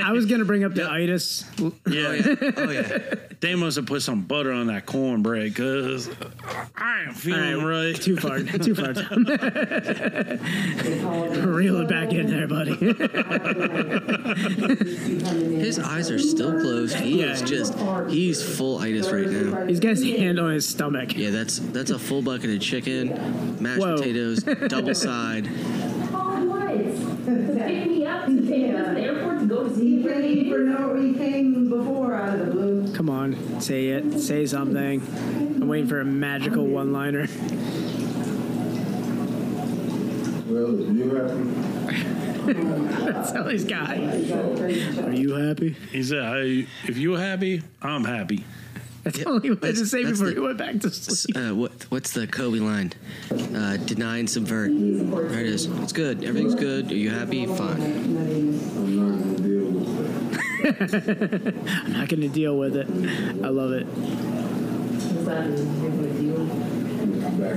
I was gonna bring up the itis. Yeah, yeah. Oh, yeah. They must have put some butter on that cornbread because I ain't feeling right. Too far. Too far. Tom. Reel it back in there, buddy. His eyes are still closed. He is just. He's full itis right now. He's got his hand on his stomach. Yeah, that's that's a full bucket of chicken, mashed Whoa. potatoes, double side. Oh, what? To pick me up, to take me to the airport, to go to He see came for no, he came before out of the blue. Come on, say it. Say something. I'm waiting for a magical one-liner. Well, you happy? That's all he's got. Are you happy? He said, I, if you happy, I'm happy. That's all he wanted to say that's before the- he went back to S- sleep. Uh, what what's the Kobe line? Uh, deny and subvert. There it is. It's good. Everything's good. Are you happy? Fine. I'm not gonna deal with that. I'm not gonna deal with it. I love it. Back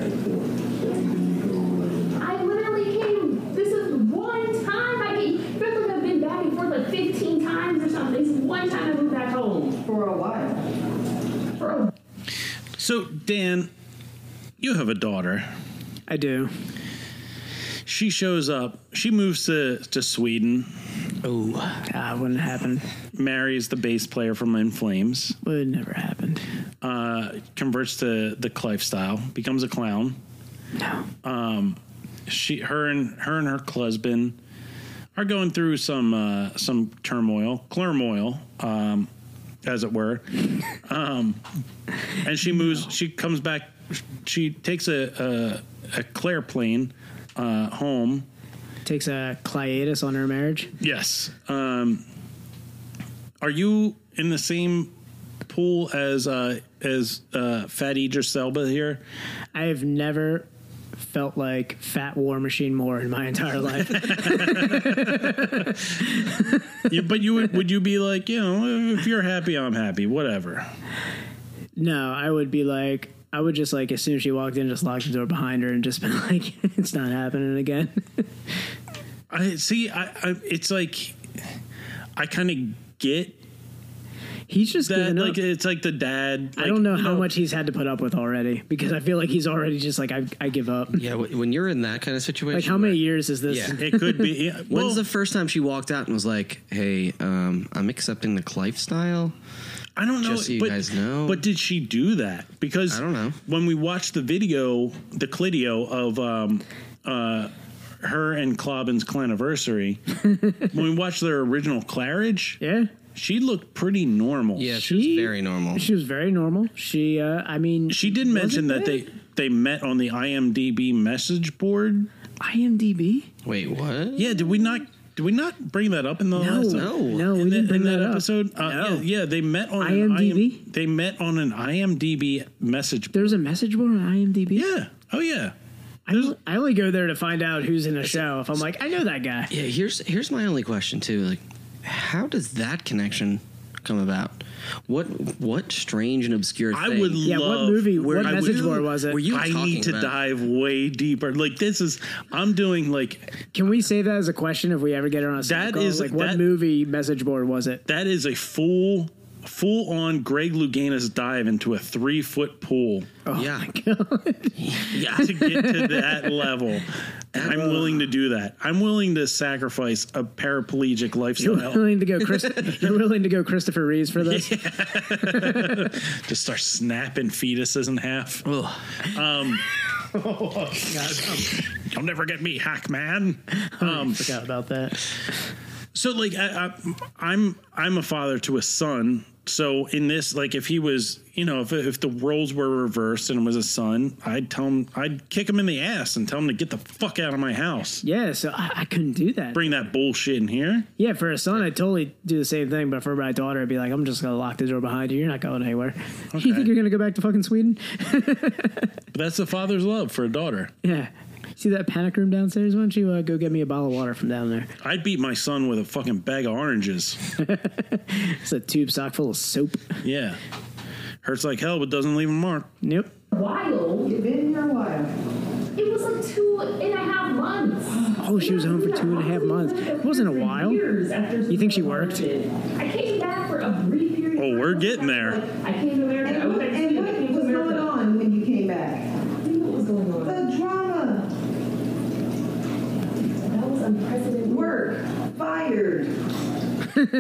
and forth. So you go on I literally came. This is one time I get. I feel like I've been back and forth like 15 times or something. This is one time I moved back home For a while. for a. So, Dan, you have a daughter. I do. She shows up. She moves to, to Sweden, Oh, Ah, wouldn't happen. marries the bass player from In Flames, Would never happened. uh, converts to the lifestyle, becomes a clown. No. She, her and her and her husband are going through some uh, some turmoil, turmoil, um, as it were. um, and she moves. She comes back. She takes a a, a Claire plane uh, home. Takes a cliatus on her marriage. Yes. Um, are you in the same pool as uh, as uh, Fat Idris Elba here? I have never felt like Fat War Machine more in my entire life. You- but you would, would you be like you know if you're happy I'm happy whatever. no, I would be like, I would just like as soon as she walked in, just lock the door behind her and just been like, "It's not happening again." I see. I, I it's like I kind of get. He's just that, giving up. like it's like the dad. I like, don't know you how much he's had to put up with already because I feel like he's already just like I, I give up. Yeah, wh- when you're in that kind of situation, Like how many years is this? Yeah. It could be. Yeah, well, When's the first time she walked out and was like, "Hey, um, I'm accepting the lifestyle"? I don't know. Just so you but, guys know. But did she do that? Because I don't know. When we watched the video, the Clidio of um, uh, her and Clobbin's clanniversary, when we watched their original Claridge, yeah, she looked pretty normal. Yeah, she, was very normal. She was very normal. She, uh, I mean, She did mention that they they met on the IMDb message board. IMDb. Wait, what? Yeah, did we not? Did we not bring that up in the No, last no, no, we didn't bring in that, that up. episode? Uh, yeah, yeah, they met on an IMDb? IM they met on an IMDb message. There's a message board on IMDb. Yeah. Oh yeah. I, don't- I only go there to find out who's in a show. If I'm like, I know that guy. Yeah, here's here's my only question too. Like, how does that connection come about? What what strange and obscure? I thing- would Yeah, what love. movie- what I message board was it? Were you I talking need to about? dive way deeper. Like this is, I'm doing like Can we save that as a question if we ever get her on a That that call? is- like what that- movie message board was it? that is a full, full on Greg Louganis dive into a three foot pool. Oh yeah, Yeah, to get to that level. I'm willing to do that. I'm willing to sacrifice a paraplegic You're lifestyle. willing to go, Chris, you're willing to go Christopher Reeves for this? Just start snapping fetuses in half. Um, you'll never get me, hack man. Um, Forgot about that. So like I, I, I'm I'm a father to a son. So in this, like if he was, you know, if if the roles were reversed and it was a son, I'd tell him, I'd kick him in the ass and tell him to get the fuck out of my house. Yeah, so I, I couldn't do that. Bring that bullshit in here. Yeah, for a son, I'd totally do the same thing. But for my daughter, I'd be like, I'm just gonna lock the door behind you. You're not going anywhere. You think you're gonna go back to fucking Sweden? But that's a father's love for a daughter. Yeah. See that panic room downstairs? Why don't you uh, go get me a bottle of water from down there? I'd beat my son with a fucking bag of oranges. It's a tube sock full of soap. Yeah, hurts like hell, but doesn't leave a mark. Nope. While You've been here a while. it was like two and a half months. Oh, she was home for two and a half months. It wasn't a while. You think she worked? I came back for a brief period. Oh, we're getting there. I came to America. I And went what, back to and Sweden, I what came to was going America. on when you came back? I think what was going on. The drama, That was unprecedented. work, fired.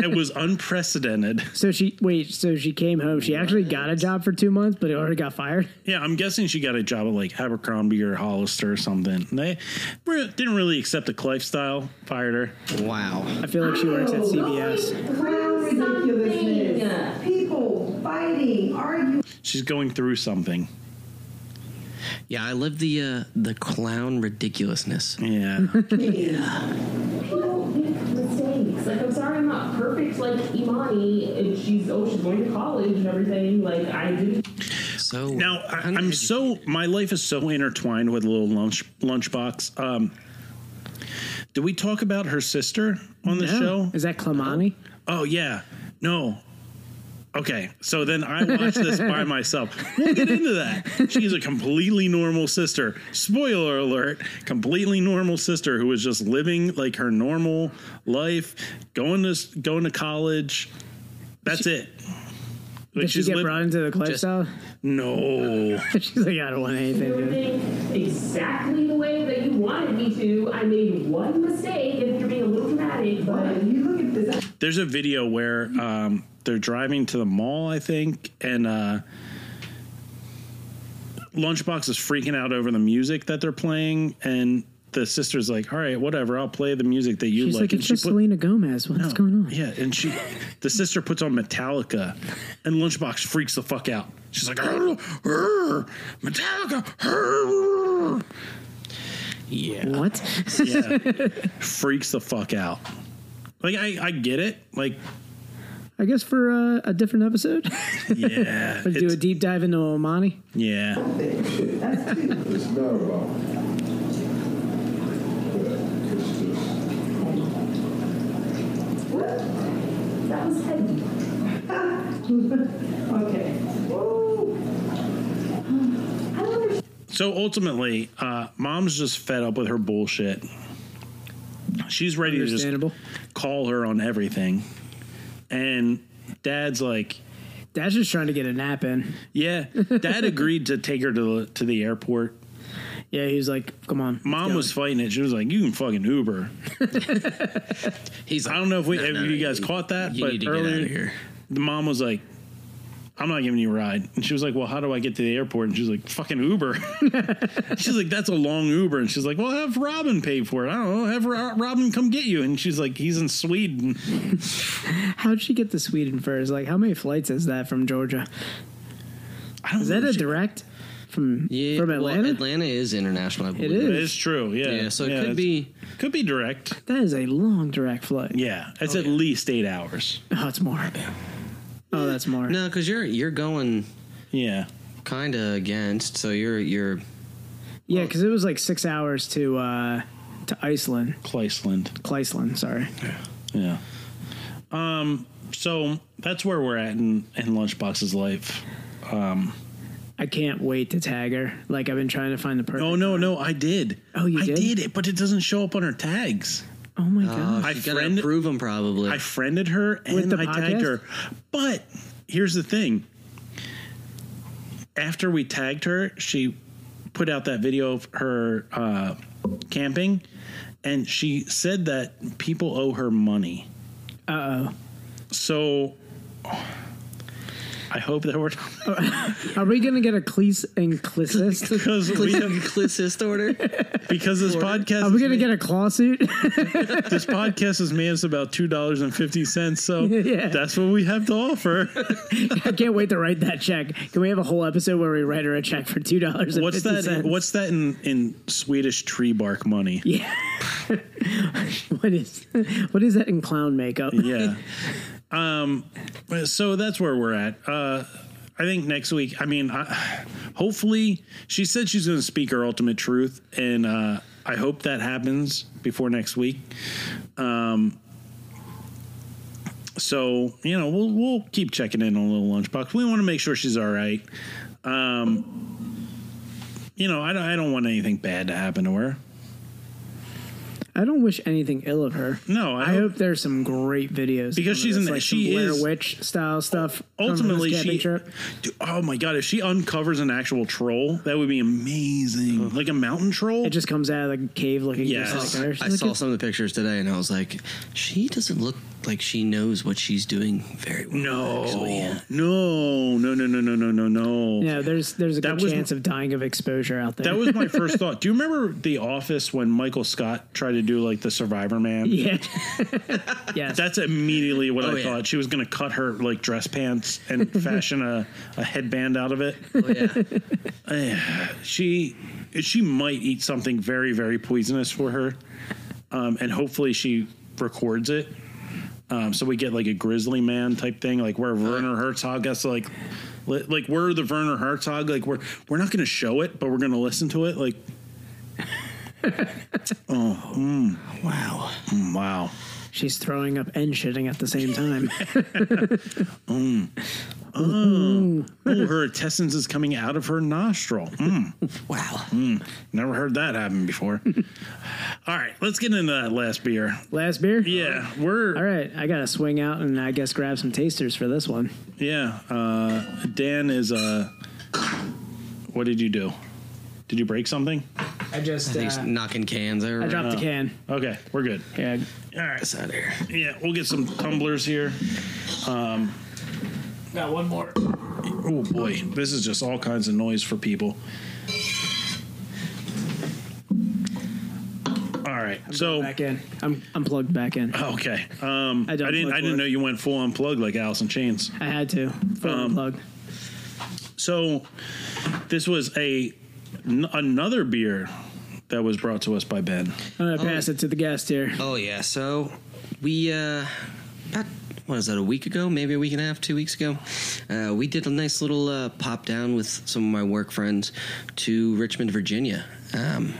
it was unprecedented. So she wait. So she came home. She actually got a job for two months, but it already got fired. Yeah, I'm guessing she got a job at like Abercrombie or Hollister or something. They re- didn't really accept the lifestyle, fired her. Wow. I feel like she works at Oh. CBS. Clown ridiculousness. People fighting, arguing. She's going through something. Yeah, I love the uh, the clown ridiculousness. Yeah. People make mistakes. Like, I'm sorry I'm not perfect like Imani, and she's, oh, she's going to college and everything. Like, I didn't. So now I, I'm so my life is so intertwined with little lunch lunchbox. Um, do we talk about her sister on the No. show? Is that Clemani? Oh yeah, no. Okay, so then I watched this by myself. We'll get into that. She's a completely normal sister. Spoiler alert: completely normal sister who was just living like her normal life, going to going to college. That's it. Like Did she get liv- brought into the lifestyle? No. she's like, I don't want anything. to do. Everything exactly the way that you wanted me to. I made one mistake, and you're being a little dramatic, but When you look at this, There's a video where um, they're driving to the mall, I think, and uh, Lunchbox is freaking out over the music that they're playing, and the sister's like, "All right, whatever, I'll play the music that you She's like." like, and it's just Selena Gomez. What's going on? yeah, and she, the sister puts on Metallica, and Lunchbox freaks the fuck out. She's like, "Arr, arr, "Metallica." arr." Yeah. What? Yeah, freaks the fuck out. Like I, I get it. Like I guess for uh, a different episode, yeah, do it's- a deep dive into Omani. yeah. that's too. It's not about. that. It's just. that was heavy. Okay. Woo. So ultimately, uh, mom's just fed up with her bullshit. She's ready to just call her on everything. And dad's like, Dad's just trying to get a nap in. Yeah, dad agreed to take her to the, to the airport. Yeah, he was like, "Come on." Mom was fighting it. She was like, "You can fucking Uber." He's. I don't know if we "No, if no, you no, guys you- caught that, you but need to get earlier outta here. the mom was like, "I'm not giving you a ride," and she was like, "Well, how do I get to the airport?" And she's like, "Fucking Uber." she's like, "That's a long Uber," and she's like, "Well, have Robin pay for it. I don't know. Have Ro- Robin come get you." And she's like, "He's in Sweden." How'd she get to Sweden first? Like, how many flights is that from Georgia? I don't is that a direct from Yeah, from Atlanta? Well, Atlanta is international. I believe. is. It is true. Yeah. Yeah, so it could it's- be- could be direct. that is a long direct flight. Yeah, it's at least eight hours. Oh, it's more. Oh, that's more. No, because you're you're going. Yeah. Kind of against. So you're you're Yeah, because it was like six hours to uh to Iceland, Cleisland. Kleisland. Sorry. Yeah. Um. So that's where we're at in in Lunchbox's life. Um. I can't wait to tag her. Like I've been trying to find the perfect. Oh no, no, I did. Oh, you I did? did it, but it doesn't show up on her tags. Oh my god. Mm-hmm. I uh, you gotta friend- approve them probably. I friended her With and the I tagged podcast? her. But here's the thing. After we tagged her, she put out that video of her uh, camping, and she said that people owe her money. Uh So I hope that we're not oh. Are we gonna get a Cleese and Clisist? because we have Clisist order. Oh, because this Are podcast we gonna get a clawsuit? this podcast is made us about two dollars and fifty cents. So Yeah. that's what we have to offer. I can't wait to write that check. Can we have a whole episode where we write her a check for two dollars? What's that? What's that in, in Swedish tree bark money? Yeah. what is what is that in clown makeup? Yeah. um. So that's where we're at. Uh, I think next week. I mean, I, hopefully, she said she's going to speak her ultimate truth, and uh, I hope that happens before next week. Um. So you know, we'll we'll keep checking in on little lunchbox. We want to make sure she's all right. Um. You know, I don't, I don't want anything bad to happen to her. I don't wish anything ill of her. No, I, hope there's some great videos coming Because she's of an- this, like she some Blair is- Witch style stuff. coming from ultimately this camping she trip. Dude, oh my god if she uncovers an actual troll that would be amazing like a mountain troll it just comes out of the cave looking Yes. just like her. She's I like, saw some of the pictures today, and I was like, she doesn't look like she knows what she's doing very well. no actually. Yeah. no no no no no no no no Yeah, there's there's a That good was- chance of dying of exposure out there. that was my first thought do you remember the office when michael scott tried to do like the survivor man yeah. yes. that's immediately what Oh, i yeah. thought she was going to cut her like dress pants and fashion a, a headband out of it Oh, yeah. she she might eat something very very poisonous for her um, and hopefully she records it um, so we get like a grizzly man type thing like where werner herzog has to like li- like we're the werner herzog like we're we're not gonna show it but we're gonna listen to it like oh mm, wow. mm, wow She's throwing up and shitting at the same time. mm. Oh, oh, her intestines is coming out of her nostril. Mm. Wow. Mm, never heard that happen before. All right, let's get into that last beer. Last beer? Yeah, we're All right, I gotta swing out and I guess grab some tasters for this one. yeah. Uh, Dan is uh, what did you do? Did you break something? I just uh, I think he's knocking cans. I I dropped the can. Okay, we're good. Yeah, All right, this out of here. yeah, we'll get some tumblers here. Um, got one more. oh boy, this is just all kinds of noise for people. All right, so back in. I'm I'm plugged back in. okay. Um, I, I don't didn't. plug I didn't for know it. you went full unplugged like Alice in Chains. I had to full Um, unplug. So this was a n- another beer that was brought to us by Ben. I'm gonna pass it to the guest here. Oh yeah. So we uh, about what is that? A week ago, maybe a week and a half, two weeks ago, uh, we did a nice little uh, pop down with some of my work friends to Richmond, Virginia. Um,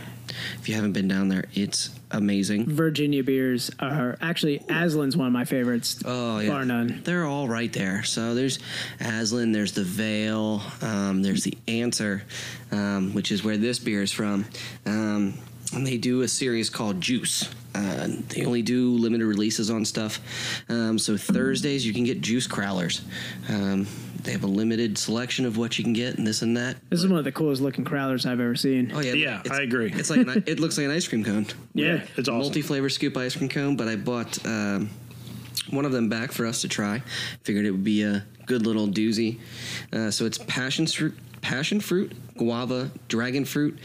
If you haven't been down there, it's amazing. Virginia beers are actually Aslan's one of my favorites. Oh yeah, bar none. They're all right there. So there's Aslan, there's the Veil, um, there's the Answer, um, which is where this beer is from, um, and they do a series called Juice. Uh, they only do limited releases on stuff. Um, so Thursdays you can get Juice Crowlers. Um, they have a limited selection of what you can get and this and that. This is one of the coolest looking crowlers I've ever seen. Oh yeah, Yeah, it's- I agree. It's like an, it looks like an ice cream cone. Yeah, it's awesome. Multi-flavor scoop ice cream cone, but I bought um, one of them back for us to try. Figured it would be a good little doozy. Uh, so it's passion fruit, passion fruit, guava, dragon fruit,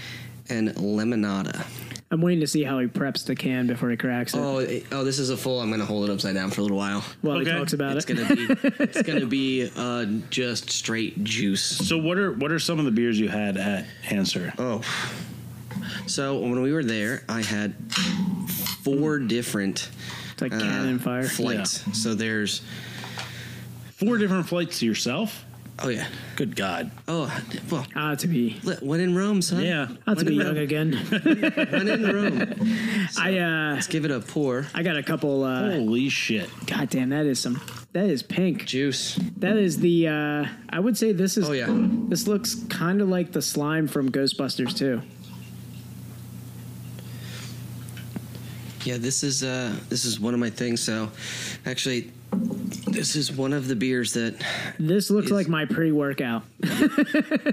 and lemonada. I'm waiting to see how he preps the can before he cracks it. Oh, it- oh, this is a full. I'm going to hold it upside down for a little while. While he Okay. talks about it's it. Gonna be, it's going to be uh, just straight juice. So what are what are some of the beers you had at Hanser? Oh, so when we were there, I had four different like uh, cannon fire. flights. So there's four different flights to yourself. Oh yeah, good God. Oh well, ah to be when in Rome, son. Yeah, Not to When be in young Rome. again. when in Rome. I uh, let's give it a pour. I got a couple. Uh, Oh. Holy shit! God damn, that is some. That is pink juice. That is the. Uh, I would say this is. Oh, yeah. This looks kind of like the slime from Ghostbusters too. Yeah, this is uh, this is one of my things. So, actually, this is one of the beers that This looks like my pre-workout.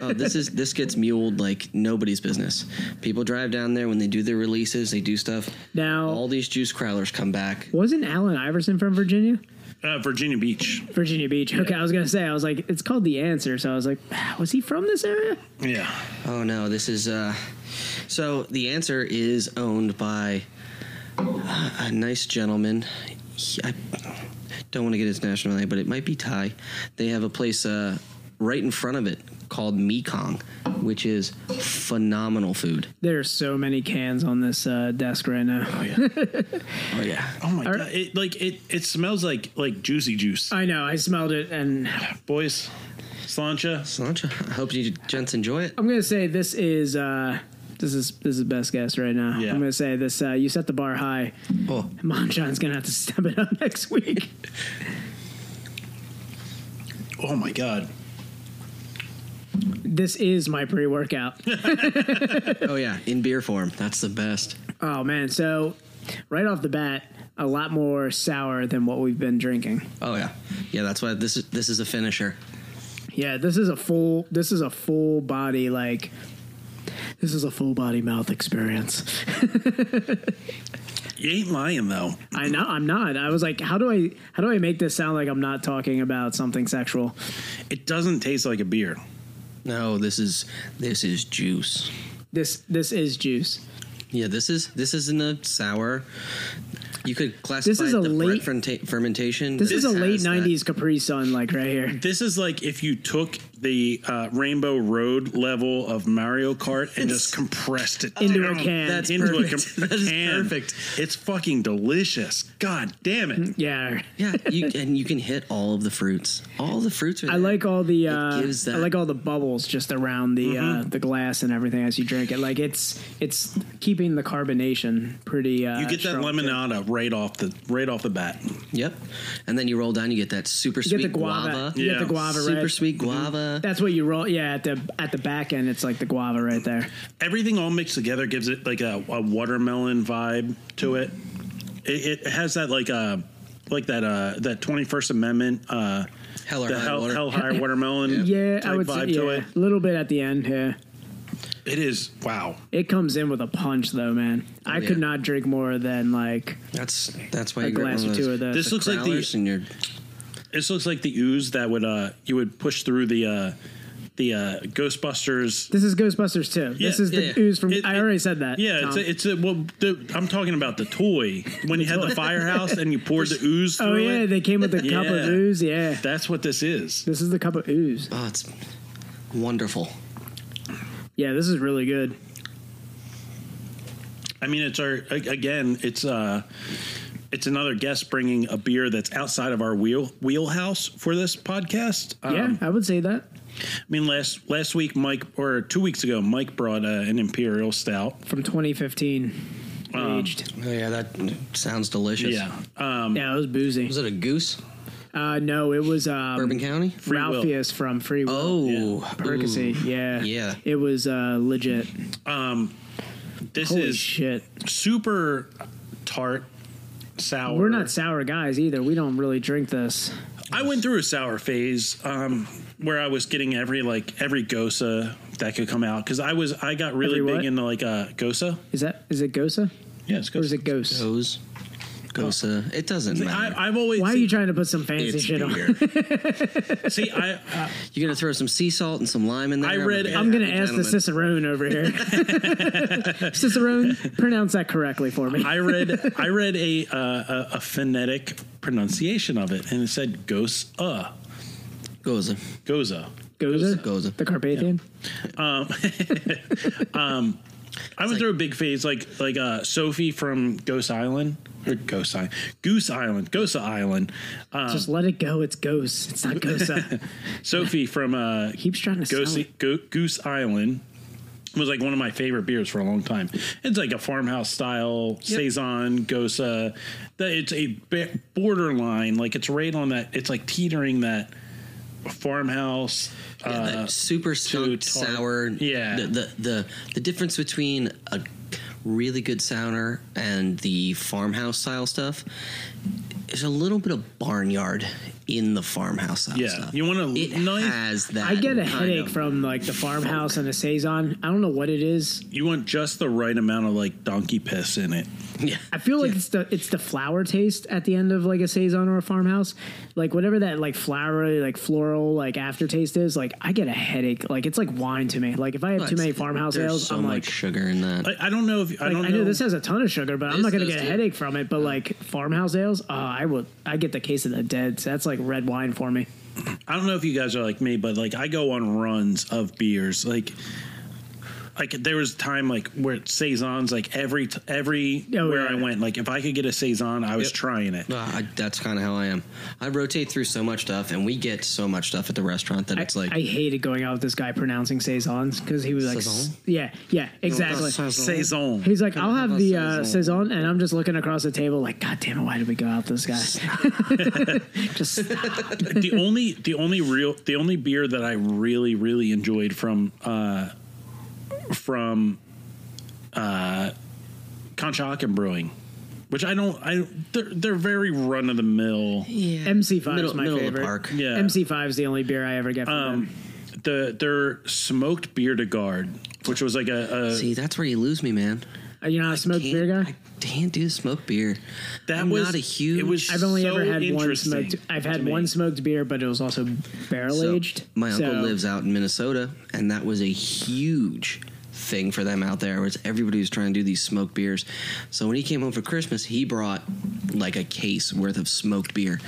oh, this is this gets muled like nobody's business. People drive down there when they do their releases, they do stuff. Now, all these juice crowlers come back. Wasn't Alan Iverson from Virginia? Uh, Virginia Beach. Virginia Beach. Okay, I was gonna say I was like, it's called the Answer. So I was like, "Ah, was he from this area? Yeah. Oh no, this is uh so the answer is owned by uh, a nice gentleman. He- I don't want to get his nationality, but it might be Thai. They have a place uh right in front of it called Mekong, which is phenomenal food. There are so many cans on this uh, desk right now. Oh yeah. Oh yeah. Oh my god! It like it. It smells like like juicy juice. I know. I smelled it, and boys, slancha, slancha. I hope you gents enjoy it. I'm gonna say this is uh, this is this is best guess right now. I'm gonna say this. Uh, you set the bar high. Oh, Monjohn's gonna have to step it up next week. Oh my god! This is my pre-workout. oh yeah, in beer form. That's the best. oh man! So right off the bat, a lot more sour than what we've been drinking. Oh yeah. Yeah, that's why this is this is a finisher. Yeah, this is a full. This is a full body like. This is a full body mouth experience. You ain't lying though. I know I'm not. I was like, how do I how do I make this sound like I'm not talking about something sexual? It doesn't taste like a beer. No, this is this is juice. This this is juice. Yeah, this is this isn't a sour. You could classify This is it a the late- Brett fermenta- fermentation. This that is a late has that. '90s Capri Sun, like right here. This is like if you took the uh, Rainbow Road level of Mario Kart and just compressed it Into a down can. That's into a perfect. com- That is can. perfect. It's fucking delicious. God damn it! Yeah, Yeah, you, and you can hit all of the fruits. All the fruits are I there. like all the uh, gives I that- like all the bubbles just around the uh, Mm-hmm. the glass and everything as you drink it. Like it's it's keeping the carbonation pretty. Uh, you get that strong. lemonada right off the right off the bat. Yep. And then you roll down, you get that super You sweet get the guava. You Yeah. get the guava. Super right? Mm-hmm. sweet guava. That's what you roll. Yeah, at the at the back end, it's like the guava right there. Everything all mixed together gives it like a, a watermelon vibe to it. It, it has that like uh like that uh that Twenty First Amendment uh Hell or the high water. hell high watermelon Yeah, I type would say vibe yeah, to a it. little bit at the end. Yeah, It is wow. it comes in with a punch though, man. Oh, I yeah. could not drink more than like That's that's A why you get glass one or two those- of those. This looks like the- crowlers and you're This looks like the ooze that would uh you would push through the uh the uh Ghostbusters. this is Ghostbusters too. this Yeah, is the yeah. ooze from. It- I it- already said that. Yeah, it's Tom. a, it's a, well. The, I'm talking about the toy when you had the firehouse and you poured the ooze. Through oh yeah, it. they came with a cup Yeah. of ooze. Yeah, that's what this is. this is the cup of ooze. oh, it's wonderful. Yeah, this is really good. I mean, it's our a- again. It's uh, it's another guest bringing a beer that's outside of our wheel wheelhouse for this podcast. Uh, yeah, I would say that. I mean, last last week, Mike, or two weeks ago, Mike brought uh, an imperial stout from 2015. Aged. Oh, yeah, that sounds delicious. Yeah. Um, yeah, it was boozy. Was it a goose? Uh, no, it was um, Bourbon County. Free Ralphius from Free Will. Oh, Percocet. Ooh. Yeah, Yeah. It was uh, legit. Um, this Holy is shit. super tart, sour. We're not sour guys either. We don't really drink this. I went through a sour phase um, where I was getting every like every gosa that could come out because I was I got really Every big what? into like uh, gosa. Is that is it Gosa? Yeah, it's Or is it Ghost? Goes. Oh. Gosa. It doesn't matter. I, I've always Why are you trying to put some fancy It's shit on? beer. see. I You're gonna throw some sea salt and some lime in there. I read- a I'm gonna happy ask the gentleman. cicerone over here. cicerone, pronounce that correctly for me. I read I read a, uh, a a phonetic pronunciation of it and it said gosa uh, Goza. goza. Goza, Goza. the Carpathian. Um, um, I went through a big phase, like like uh, Sophie from Ghost Island or Ghost Island, Goose Island, Gosa Island. Um, Just let it go. It's Ghost. It's not Gosa. Sophie from uh, Keeps trying to Goose, sell it. Go, Goose Island was like one of my favorite beers for a long time. It's like a farmhouse style saison gosa. That it's a ba- borderline, like it's right on that. It's like teetering that farmhouse. Yeah, uh, that super too skunked tart. sour. Yeah. The, the the the difference between a really good sour and the farmhouse style stuff is a little bit of barnyard in the farmhouse style yeah, stuff. you want It to nice. has that. I get a kind headache of- from like the farmhouse and the saison. I don't know what it is. You want just the right amount of like donkey piss in it. Yeah. I feel like it's the it's the flower taste at the end of like a saison or a farmhouse, like whatever that like flowery like floral like aftertaste is. Like I get a headache. Like it's like wine to me. Like if I have too many farmhouse There's ales, so I'm much like. sugar in that. I, I don't know if I Like, don't I know this has a ton of sugar, but I'm This not gonna does get a too. headache from it. But like farmhouse ales, uh, I will. I get the case of the dead. So that's like red wine for me. I don't know if you guys are like me, but like I go on runs of beers. Like, like there was a time like where saisons like every t- every Oh, where yeah. I went. Like if I could get a saison, I was Yep. trying it. No, Uh, I, that's kind of how I am. I rotate through so much stuff, and we get so much stuff at the restaurant that I, it's like I hated going out with this guy pronouncing saisons because he was like, Saison? s- yeah, yeah, exactly. Saison. He's like, I'll have, have the a uh, saison, and I'm just looking across the table, like, God damn it, why did we go out with this guy? just stop. the only the only real the only beer that I really really enjoyed from uh from uh Conshohocken Brewing, which I don't I they're they're very run of the mill. yeah, MC5 middle, is my middle of favorite. the park. Yeah. MC5 is the only beer I ever get from Um, them. the their smoked beer to guard, which was like a, a See, that's where you lose me, man. Are Uh, you not a smoked Can't- beer guy? I can't do smoked beer. that I'm was not a huge- It was. I've only so ever had one interesting smoked. I've to had me. one smoked beer, but it was also barrel So, aged. my uncle so- lives out in Minnesota, and that was a huge thing for them out there. Was everybody was trying to do these smoked beers. So when he came home for Christmas, he brought like a case worth of smoked beer,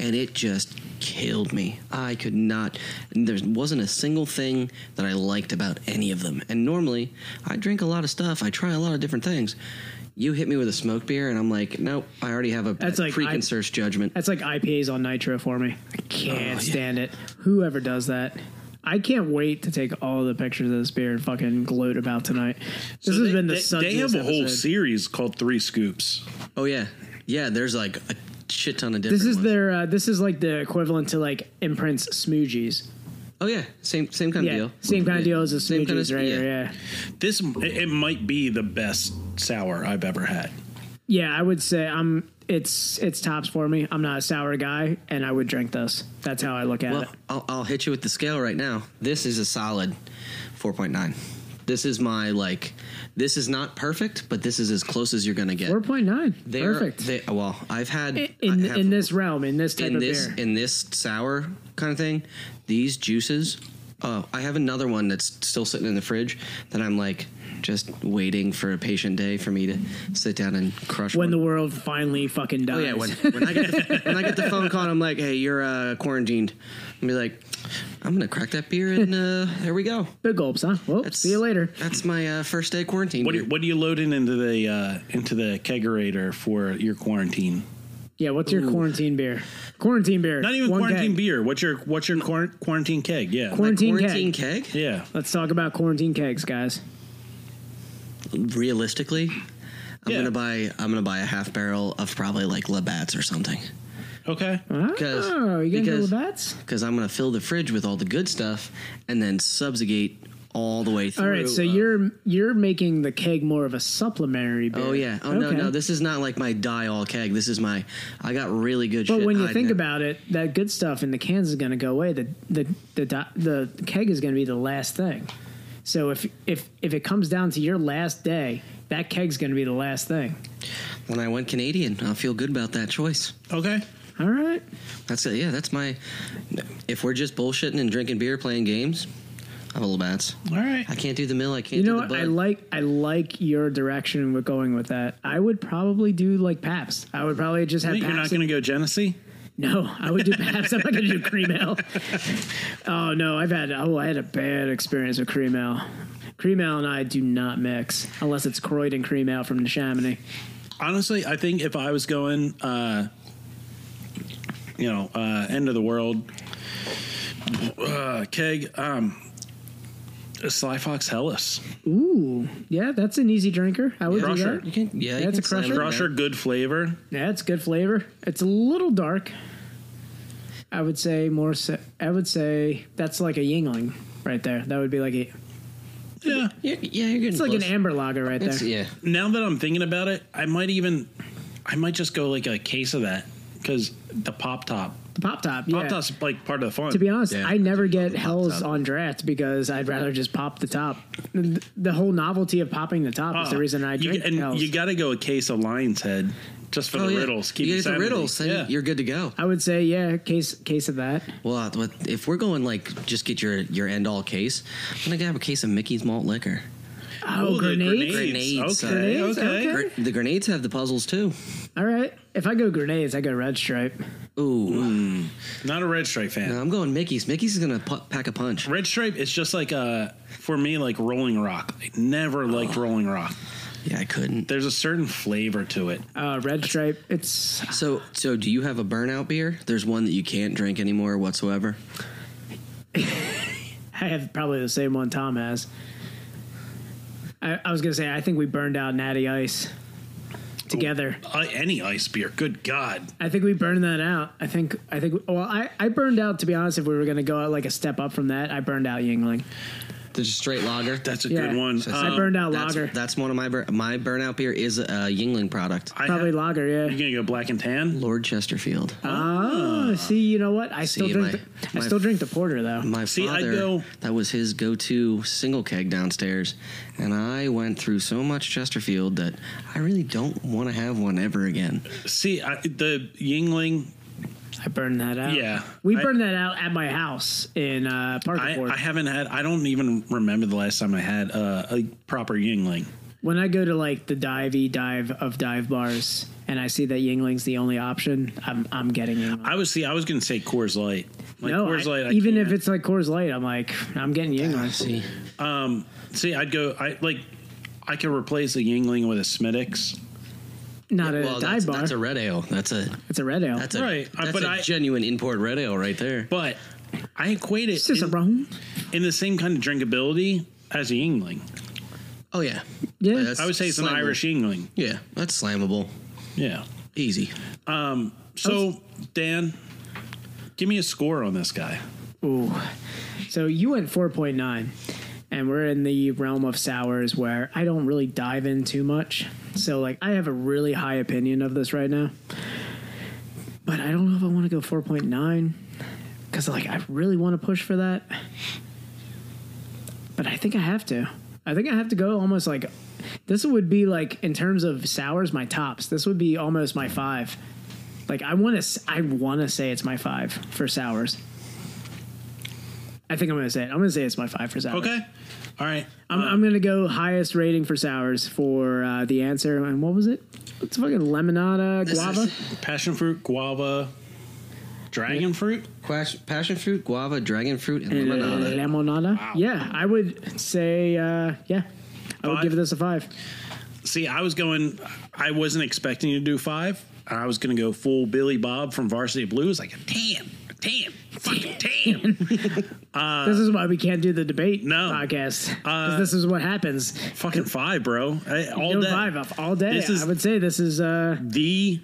and it just killed me. I could not. and There wasn't a single thing that I liked about any of them. And normally, I drink a lot of stuff. I try a lot of different things. You hit me with a smoked beer, and I'm like, nope. I already have a That's like- I- preconceived judgment. That's like IPAs on nitro for me. I Oh, can't stand it. Whoever does that. I can't wait to take all the pictures of this beer and fucking gloat about tonight. So This has they- been the they, sun. they have a whole series called Three Scoops. Oh yeah, yeah. There's like a shit ton of different. This is ones. their. Uh, this is like the equivalent to like imprints smoogies. Oh yeah, same same kind Yeah, of deal. same kind of Yeah. deal as the Same smoogies, kind of- right? yeah. Yeah. yeah, This it, it might be the best sour I've ever had. yeah. I would say I'm. It's it's tops for me. I'm not a sour guy, and I would drink this. That's how I look at Well, it. I'll, I'll hit you with the scale right now. This is a solid four point nine. This is my like. This is not perfect, but this is as close as you're gonna get. Four point nine, They're- perfect. They, well, I've had in I have- in this realm, in this type in of this beer, in this sour kind of thing. These juices. Oh, I have another one that's still sitting in the fridge that I'm like just waiting for a patient day for me to sit down and crush. when one. the world finally fucking dies. Oh yeah, when, when I get the, when I get the phone call, and I'm like, "Hey, you're uh, quarantined." I'm be like, "I'm gonna crack that beer, and uh, there we go." Big gulps, huh? Well, That's- see you later. That's my uh, first day of quarantine. What do beer. you, what are you loading into the uh, into the kegerator for your quarantine? Yeah, what's your quarantine beer? Quarantine beer. Not even One quarantine keg. beer. What's your what's your quar- quarantine keg? Yeah, Quarantine, keg. Yeah, Let's talk about quarantine kegs, guys. Realistically, I'm gonna buy I'm gonna buy a half barrel of probably like Labatt's or something. Okay. Oh, you gonna go with because- bats? because I'm gonna fill the fridge with all the good stuff and then subjugate all the way through. uh, All right, so you're you're making the keg more of a supplementary beer. Oh yeah. Oh no, Okay. no. This is not like my die all keg. This is my. I got really good shit. But when you hiding think it. about it, that good stuff in the cans is going to go away. The the the do- the keg is going to be the last thing. So if if if it comes down to your last day, that keg's going to be the last thing. when I went Canadian, I feel good about that choice. Okay. All right. That's it. Yeah, that's my. If we're just bullshitting and drinking beer, playing games, I'm a little bats. All right. I can't do the mill. I can't. You know do what? the I bud. like I like your direction with going with that. I would probably do like Paps. I would probably just have. You're not Pabst going to go Genesee. No, I would do Pabst. I'm not going to do cream ale. Oh no, I've had oh I had a bad experience with cream ale. Cream ale and I do not mix unless it's Croydon cream ale from Chamonix. Honestly, I think if I was going, uh, you know, uh, end of the world uh, keg, um, Sly Fox Hellas, Ooh, yeah, that's an easy drinker. I would do Crusher. that. You can- yeah, that's a crusher. Crusher, good flavor. Yeah, it's good flavor. It's a little dark. I would say more. So, I would say that's like a Yingling right there. That would be like a. Yeah, yeah, yeah you're It's like an close. amber lager right there. Now that I'm thinking about it, I might even, I might just go like a case of that because the pop top, The pop top. Yeah. pop top's like part of the fun. To be honest, I never get hells on draft because I'd rather just pop the top. The, the whole novelty of popping the top is Ah, the reason I you, drink and hells. you got to go a case of lion's head just for Oh, the yeah. riddles. Keep You it get the sanity. riddles, then yeah. you're good to go. I would say, yeah, case case of that. Well, uh, what- if we're going like just get your your end all case, I'm gonna grab a case of Mickey's malt liquor. Oh, grenades? Grenades. Grenades, uh, okay. gr- the grenades have the puzzles too. All right. If I go grenades, I go red stripe. Ooh. Not a red stripe fan. No, I'm going Mickey's. Mickey's is gonna pu- pack a punch. Red stripe is just like uh for me like Rolling Rock. I never Oh. liked Rolling Rock. Yeah, I couldn't. There's a certain flavor to it. Uh, red stripe. It's So, so do you have a burnout beer? There's one that you can't drink anymore whatsoever. I have probably the same one Tom has. I, I was gonna say I think we burned out Natty Ice together. I, any ice beer, good god. I think we burned that out. I think I think well I, I burned out to be honest. If we were gonna go out like a step up from that, I burned out Yingling. There's a straight lager. That's a Yeah. good one. Uh, I burned out That's, lager. that's one of my bur- my burnout beer is a Yingling product. I Probably have- lager, yeah. You're gonna go black and tan. Lord Chesterfield. Uh, Oh, see, you know what? I still See, drink. my- the, I my- still drink the porter though. My See, I'd father, go- that was his go-to single keg downstairs, and I went through so much Chesterfield that I really don't want to have one ever again. See, I, the Yingling. I burned that out. Yeah. we I- burned that out at my house in uh, I, Parkport. I haven't had. I don't even remember the last time I had uh, a proper Yingling. when I go to like the divey dive of dive bars and I see that Yingling's the only option, I'm I'm getting Yingling. I was see. I was gonna say Coors Light. Like no, Coors I- Light. I even if can't. it's like Coors Light, I'm like I'm getting Yingling. See, um, see, I'd go. I like. I could replace a Yingling with a Smittix. Not at well, a that's, dive bar. that's a red ale. That's a it's a red ale. that's a Right, I- that's but a I- genuine import red ale right there. But I equate it it's just in, a rum. in the same kind of drinkability as a Yingling. Oh yeah, Yeah. That's I would say it's an slammable. Irish Yingling. Yeah, that's slammable. Yeah. Easy. So Dan, give me a score on this guy. Ooh. So you went 4.9, and we're in the realm of sours where I don't really dive in too much. So, like, I have a really high opinion of this right now. But I don't know if I want to go 4.9 because, like, I really want to push for that. But I think I have to. I think I have to go almost like this would be like, in terms of sours, my tops. This would be almost my five. Like I want to, I want to say it's my five for sours. I think I'm gonna say it. I'm gonna say it's my five for sours. Okay. All right. I'm, I'm gonna go highest rating for sours for uh, the answer. And what was it? It's fucking lemonada, This guava. is- Passion fruit, guava, dragon fruit. Quash, passion fruit, guava, dragon fruit, and And, uh, lemonade. lemonada. Yeah, I would say uh, yeah. I would Five? give this a five. See, I was going. I wasn't expecting to do five. I was going to go full Billy Bob from Varsity Blues. Like, damn, damn, fucking damn. Uh, this is why we can't do the debate no. podcast. 'Cause this is what happens. Fucking five, bro. I- all Doing day. Five up all day. This is- I would say this is uh, the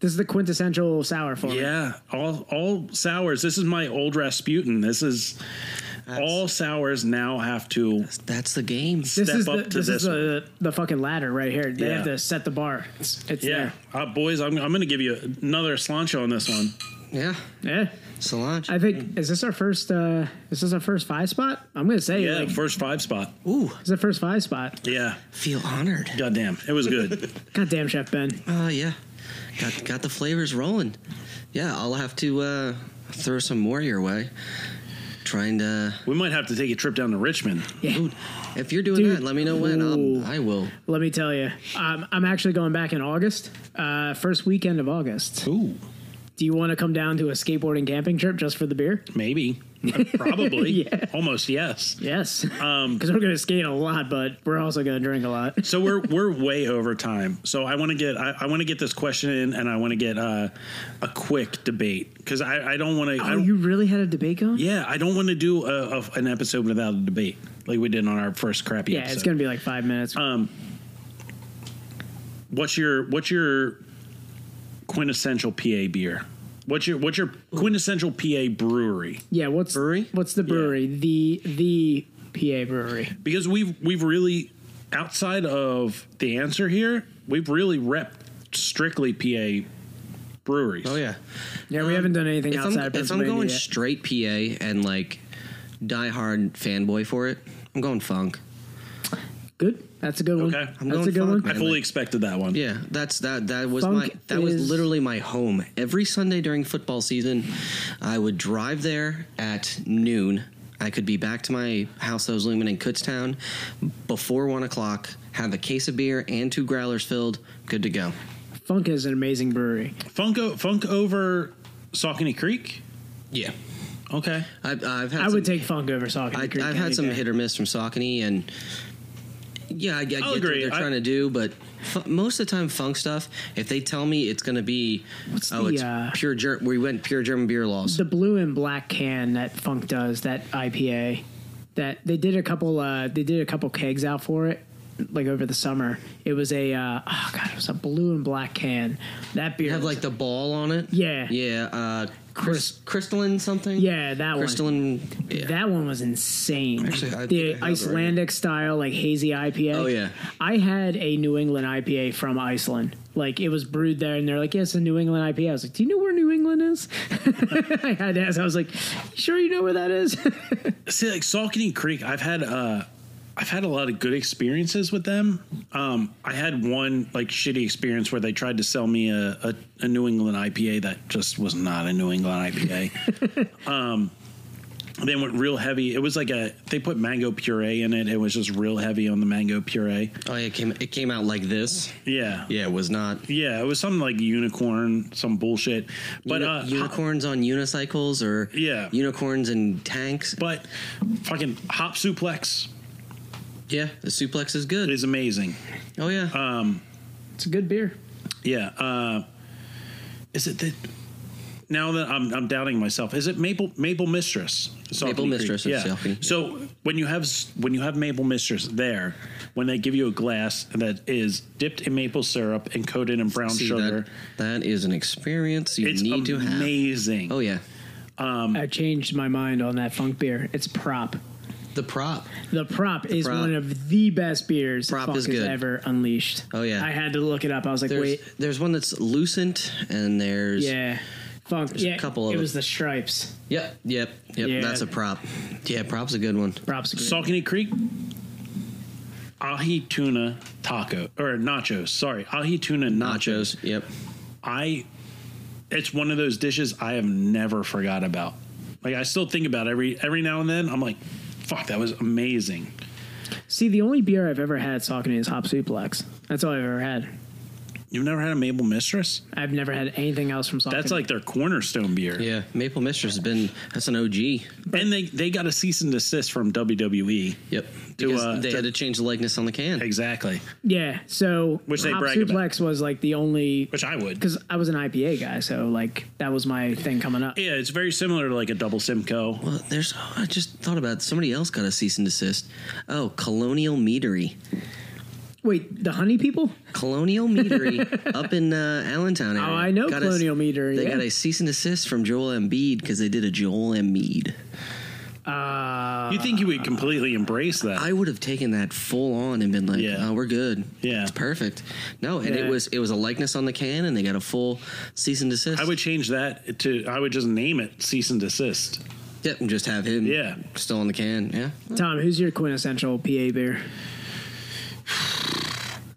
this is the quintessential sour for me. Yeah, all all sours. This is my old Rasputin. This is all sours now have to. That's, the game. Step This is up the, to this, this. is one. the, the fucking ladder right here. They Yeah. have to set the bar. It's, it's yeah, uh, boys, I'm I'm going to give you another slancho on this one. Yeah, there. Yeah. Solange. I think is this our first uh is this our first five spot? I'm gonna say Yeah, like first five spot. Ooh. it's the first five spot. Yeah. Feel honored. Goddamn, it was good. Goddamn Chef Ben. Uh, yeah. Got got the flavors rolling. Yeah, I'll have to uh, throw some more your way. Trying to. we might have to take a trip down to Richmond. Dude, if you're doing Dude. that, let me know when. Ooh. I'll, I will. Let me tell you, um, I'm actually going back in August, uh, first weekend of August. Ooh. Do you want to come down to a skateboarding camping trip just for the beer? Maybe, probably, almost yes. Yes, because Um, we're going to skate a lot, but we're also going to drink a lot. So we're we're way over time. So I want to get I, I want to get this question in, and I want to get uh, a quick debate because I, I don't want to. Oh, you really had a debate going? Yeah, I don't want to do a, a, an episode without a debate like we did on our first crappy. Yeah, episode. it's going to be like five minutes. Um, what's your what's your quintessential PA beer? What's your what's your quintessential PA brewery? yeah, what's brewery? What's the brewery? The the PA brewery. Because we've we've really outside of the answer here, we've really repped strictly PA breweries. Oh, yeah. Yeah, we haven't done anything If I'm, outside of if I'm Pennsylvania. going yet. straight PA and like die hard fanboy for it, I'm going funk. good. That's a good one. Okay. I'm That's going a good funk, one. man. I fully expected that one. Yeah, that's that. That was Funk my. That was is- literally my home. Every Sunday during football season, I would drive there at noon. I could be back to my house I was living in Kutztown before one o'clock. Have a case of beer and two growlers filled. Good to go. Funk is an amazing brewery. Funk o- Funk over Saucony Creek. Yeah, Okay. I, I've had. I some- would take Funk over Saucony I, Creek. I've any had some day. hit or miss from Saucony, and yeah, I, I get what agree. they're I- trying to do, but fu- most of the time, funk stuff. If they tell me it's going to be, oh, the, it's uh, pure Ger- we went pure German beer laws. the blue and black can that Funk does that IPA that they did a couple uh, they did a couple kegs out for it like over the summer. It was a uh, oh god, it was a blue and black can. That beer have was- like the ball on it. Yeah. yeah, uh, Chris, crystalline something. yeah that one crystalline. Yeah. that one was insane. Actually, I think I the have it right Icelandic style like hazy IPA. Oh yeah, I had a New England IPA from Iceland. Like it was brewed there, and they're like, "Yes, a New England IPA." I was like, "Do you know where New England is?" I had to ask. I was like, "You sure you know where that is?" See, like Saucony Creek, I've had uh, I've had a lot of good experiences with them. Um, I had one like shitty experience where they tried to sell me a, a, a New England IPA that just was not a New England IPA. um, they went real heavy. It was like a they put mango puree in it. It was just real heavy on the mango puree. oh yeah. It came it came out like this. Yeah, Yeah, it was not. yeah. It was some like unicorn, some bullshit. But Uni- uh, unicorns on unicycles or Yeah. unicorns in tanks. but fucking hop suplex Yeah, the suplex is good. is amazing. Oh yeah, it's a good beer. Yeah. Uh, is it that? Now that I'm, I'm doubting myself, is it Maple Maple Mistress? Saucony Maple Mistress of Yeah. Saucony. So when you have s- when you have Maple Mistress there, when they give you a glass that is dipped in maple syrup and coated in brown See, sugar, That, that is an experience you it's need to have. amazing. Oh yeah, I changed my mind on that funk beer. It's prop. the prop. The prop is Prop. one of the best beers Prop Funk is has good. ever unleashed. Oh, yeah. I had to look it up. I was like, There's "Wait, there's one that's lucent and there's yeah, funk." a Yeah, couple of it it. was the stripes. Yep, yep, yep. Yeah. That's a prop. Yeah, prop's a good one. Props. are good. Saucony Creek, ahi tuna taco or nachos. Sorry, ahi tuna nachos. Nachos. Yep. I it's one of those dishes I have never forgot about. Like I still think about it every every now and then. I'm like, fuck, that was amazing. See, the only beer I've ever had at Saucony is Hop Suplex. That's all I've ever had. You've never had a Maple Mistress? I've never had anything else from Saucony. That's like their cornerstone beer. Yeah, Maple Mistress has been that's an OG. And they they got a cease and desist from E. WWE. Yep, To, because uh, they to- had to change the likeness on the can. Exactly. Yeah, so Which they Hop brag about. Suplex was like the only which I would because I was an IPA guy, so like that was my thing coming up. Yeah, it's very similar to like a double Simcoe. Well, there's. I just thought about it. somebody else got a cease and desist. Oh, Colonial Meadery. Wait, the Honey People? Colonial Meadery up in uh, Allentown. Area. Oh, I know Got a- Colonial Meadery. They yeah. got a cease and desist from Joel Embiid because they did a Joel Embiid. Uh, you think you would completely embrace that? I would have taken that full on and been like, "Oh, we're good. Yeah, it's perfect." No, and Yeah. it was it was a likeness on the can, and they got a full cease and desist. I would change that to I would just name it cease and desist. Yep, and just have him. Yeah, still on the can. Yeah. Tom, who's your quintessential PA beer?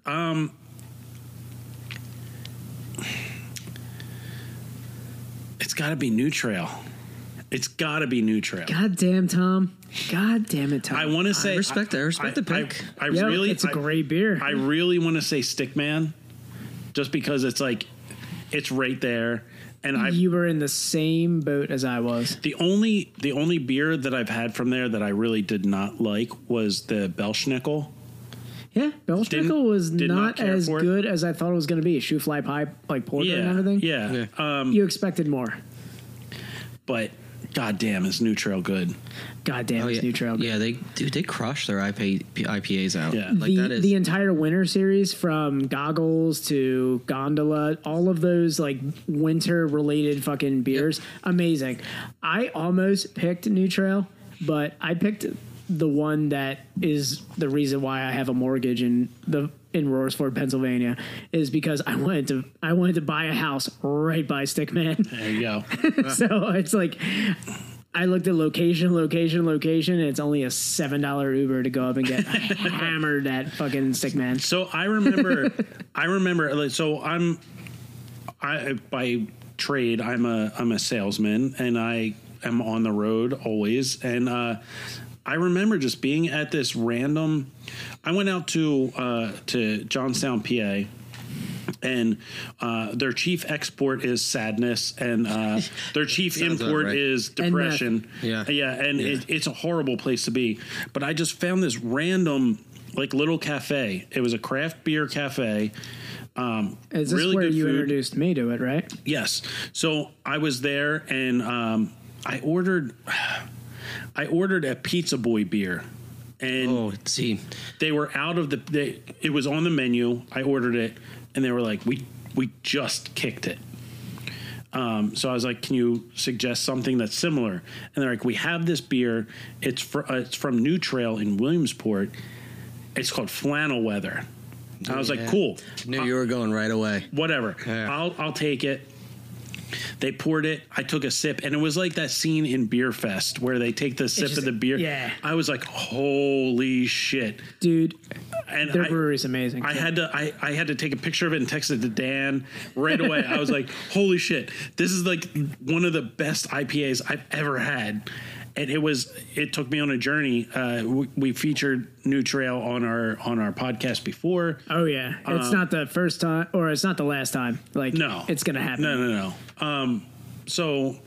Um, it's got to be New Trail. It's got to be New Trail. God damn, Tom. God damn it, Tom. I want to say I respect the pick. I, Yeah, really, it's a I- great beer. I really want to say Stickman, just because it's like it's right there. And I you were in the same boat as I was. the only the only beer that I've had from there that I really did not like was the Belschnickel. Yeah, Belschnickel Didn't- was did not, not care as for it. good as I thought it was going to be. Shoe fly pie, like porter and Yeah, everything. yeah. Um, you expected more. But goddamn, is New Trail good? Goddamn, Oh, yeah. it's new trail. Yeah, they dude, they crush their IP, IPAs out. Yeah. like the, that is the entire winter series from goggles to gondola all of those like winter related fucking beers amazing i almost picked new trail but i picked the one that is the reason why i have a mortgage in the in Roarsford, Pennsylvania, is because I wanted to I wanted to buy a house right by Stickman. There you go. so it's like I looked at location, location, location, and it's only a seven dollar Uber to go up and get hammered at fucking sick man. So I remember, I remember. like, So I'm, I by trade I'm a I'm a salesman, and I am on the road always. And uh, I remember just being at this random. I went out to uh, to Johnstown, PA. And uh, their chief export is sadness, and uh, their chief Sounds about import right. is And meth. depression. Yeah. yeah, Uh, and It, it's a horrible place to be. But I just found this random, like, little cafe. It was a craft beer cafe. Um, Is this really where good you food. introduced me to it, right? Yes. So I was there, and um, I ordered, I ordered a Pizza Boy beer. And oh, see, they were out of the. They, it was on the menu. I ordered it, and they were like, "We we just kicked it." Um, so I was like, "Can you suggest something that's similar?" And they're like, "We have this beer. It's fr- uh, it's from New Trail in Williamsport. It's called Flannel Weather." I was like, Yeah. "Cool." Knew you were going right away. Whatever. Yeah. I'll I'll take it. They poured it. I took a sip, and it was like that scene in Beer Fest where they take the sip just- of the beer. yeah. I was like, "Holy shit!" Dude, And their I- brewery's amazing. I had to I, I had to take a picture of it and text it to Dan right away. I was like, "Holy shit! This is like one of the best IPAs I've ever had." And it was it took me on a journey. Uh, we, we featured New Trail on our on our podcast before. Oh yeah, it's Um, not the first time, or it's not the last time. Like No, it's gonna happen. No, no, no. Um, so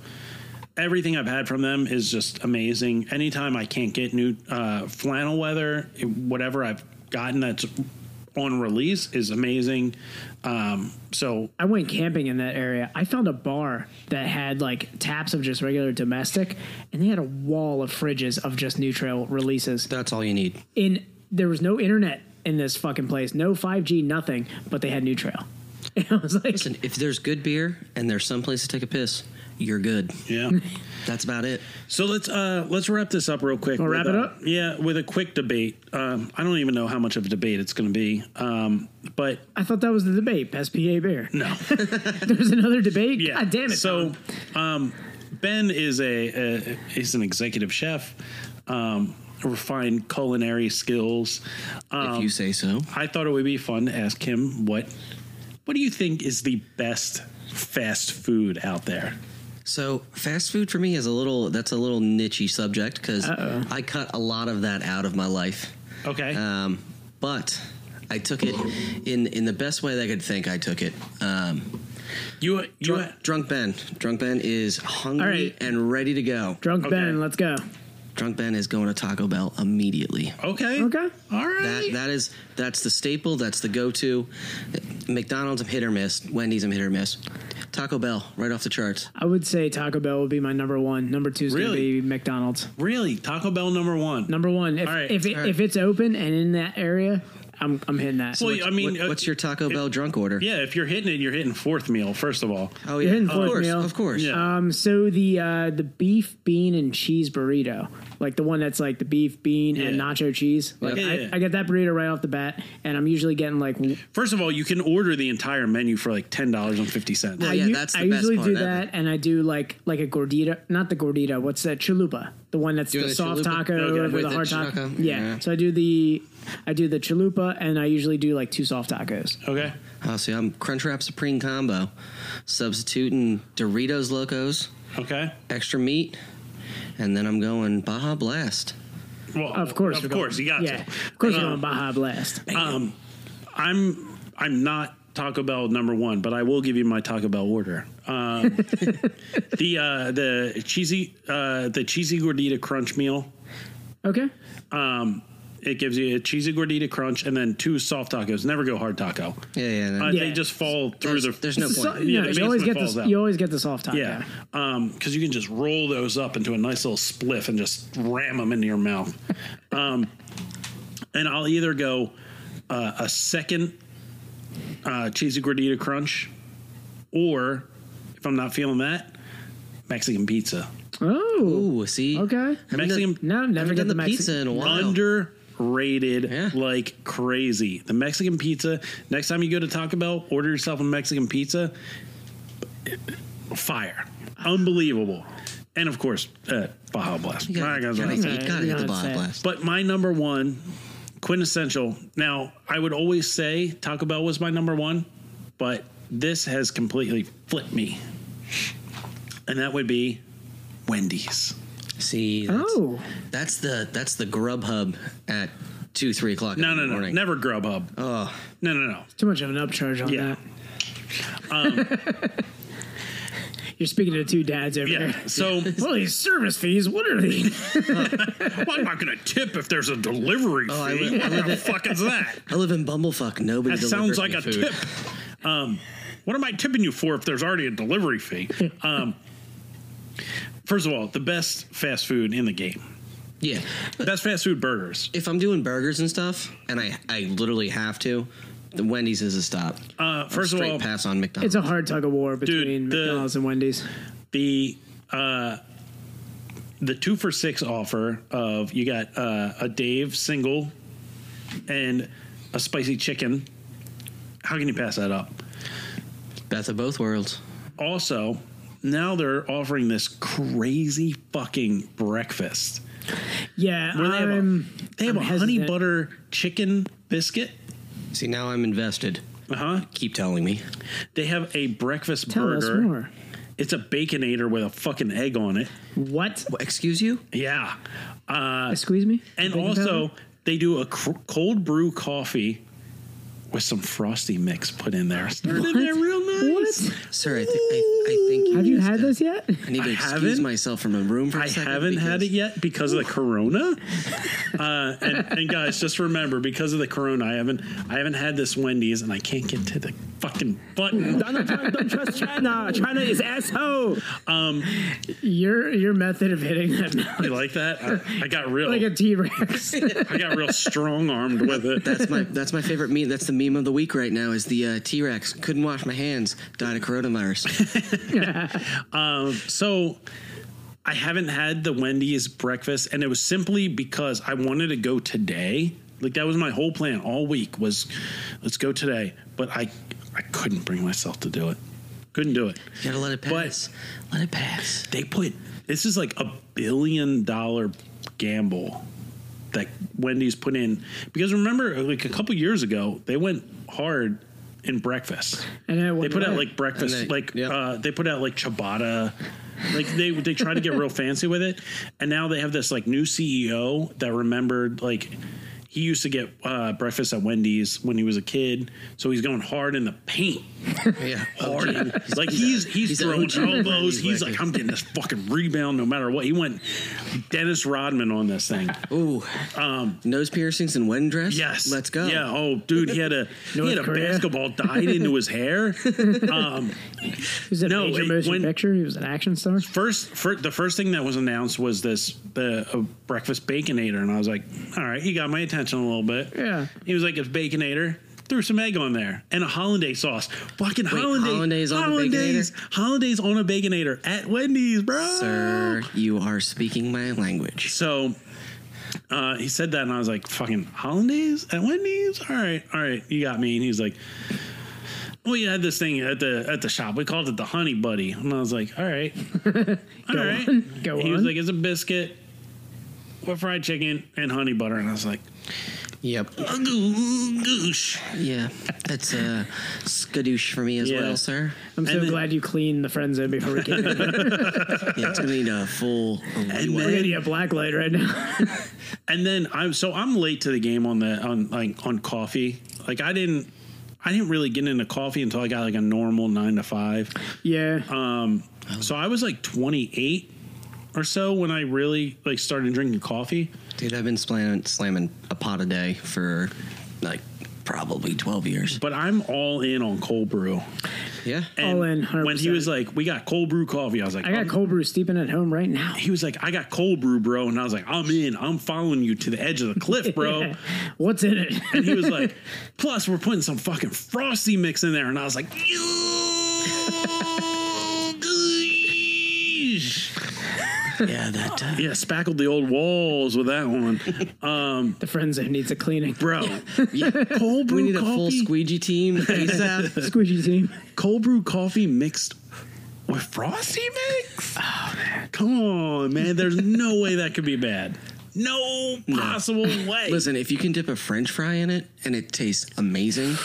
everything I've had from them is just amazing. Anytime I can't get new uh, flannel weather, whatever I've gotten that's on release is amazing. Um, so I went camping in that area. I found a bar that had like taps of just regular domestic, and they had a wall of fridges of just New Trail releases. That's all you need. In there was no internet in this fucking place, no five G, nothing, but they had New Trail. I was like, listen, if there's good beer and there's someplace to take a piss, you're good. Yeah, that's about it. So let's uh, let's wrap this up real quick. We'll with, wrap it uh, up? yeah, with a quick debate. Um, I don't even know how much of a debate it's going to be, um, but I thought that was the debate, best PA beer. No, there's another debate. God damn it! So, um, Ben is a, a is an executive chef, um, refined culinary skills. Um, you say so. I thought it would be fun to ask him what what do you think is the best fast food out there? So fast food for me is a little that's a little nichey subject because Uh-oh. Uh, I cut a lot of that out of my life. Okay. Um, but I took it in in the best way that I could think. I took it. Um, you you drunk, drunk Ben. Drunk Ben is hungry right. and ready to go. Drunk Ben, let's go. Drunk Ben is going to Taco Bell immediately. Okay. Okay. All right. That that is that's the staple. That's the go-to. McDonald's I'm hit or miss. Wendy's I'm hit or miss. Taco Bell right off the charts. I would say Taco Bell would be my number one. Number two is going Really? to be McDonald's. Really, Taco Bell number one. Number one. If All right. if, it, All right. if it's open and in that area, I'm I'm hitting that. Well, I mean, uh, What's your Taco Bell drunk order? yeah, if you're hitting it, you're hitting fourth meal first of all. Oh You're yeah, hitting of fourth course, meal. of course. Um, so the uh, the beef, bean, and cheese burrito, like the one that's like the beef, bean, and Yeah. nacho cheese. Like Yeah, I, yeah, yeah. I get that burrito right off the bat, and I'm usually getting like w- First of all, you can order the entire menu for like ten dollars and fifty Oh, cents. I, u- I usually do that, and I do like like a gordita, not the gordita. What's that? Chalupa, the one that's Doing the the soft chalupa? taco Okay. over With the the hard taco. chalupa? Yeah. Yeah. So I do the I do the chalupa, and I usually do like two soft tacos. Okay. Oh, see, I'm Crunchwrap Supreme combo, substituting Doritos Locos, Okay. extra meat, and then I'm going Baja Blast. Well, Of course, Oh, of we're course, going- you got yeah. to. Of course, you're on Baja Blast. Um, I'm I'm not Taco Bell number one, but I will give you my Taco Bell order. Um, the uh, the cheesy uh, the cheesy gordita crunch meal. Okay. Um, it gives you a cheesy gordita crunch and then two soft tacos. Never go hard taco. Yeah, yeah. Uh, no. Yeah. They just fall through There's- the. there's no So- point. Yeah, yeah, the you always basement get falls this. out. You always get the soft taco. Yeah, because you can just roll those up into a nice little spliff and just ram them into your mouth. um, and I'll either go uh, a second uh, cheesy gordita crunch, or if I'm not feeling that, Mexican pizza. Oh. Ooh, see, Okay. Haven't Mexican- done- No, never haven't get done the, Mexi- pizza in a while. Underrated Yeah. like crazy. The Mexican pizza. Next time you go to Taco Bell, order yourself a Mexican pizza. Fire, unbelievable, and of course, uh, Baja Blast. you gotta, My guys you are gotta, awesome. you gotta hit the Yeah, Baja it's- Blast. But my number one, quintessential. Now, I would always say Taco Bell was my number one, but this has completely flipped me, and that would be Wendy's. See, that's, Oh. that's the that's the Grubhub at two three o'clock. No, in no, the no, morning. never Grubhub. Oh, No, no, no. Too much of an upcharge on Yeah. Um, that. You're speaking to two dads over Yeah. there. So Well, these service fees, what are these? Well, I'm not going to tip if there's a delivery Oh, I fee. li- I what the fuck is that? I live in Bumblefuck. Nobody. That sounds delivers like me a food. tip. Um, what am I tipping you for if there's already a delivery fee? Um, first of all, the best fast food in the game. Yeah. Best fast food burgers. If I'm doing burgers and stuff, and I I literally have to, the Wendy's is a stop. Uh, first of Straight all, pass on McDonald's. it's a hard tug of war between the- McDonald's and Wendy's. the uh, the two for six offer of you got uh, a Dave single and a spicy chicken. How can you pass that up? Best of both worlds. also now they're offering this crazy fucking breakfast Yeah, where they have, I'm, a, they have I'm a honey hesitant. butter chicken biscuit See, now I'm invested. uh-huh Keep telling me. they have a breakfast Tell burger us more. it's a baconator with a fucking egg on it What? What, excuse you? yeah uh, Excuse me. and Bacon also powder? they do a cr- cold brew coffee with some frosty mix put in there Stirred in there real nice what? Sir, I, thi- I, I think. Have you used had a- this yet? I need to I excuse haven't. myself from a room for a I second haven't had it because yet because of the corona. uh, and, and guys, just remember, because of the corona, I haven't I haven't had this Wendy's, and I can't get to the fucking button. Donald Trump, don't trust China. China is asshole. Um, Your your method of hitting that you mountain, like that? I, I got real. like a T Rex. I got real strong armed with it. That's my that's my favorite meme. That's the meme of the week right now. Is the uh, T Rex couldn't wash my hands, died of coronavirus. So I haven't had the Wendy's breakfast, and it was simply because I wanted to go today. Like that was my whole plan all week was let's go today, but I I couldn't bring myself to do it. Couldn't do it. You gotta let it pass. let it pass. they put this is like a billion dollar gamble that Wendy's put in because remember like a couple years ago they went hard in breakfast. And then it They went put out away. like breakfast And they- like yeah. uh, they put out like ciabatta like they they tried to get real fancy with it and now they have this like new CEO that E remembered like He used to get uh, breakfast at Wendy's when he was a kid, so he's going hard in the paint. yeah, Oh, hard in, like he's he's, He's an throwing OG elbows. Wendy's He's worker. like, I'm getting this fucking rebound no matter what. He went Dennis Rodman on this thing. Ooh, um, nose piercings and wedding dress. Yes, let's go. Yeah. Oh, dude, he had a he had a North Korea. basketball dyed into his hair. Um, He's a No, major it- motion when- picture. He was an action star. first, fir- the first thing that was announced was this the uh, breakfast baconator, and I was like, all right, he got my attention a little bit. Yeah. He was like, it's baconator. Threw some egg on there and a hollandaise sauce. Fucking Wait, hollandaise, hollandaise on a hollandaise, hollandaise on a baconator at Wendy's, bro. Sir, you are speaking my language. So uh, he said that, and I was like, "Fucking hollandaise at Wendy's." All right, all right, you got me. And he's like, "We had this thing at the at the shop. We called it the Honey Buddy." And I was like, "All right, all Go right." on, go he was on. like, "It's a biscuit with fried chicken and honey butter," and I was like, Yep. "Goosh." Yeah, that's a skadoosh for me as Yeah. well, sir. I'm so And then- glad you cleaned the friend zone before we came in. Yeah, it's gonna need a full. And We're gonna then, get black light right now. and then I'm so I'm late to the game on the on like on coffee. Like I didn't I didn't really get into coffee until I got like a normal nine to five. yeah, Um, so I was like 28 or so when I really like started drinking coffee. Dude, I've been slamming, slamming a pot a day for like probably 12 years. But I'm all in on cold brew. Yeah. And All in, When he 100%. was like, "We got cold brew coffee," I was like, I got "I'm-" cold brew steeping at home right now. He was like, "I got cold brew, bro," and I was like, "I'm in. I'm following you to the edge of the cliff, bro." Yeah. What's in it? And he was like, "Plus, we're putting some fucking frosty mix in there," and I was like, "Yeesh." Yeah, that. Uh, Yeah, spackled the old walls with that one, the friend zone needs a cleaning. bro. yeah. Cold brew we need a full coffee? squeegee team ASAP. Squishy team. cold brew coffee mixed with frosty mix? Come on, man. There's no way that could be bad. No possible way. Listen, if you can dip a French fry in it and it tastes amazing,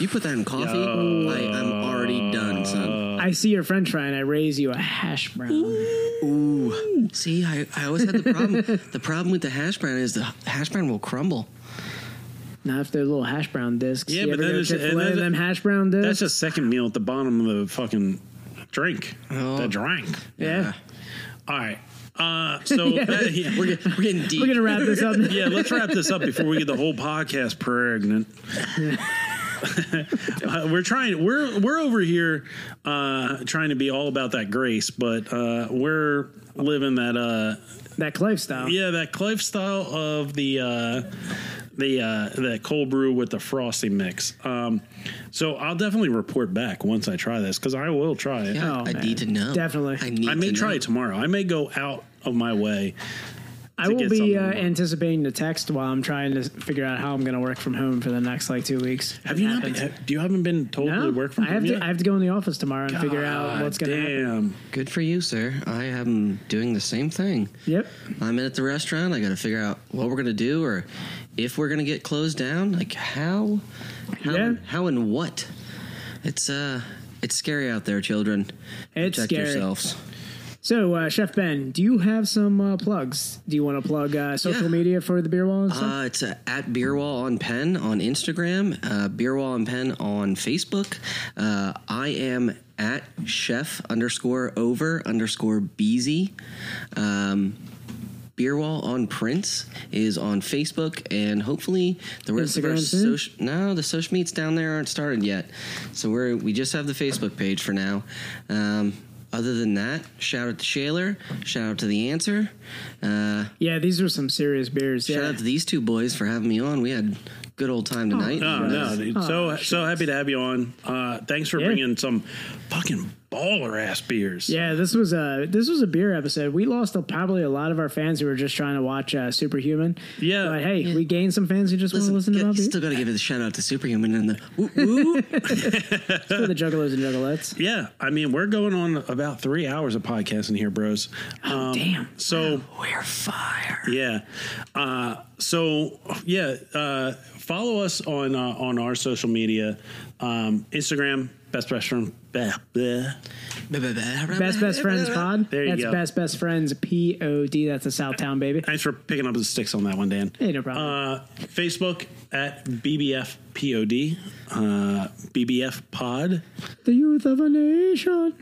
you put that in coffee, I, I'm already done, son. I see your French fry and I raise you a hash brown. Ooh. See, I, I always had the problem. the problem with the hash brown is the hash brown will crumble. Not if they're little hash brown discs. Yeah, you but ever then go there's- and Chick-fil-A then- them hash brown discs. That's a second meal at the bottom of the fucking drink. Oh. The drink. yeah. All right. Uh, so, that- yeah. We're, get- we're getting deep. We're gonna wrap this up. yeah, let's wrap this up before we get the whole podcast pregnant. Uh, we're trying. We're we're over here uh, trying to be all about that grace, but uh, we're living that uh, That lifestyle. Yeah, that lifestyle of the uh, the uh, the cold brew with the frosty mix. Um, so I'll definitely report back once I try this because I will try it. Yeah, Oh, I man. need to know. Definitely. I need I may to try know. it tomorrow. I may go out of my way. I to will get be something uh, more. anticipating the text while I'm trying to figure out how I'm going to work from home for the next like two weeks. Have It you not? Been, happens. have- do you haven't been told No, to work from I have home yet? to. I have to go in the office tomorrow and figure out God what's going to happen. Damn. Good for you, sir. I am doing the same thing. Yep. I'm in at the restaurant. I got to figure out what we're gonna do, or if we're gonna get closed down. Like how, how, Yeah. how, and what? It's uh, it's scary out there, children. It's Protect scary. yourselves. So, uh, Chef Ben, do you have some uh, plugs? Do you want to plug uh, social Yeah. media for the beer wall and stuff? Uh, it's uh, at Beerwall on Penn on Instagram, uh, Beerwall on Penn on Facebook. Uh, I am at chef underscore over underscore beezy. Um, Beerwall on Prince is on Facebook, and hopefully the rest of our Instagram soon? social no the social meets down there aren't started yet, so we're we just have the Facebook page for now. Um, other than that, shout out to Shaler, shout out to the answer. Uh, yeah, these are some serious beers. Shout yeah. Oh, out to these two boys for having me on. We had good old time tonight. uh, No, no, dude. so so happy to have you on. Uh, thanks for Yeah. bringing some fucking baller ass beers. Yeah, this was a this was a beer episode. We lost a, probably a lot of our fans who were just trying to watch uh, Superhuman. Yeah. but hey, we gained some fans who just want to listen Listen, to yeah, our beer. still got to give it a shout out to Superhuman and the woo woo. for the Juggalos and Juggalettes. Yeah, I mean, we're going on about three hours of podcasting here, bros. Um, damn. So Oh, We're fire. yeah, uh, so yeah, uh, follow us on uh, on our social media, um, Instagram Best restaurant. Blah, blah. Best Best Friends Pod. There you That's go. Best Best Friends P O D. That's a Southtown baby. Thanks for picking up the sticks on that one, Dan. Hey, no problem. Uh, Facebook at BBFPOD, uh, BBF Pod, the youth of a nation.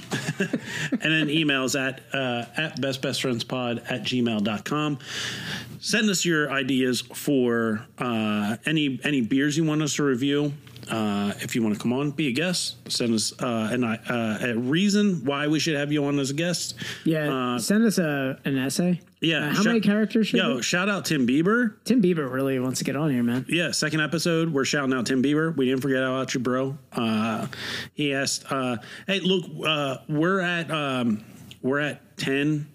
and then emails at uh, at bestbestfriendspod at gmail.com. Send us your ideas for uh, any any beers you want us to review. Uh, if you want to come on, be a guest. Send us uh, an, uh, a reason why we should have you on as a guest. Yeah, send us a an essay. uh, Yeah. Uh, how shou- many characters should Yo, we- shout out Tim Bieber. Tim Bieber really wants to get on here, man. Yeah, second episode. We're shouting out Tim Bieber. We didn't forget about you, bro. Uh, he asked, uh, "Hey, look, uh, we're at um, we're at ten,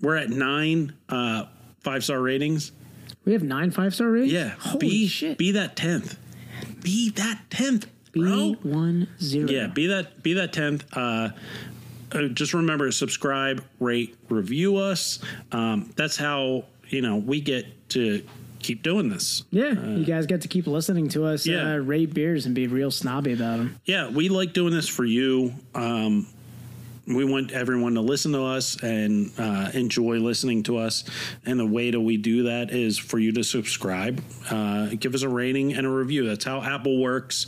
we're at nine uh, five star ratings. We have nine five star ratings. Yeah, Holy be shit. be that tenth, be that tenth, bro. one zero. Yeah, be that be that tenth. Uh, uh, just remember, subscribe, rate, review us. Um, that's how you know we get to keep doing this. Yeah, you guys get to keep listening to us Yeah. uh, rate beers and be real snobby about them. yeah, we like doing this for you. Um, we want everyone to listen to us and uh, enjoy listening to us. And the way that we do that is for you to subscribe, uh, give us a rating and a review. That's how Apple works.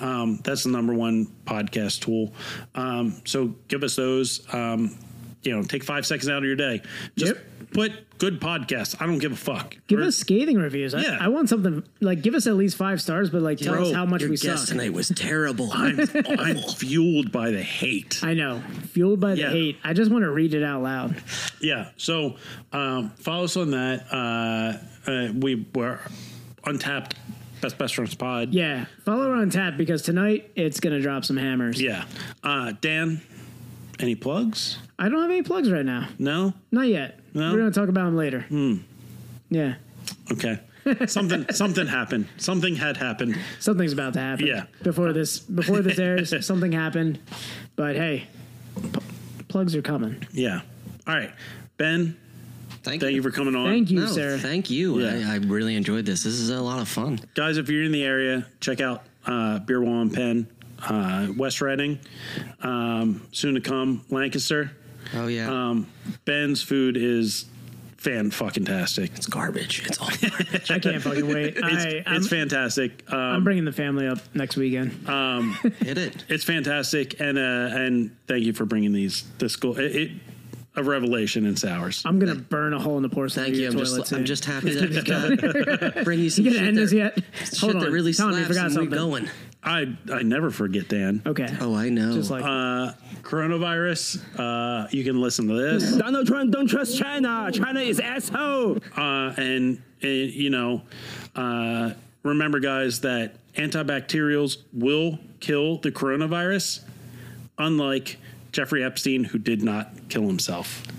Um, that's the number one podcast tool. Um, so give us those. Um, you know, take five seconds out of your day. Just put good podcasts. I don't give a fuck. Give us scathing reviews. I, Yeah. I want something like give us at least five stars, but like tell Bro, us how much your we guest suck. tonight was terrible. I'm, I'm fueled by the hate. I know, fueled by the Yeah. hate. I just want to read it out loud. Yeah. So um, follow us on that. Uh, uh, we were untapped best best friends pod. Yeah, follow her on tap because tonight it's gonna drop some hammers. Yeah. Uh, Dan, any plugs? I don't have any plugs right now. No. Not yet. No? Hmm. We're gonna talk about them later. Yeah, Okay. something something happened. Something had happened. something's about to happen. Yeah. Before this, before this airs, something happened. But hey, p- plugs are coming. Yeah. All right, Ben. Thank, you for coming on. Thank you, sir. Thank you. Yeah. I, I really enjoyed this. This is a lot of fun. guys, if you're in the area, check out uh, Beer Wall and Penn, uh, West Reading, um, soon to come Lancaster. Oh yeah. Um, Ben's food is fan fucking tastic. It's garbage. It's all I can't fucking wait. It's, I, I'm, it's fantastic. Um, I'm bringing the family up next weekend. um, Hit it. It's fantastic, and uh, and thank you for bringing these. This school, it, it a revelation in sours. I'm gonna burn a hole in the porcelain. Thank of you. your I'm toilet just soon. I'm just happy that I got bring you some You shit gonna end that, this yet? shit Hold on, that really Tommy, I slaps forgot and something. we going. I I never forget Dan. Okay. Oh, I know. Just like- uh, coronavirus. Uh, you can listen to this. Donald Trump don't trust China. China is asshole. uh, and, and you know, uh, remember, guys, that antibacterials will kill the coronavirus, unlike Jeffrey Epstein, who did not kill himself.